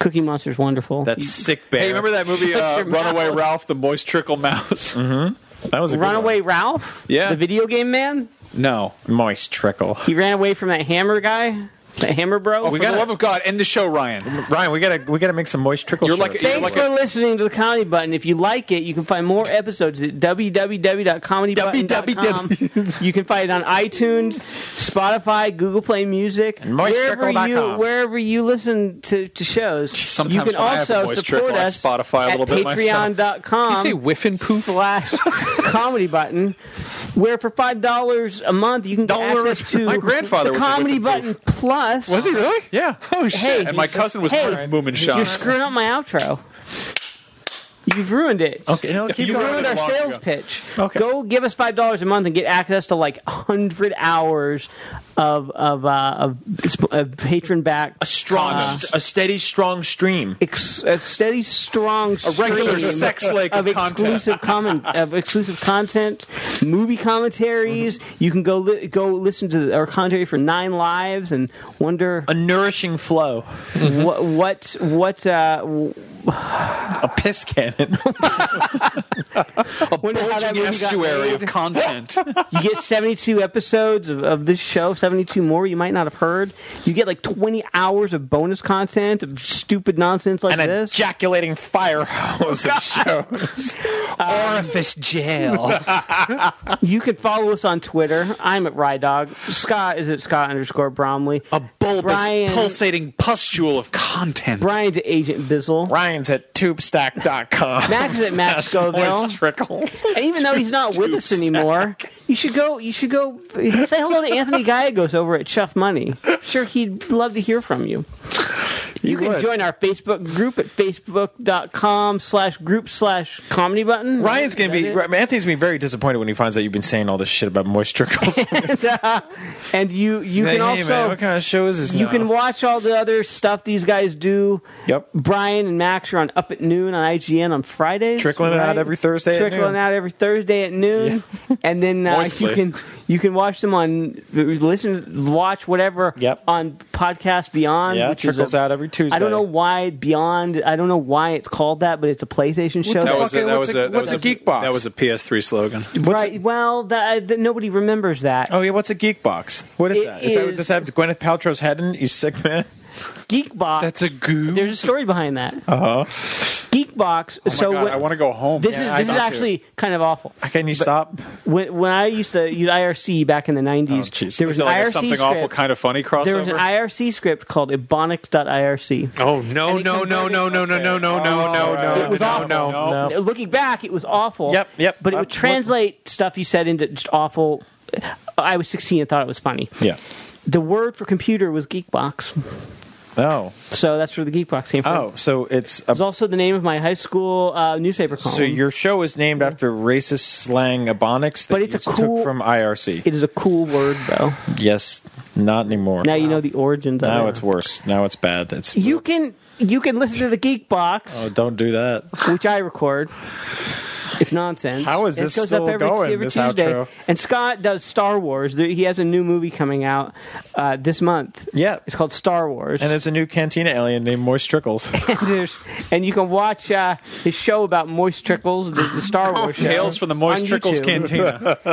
[SPEAKER 3] Cookie Monster's wonderful.
[SPEAKER 2] That sick bear.
[SPEAKER 1] Hey, remember that movie uh,
[SPEAKER 3] your mouth.
[SPEAKER 1] Runaway Ralph, the moist trickle mouse?
[SPEAKER 2] That was a
[SPEAKER 3] Runaway
[SPEAKER 2] good
[SPEAKER 3] Ralph?
[SPEAKER 1] Yeah.
[SPEAKER 3] The video game man?
[SPEAKER 1] No.
[SPEAKER 2] one. moist trickle.
[SPEAKER 3] He ran away from that hammer guy? Hammer
[SPEAKER 2] Oh,
[SPEAKER 3] Bro.
[SPEAKER 1] Oh, For the love of God, end the show, Ryan.
[SPEAKER 2] Ryan, we gotta we gotta make some moist trickle.
[SPEAKER 1] You're like-
[SPEAKER 2] shirts.
[SPEAKER 1] you're like
[SPEAKER 3] Thanks for
[SPEAKER 1] a-
[SPEAKER 3] listening to the Comedy Button. If you like it, you can find more episodes at www.comedybutton.com. you can find it on iTunes, Spotify, Google Play Music,
[SPEAKER 2] moist
[SPEAKER 3] wherever
[SPEAKER 2] trickle.com.
[SPEAKER 3] you wherever you listen to, to shows.
[SPEAKER 1] Sometimes
[SPEAKER 3] you can
[SPEAKER 1] when I have
[SPEAKER 3] also
[SPEAKER 1] moist
[SPEAKER 3] support
[SPEAKER 1] trickle, I
[SPEAKER 3] us
[SPEAKER 1] Spotify a
[SPEAKER 3] at
[SPEAKER 1] little bit myself.
[SPEAKER 3] patreon.com.
[SPEAKER 4] Did you say whiff and poof?
[SPEAKER 3] slash Comedy Button, where for five dollars a month you can get
[SPEAKER 1] Dollars.
[SPEAKER 3] access to
[SPEAKER 1] My grandfather
[SPEAKER 3] the
[SPEAKER 1] was a
[SPEAKER 3] Comedy
[SPEAKER 1] whip and
[SPEAKER 3] Button Plus.
[SPEAKER 4] Was he really?
[SPEAKER 1] Yeah.
[SPEAKER 4] Oh shit!
[SPEAKER 1] And my cousin was
[SPEAKER 3] hey,
[SPEAKER 1] part of Moomin Shah.
[SPEAKER 3] You're screwing up my outro. You've ruined it.
[SPEAKER 2] Okay, no, keep
[SPEAKER 3] You
[SPEAKER 2] going.
[SPEAKER 3] ruined our
[SPEAKER 2] Long
[SPEAKER 3] sales
[SPEAKER 2] ago.
[SPEAKER 3] pitch.
[SPEAKER 2] Okay.
[SPEAKER 3] Go give us five dollars a month and get access to like hundred hours of of, uh, of, sp- of patron back
[SPEAKER 2] a strong, a steady, strong stream.
[SPEAKER 3] ex- a steady, strong, a
[SPEAKER 1] regular sex lake
[SPEAKER 3] of,
[SPEAKER 1] of content.
[SPEAKER 3] exclusive comment of exclusive content, movie commentaries.
[SPEAKER 2] Mm-hmm.
[SPEAKER 3] You can go li- go listen to our commentary for Nine Lives and wonder
[SPEAKER 2] A nourishing flow,
[SPEAKER 3] what what what uh, w-
[SPEAKER 2] a piss cannon.
[SPEAKER 3] wonder how that
[SPEAKER 1] Bulging
[SPEAKER 3] movie got
[SPEAKER 1] estuary
[SPEAKER 3] made.
[SPEAKER 1] of content.
[SPEAKER 3] You get 72 episodes of, of this show, 72 more you might not have heard. You get like 20 hours of bonus content of stupid nonsense like
[SPEAKER 2] An
[SPEAKER 3] this.
[SPEAKER 2] ejaculating fire hose of show.
[SPEAKER 4] Orifice jail.
[SPEAKER 3] you can follow us on Twitter. I'm at Rydog. Scott is at Scott underscore Bromley.
[SPEAKER 1] A bulbous,
[SPEAKER 3] Brian-
[SPEAKER 1] pulsating pustule of content.
[SPEAKER 3] Brian to Agent Bizzle.
[SPEAKER 2] Ryan's at tubestack.com.
[SPEAKER 3] Max is at Max
[SPEAKER 2] Slash
[SPEAKER 3] Scoville.
[SPEAKER 2] moist trickle.
[SPEAKER 3] And even though he's not with us anymore, you should go. You should go say hello to Anthony Gallegos over at Chuff Money. I'm sure he'd love to hear from you. You can join our Facebook group at facebook.com slash group slash comedy button.
[SPEAKER 2] Ryan's gonna
[SPEAKER 3] Is
[SPEAKER 2] be
[SPEAKER 3] that it?
[SPEAKER 2] Anthony's gonna be very disappointed when he finds out you've been saying all this shit about moist trickles.
[SPEAKER 3] and, uh, and you you can
[SPEAKER 2] hey,
[SPEAKER 3] also
[SPEAKER 2] man, what kind of show is this?
[SPEAKER 3] you
[SPEAKER 2] now?
[SPEAKER 3] can watch all the other stuff these guys do.
[SPEAKER 2] Yep.
[SPEAKER 3] Brian and Max are on Up at Noon on IGN on Fridays.
[SPEAKER 2] Trickling it out every Thursday at
[SPEAKER 3] Trickling
[SPEAKER 2] noon.
[SPEAKER 3] out every Thursday at noon, and then uh, you
[SPEAKER 1] Moistly.
[SPEAKER 3] can you can watch them on listen, watch whatever
[SPEAKER 2] Yep.
[SPEAKER 3] on podcast Beyond.
[SPEAKER 2] Yeah,
[SPEAKER 3] which
[SPEAKER 2] trickles
[SPEAKER 3] is a-
[SPEAKER 2] out every Tuesday.
[SPEAKER 3] I don't know why Beyond. I don't know why it's called that, but it's a PlayStation show.
[SPEAKER 1] That was
[SPEAKER 2] Fuck
[SPEAKER 1] a,
[SPEAKER 2] it,
[SPEAKER 1] that
[SPEAKER 2] what's
[SPEAKER 1] was
[SPEAKER 2] a-
[SPEAKER 1] a, that
[SPEAKER 2] what's
[SPEAKER 1] was
[SPEAKER 2] a geek box?
[SPEAKER 1] That was a PS3 slogan.
[SPEAKER 3] right? well, that, that nobody remembers that.
[SPEAKER 2] Oh yeah, what's a geek box? What is
[SPEAKER 3] It
[SPEAKER 2] that? Is that
[SPEAKER 3] is-
[SPEAKER 2] does that have Gwyneth Paltrow's head in? it? You sick man?
[SPEAKER 3] Geekbox.
[SPEAKER 4] That's a goo.
[SPEAKER 3] There's a story behind that.
[SPEAKER 2] Oh.
[SPEAKER 3] Uh-huh. Geekbox. so
[SPEAKER 1] Oh God,
[SPEAKER 3] when-
[SPEAKER 1] I want to go home.
[SPEAKER 3] This
[SPEAKER 2] I
[SPEAKER 3] is this
[SPEAKER 2] thought
[SPEAKER 3] is
[SPEAKER 2] too.
[SPEAKER 3] actually kind of awful.
[SPEAKER 2] Can you stop?
[SPEAKER 3] When when I used to use IRC back in the
[SPEAKER 2] Oh,
[SPEAKER 3] nineties,
[SPEAKER 2] jeez.
[SPEAKER 3] there
[SPEAKER 1] Is
[SPEAKER 3] was
[SPEAKER 1] it
[SPEAKER 3] an
[SPEAKER 1] like a
[SPEAKER 3] IRC
[SPEAKER 1] something
[SPEAKER 3] script.
[SPEAKER 1] awful kind of funny crossover?
[SPEAKER 3] there was an IRC script called Ebonics.irc.
[SPEAKER 4] Oh no
[SPEAKER 3] And it
[SPEAKER 4] no no no no no no
[SPEAKER 1] converted-
[SPEAKER 4] no no no
[SPEAKER 3] Oh, It was
[SPEAKER 4] no
[SPEAKER 3] awful.
[SPEAKER 4] no no.
[SPEAKER 2] No.
[SPEAKER 3] Now, Looking back, it was awful.
[SPEAKER 2] Yep, yep.
[SPEAKER 3] But it
[SPEAKER 2] Uh,
[SPEAKER 3] would translate stuff you said into just awful. I was sixteen and thought it was funny.
[SPEAKER 2] Yeah.
[SPEAKER 3] The word for computer was Geekbox,
[SPEAKER 2] Oh.
[SPEAKER 3] so that's where the Geekbox came from.
[SPEAKER 2] Oh. So it's
[SPEAKER 3] It was
[SPEAKER 2] a,
[SPEAKER 3] also the name of my high school uh, newspaper column.
[SPEAKER 2] so your show is named after racist slang abonics that
[SPEAKER 3] But it's
[SPEAKER 2] you
[SPEAKER 3] a cool-
[SPEAKER 2] took from IRC.
[SPEAKER 3] It is a cool word, though.
[SPEAKER 2] yes, not anymore.
[SPEAKER 3] Now you know the origins of
[SPEAKER 2] Now
[SPEAKER 3] it.
[SPEAKER 2] it's worse. Now it's bad. It's
[SPEAKER 3] You can you can listen to the Geek Box,
[SPEAKER 2] Oh, don't do that.
[SPEAKER 3] which I record. It's nonsense.
[SPEAKER 2] How is
[SPEAKER 3] And it
[SPEAKER 2] this
[SPEAKER 3] goes
[SPEAKER 2] still
[SPEAKER 3] up every,
[SPEAKER 2] going,
[SPEAKER 3] every
[SPEAKER 2] this
[SPEAKER 3] Tuesday.
[SPEAKER 2] outro?
[SPEAKER 3] And Scott does Star Wars. There- He has a new movie coming out uh, this month.
[SPEAKER 2] Yeah.
[SPEAKER 3] it's called Star Wars.
[SPEAKER 2] And there's a new Cantina alien named Moist Trickles.
[SPEAKER 3] And there's- and you can watch uh, his show about Moist Trickles, the, the Star Wars show,
[SPEAKER 1] Tales from the Moist
[SPEAKER 3] on
[SPEAKER 1] Trickles
[SPEAKER 3] YouTube.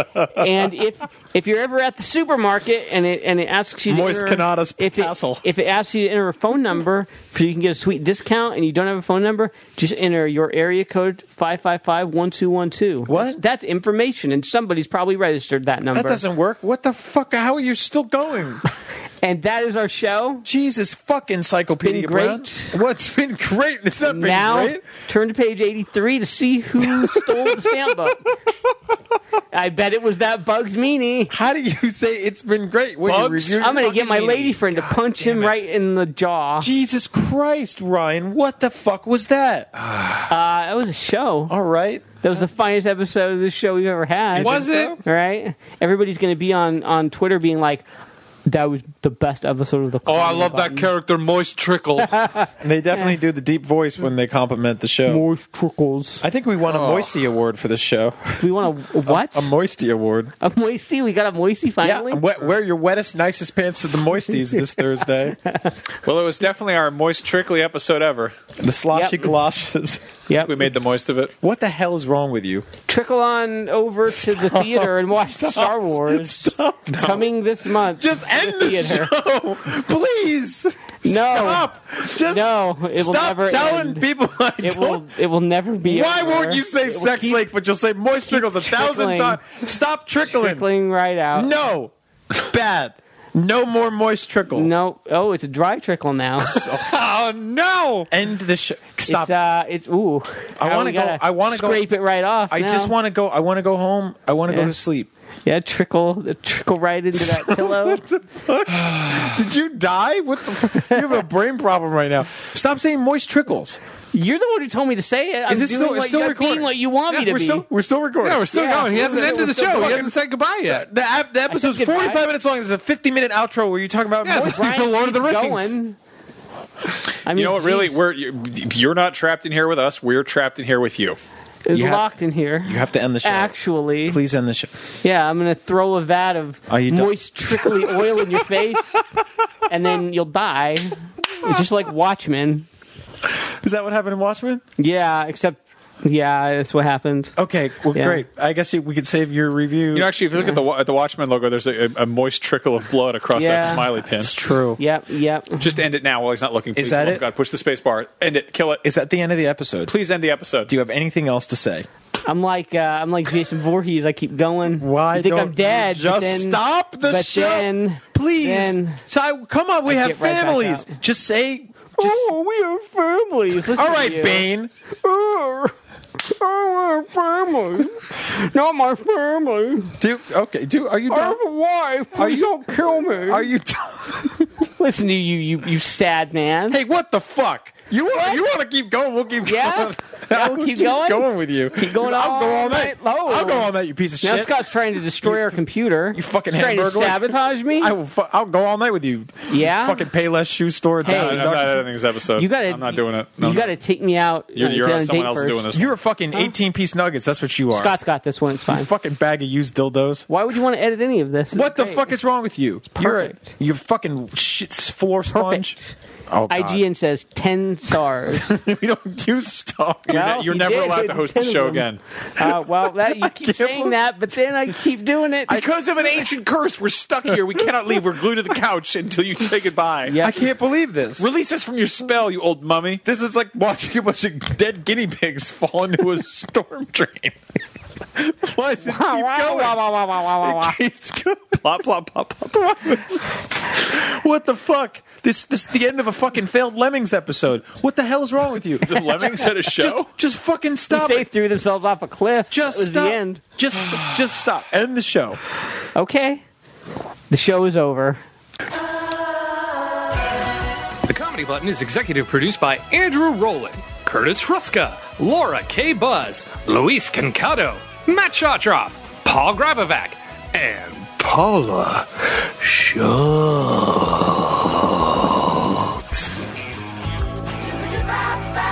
[SPEAKER 1] Cantina.
[SPEAKER 3] and if if you're ever at the supermarket and it and it asks you to
[SPEAKER 2] Moist
[SPEAKER 3] enter-
[SPEAKER 2] Canadas
[SPEAKER 3] if it,
[SPEAKER 2] Castle.
[SPEAKER 3] if it asks you to enter a phone number so you can get a sweet discount and you don't have a phone number, just enter your area code five five five one two one two.
[SPEAKER 2] What?
[SPEAKER 3] That's, that's information, and somebody's probably registered that number.
[SPEAKER 2] That doesn't work. What the fuck? How are you still going?
[SPEAKER 3] and that is our show.
[SPEAKER 2] Jesus fucking encyclopedia.
[SPEAKER 3] It's been
[SPEAKER 2] Brown. What's been great? It's not been
[SPEAKER 3] now
[SPEAKER 2] great.
[SPEAKER 3] turn to page eighty three to see who stole the stamp book. I bet it was that Bugs Meanie.
[SPEAKER 2] How do you say it's been great? What, you
[SPEAKER 1] Bugs?
[SPEAKER 2] reviewed
[SPEAKER 3] I'm going to get my
[SPEAKER 2] fucking
[SPEAKER 3] lady
[SPEAKER 2] idiot.
[SPEAKER 3] friend to punch him right in the jaw.
[SPEAKER 2] Jesus Christ, Ryan! What the fuck was that?
[SPEAKER 3] Uh, that was a show.
[SPEAKER 2] All right.
[SPEAKER 3] That was the funniest episode of this show we've ever had.
[SPEAKER 4] Was it?
[SPEAKER 3] All right. Everybody's going to be on on Twitter being like, "That was the best episode of the."
[SPEAKER 4] Oh, I love that character, Moist Trickle.
[SPEAKER 2] And they definitely do the deep voice when they compliment the show.
[SPEAKER 3] Moist trickles.
[SPEAKER 2] I think we
[SPEAKER 3] Oh.
[SPEAKER 2] won a Moisty award for this show.
[SPEAKER 3] We want a what?
[SPEAKER 2] A
[SPEAKER 3] A,
[SPEAKER 2] Moisty award.
[SPEAKER 3] moisty. We got a moisty finally.
[SPEAKER 2] Yeah, we- wear your wettest, nicest pants to the Moisties this Thursday.
[SPEAKER 1] well, it was definitely our Moist Trickly episode ever.
[SPEAKER 2] The sloshy
[SPEAKER 3] Yep.
[SPEAKER 2] galoshes.
[SPEAKER 3] Yep.
[SPEAKER 1] We made the most of it.
[SPEAKER 2] What the hell is wrong with you?
[SPEAKER 3] Trickle on over to the theater and watch Star Wars. Coming this month.
[SPEAKER 2] Just end the
[SPEAKER 3] theater.
[SPEAKER 2] show, please.
[SPEAKER 3] No.
[SPEAKER 2] stop. Just
[SPEAKER 3] No, it will
[SPEAKER 2] stop
[SPEAKER 3] never
[SPEAKER 2] telling
[SPEAKER 3] end.
[SPEAKER 2] people. I
[SPEAKER 3] It
[SPEAKER 2] don't-
[SPEAKER 3] will. It will never be.
[SPEAKER 2] Why
[SPEAKER 3] over.
[SPEAKER 2] won't you say
[SPEAKER 3] It will
[SPEAKER 2] sex
[SPEAKER 3] keep
[SPEAKER 2] lake, but you'll say moist trickles a thousand
[SPEAKER 3] trickling.
[SPEAKER 2] times? Stop trickling.
[SPEAKER 3] trickling right out?
[SPEAKER 2] No, bad. No more moist trickle.
[SPEAKER 3] No. Oh, it's a dry trickle now.
[SPEAKER 4] Oh no!
[SPEAKER 2] End the show. Stop.
[SPEAKER 3] It's, uh, it's ooh.
[SPEAKER 2] I
[SPEAKER 3] Now
[SPEAKER 2] wanna
[SPEAKER 3] we
[SPEAKER 2] go-
[SPEAKER 3] gotta
[SPEAKER 2] I wanna go-
[SPEAKER 3] scrape it right off.
[SPEAKER 2] I
[SPEAKER 3] now.
[SPEAKER 2] just want to go. I want to go home. I want to
[SPEAKER 3] Yeah.
[SPEAKER 2] go to sleep.
[SPEAKER 3] Yeah, trickle. Trickle right into that pillow.
[SPEAKER 2] Did you die? What the? F- you have a brain problem right now. Stop saying moist trickles.
[SPEAKER 3] You're the one who told me to say it. I'm
[SPEAKER 2] Is this
[SPEAKER 3] doing
[SPEAKER 2] still-
[SPEAKER 3] what
[SPEAKER 2] it's still
[SPEAKER 3] I'm
[SPEAKER 2] recording?
[SPEAKER 3] being what you want me to
[SPEAKER 2] we're
[SPEAKER 3] be.
[SPEAKER 2] still we're still recording.
[SPEAKER 4] No, we're still
[SPEAKER 3] Yeah,
[SPEAKER 4] going. He hasn't
[SPEAKER 3] we're
[SPEAKER 4] ended the
[SPEAKER 3] still
[SPEAKER 4] show. He
[SPEAKER 3] going.
[SPEAKER 4] hasn't said goodbye yet.
[SPEAKER 2] the, ap- the episode's
[SPEAKER 3] goodbye.
[SPEAKER 2] 45 minutes long. There's a 50 minute outro where you're talking about
[SPEAKER 4] Yeah,
[SPEAKER 2] moist.
[SPEAKER 4] it's-
[SPEAKER 3] Brian
[SPEAKER 4] The Lord of the
[SPEAKER 3] keeps
[SPEAKER 4] Rings.
[SPEAKER 3] going. I mean,
[SPEAKER 1] You know what?
[SPEAKER 3] geez,
[SPEAKER 1] Really, we're you're, you're not trapped in here with us. We're trapped in here with you.
[SPEAKER 3] it's
[SPEAKER 2] You have-
[SPEAKER 3] locked in here.
[SPEAKER 2] You have to end the show.
[SPEAKER 3] Actually,
[SPEAKER 2] Please end the show.
[SPEAKER 3] yeah, I'm gonna throw a vat of
[SPEAKER 2] Are you done?
[SPEAKER 3] moist, trickly oil in your face, and then you'll die, It's just like Watchmen.
[SPEAKER 2] Is that what happened in Watchmen?
[SPEAKER 3] Yeah, except yeah, that's what happened.
[SPEAKER 2] Okay, well,
[SPEAKER 3] Yeah.
[SPEAKER 2] great. I guess we could save your review.
[SPEAKER 1] You know, actually, if you look at the at the Watchmen logo, there's a, a moist trickle of blood across that
[SPEAKER 3] Yeah.
[SPEAKER 1] smiley pin.
[SPEAKER 2] it's true.
[SPEAKER 3] Yep, yep.
[SPEAKER 1] Just end it now while he's not looking. Please.
[SPEAKER 2] that
[SPEAKER 1] Love
[SPEAKER 2] it?
[SPEAKER 1] God, push the space bar. End it. Kill it.
[SPEAKER 2] Is that the end of the episode?
[SPEAKER 1] Please end the episode.
[SPEAKER 2] Do you have anything else to say?
[SPEAKER 3] I'm like uh, I'm like Jason Voorhees. I keep going.
[SPEAKER 2] Why
[SPEAKER 3] you think
[SPEAKER 2] don't
[SPEAKER 3] I'm dead?
[SPEAKER 2] you just
[SPEAKER 3] but then-
[SPEAKER 2] stop the
[SPEAKER 3] but
[SPEAKER 2] show,
[SPEAKER 3] then-
[SPEAKER 2] please.
[SPEAKER 3] then-
[SPEAKER 2] so I- come on, we
[SPEAKER 3] I
[SPEAKER 2] have
[SPEAKER 3] get right back
[SPEAKER 2] families.
[SPEAKER 3] out.
[SPEAKER 2] just say. Just,
[SPEAKER 3] oh, we are families. Listen
[SPEAKER 2] all
[SPEAKER 3] to
[SPEAKER 2] right,
[SPEAKER 3] you.
[SPEAKER 2] Bane.
[SPEAKER 3] Oh, oh, we're family. Not my family.
[SPEAKER 2] Do okay. Do are you
[SPEAKER 3] I
[SPEAKER 2] done?
[SPEAKER 3] have a wife. Please
[SPEAKER 2] you-
[SPEAKER 3] don't kill me.
[SPEAKER 2] Are you? done?
[SPEAKER 3] Listen to you, you, you sad man.
[SPEAKER 2] hey, what the fuck? You want you want to keep going? We'll keep
[SPEAKER 3] Yeah?
[SPEAKER 2] going.
[SPEAKER 3] Yeah, we'll keep going?
[SPEAKER 2] with you. Keep
[SPEAKER 3] going
[SPEAKER 2] I'll go
[SPEAKER 3] all
[SPEAKER 2] all night.
[SPEAKER 3] night long.
[SPEAKER 2] I'll go all night. You piece of
[SPEAKER 3] now
[SPEAKER 2] shit.
[SPEAKER 3] Scott's trying to destroy our computer.
[SPEAKER 2] you fucking
[SPEAKER 3] He's trying to
[SPEAKER 2] hamburger.
[SPEAKER 3] sabotage me.
[SPEAKER 2] I will. Fu- I'll go all night with you.
[SPEAKER 3] Yeah?
[SPEAKER 2] Fucking pay less shoe store.
[SPEAKER 3] Hey.
[SPEAKER 1] No, I'm
[SPEAKER 2] down-
[SPEAKER 1] not editing this episode.
[SPEAKER 3] you gotta.
[SPEAKER 1] I'm not doing it. No,
[SPEAKER 3] you
[SPEAKER 1] no.
[SPEAKER 3] gotta take me out.
[SPEAKER 1] You're,
[SPEAKER 3] uh,
[SPEAKER 1] you're
[SPEAKER 3] on
[SPEAKER 1] on
[SPEAKER 3] a
[SPEAKER 1] someone
[SPEAKER 3] date
[SPEAKER 1] else
[SPEAKER 3] first.
[SPEAKER 1] doing this.
[SPEAKER 2] You're a fucking 18 piece nuggets. That's what you are.
[SPEAKER 3] Scott's got this one. It's fine.
[SPEAKER 2] fucking bag of used dildos.
[SPEAKER 3] Why would you want to edit any of this? It's
[SPEAKER 2] What the
[SPEAKER 3] great.
[SPEAKER 2] fuck is wrong with you? You're a,
[SPEAKER 3] perfect.
[SPEAKER 2] you're fucking shit floor sponge.
[SPEAKER 3] perfect?
[SPEAKER 2] Oh, God.
[SPEAKER 3] IGN says ten stars.
[SPEAKER 2] we don't do stuff.
[SPEAKER 1] You're,
[SPEAKER 3] Well,
[SPEAKER 1] ne- you're
[SPEAKER 3] he
[SPEAKER 1] never
[SPEAKER 3] did.
[SPEAKER 1] allowed to host the
[SPEAKER 3] Ten
[SPEAKER 1] show
[SPEAKER 3] of them.
[SPEAKER 1] again.
[SPEAKER 3] Uh, well, that, you keep
[SPEAKER 2] can't
[SPEAKER 3] saying
[SPEAKER 2] believe-
[SPEAKER 3] that, but then I keep doing it.
[SPEAKER 1] Because of an ancient curse, we're stuck here. We cannot leave. We're glued to the couch until you say goodbye.
[SPEAKER 3] Yeah.
[SPEAKER 2] I can't believe this.
[SPEAKER 1] Release us from your spell, you old mummy.
[SPEAKER 2] This is like watching a bunch of dead guinea pigs fall into a storm drain. Why should it keep
[SPEAKER 3] Wah, wah,
[SPEAKER 2] going?
[SPEAKER 3] wah, wah, wah, wah, wah, wah.
[SPEAKER 2] It keeps going.
[SPEAKER 1] Plop, plop, plop, plop.
[SPEAKER 2] What the fuck? This this is the end of a fucking failed Lemmings episode. What the hell is wrong with you?
[SPEAKER 1] The Lemmings had a show?
[SPEAKER 2] Just, just fucking
[SPEAKER 3] They
[SPEAKER 2] stop
[SPEAKER 3] say
[SPEAKER 2] it.
[SPEAKER 3] threw themselves off a cliff.
[SPEAKER 2] Just
[SPEAKER 3] that was
[SPEAKER 2] stop.
[SPEAKER 3] the end.
[SPEAKER 2] Just just stop. End the show.
[SPEAKER 3] Okay, the show is over.
[SPEAKER 6] The Comedy Button is executive produced by Andrew Rowland, Curtis Ruska, Laura K. Buzz, Luis Concado, Matt Shawtroff, Paul Grabovac, and Paula Shaw.
[SPEAKER 7] Bye.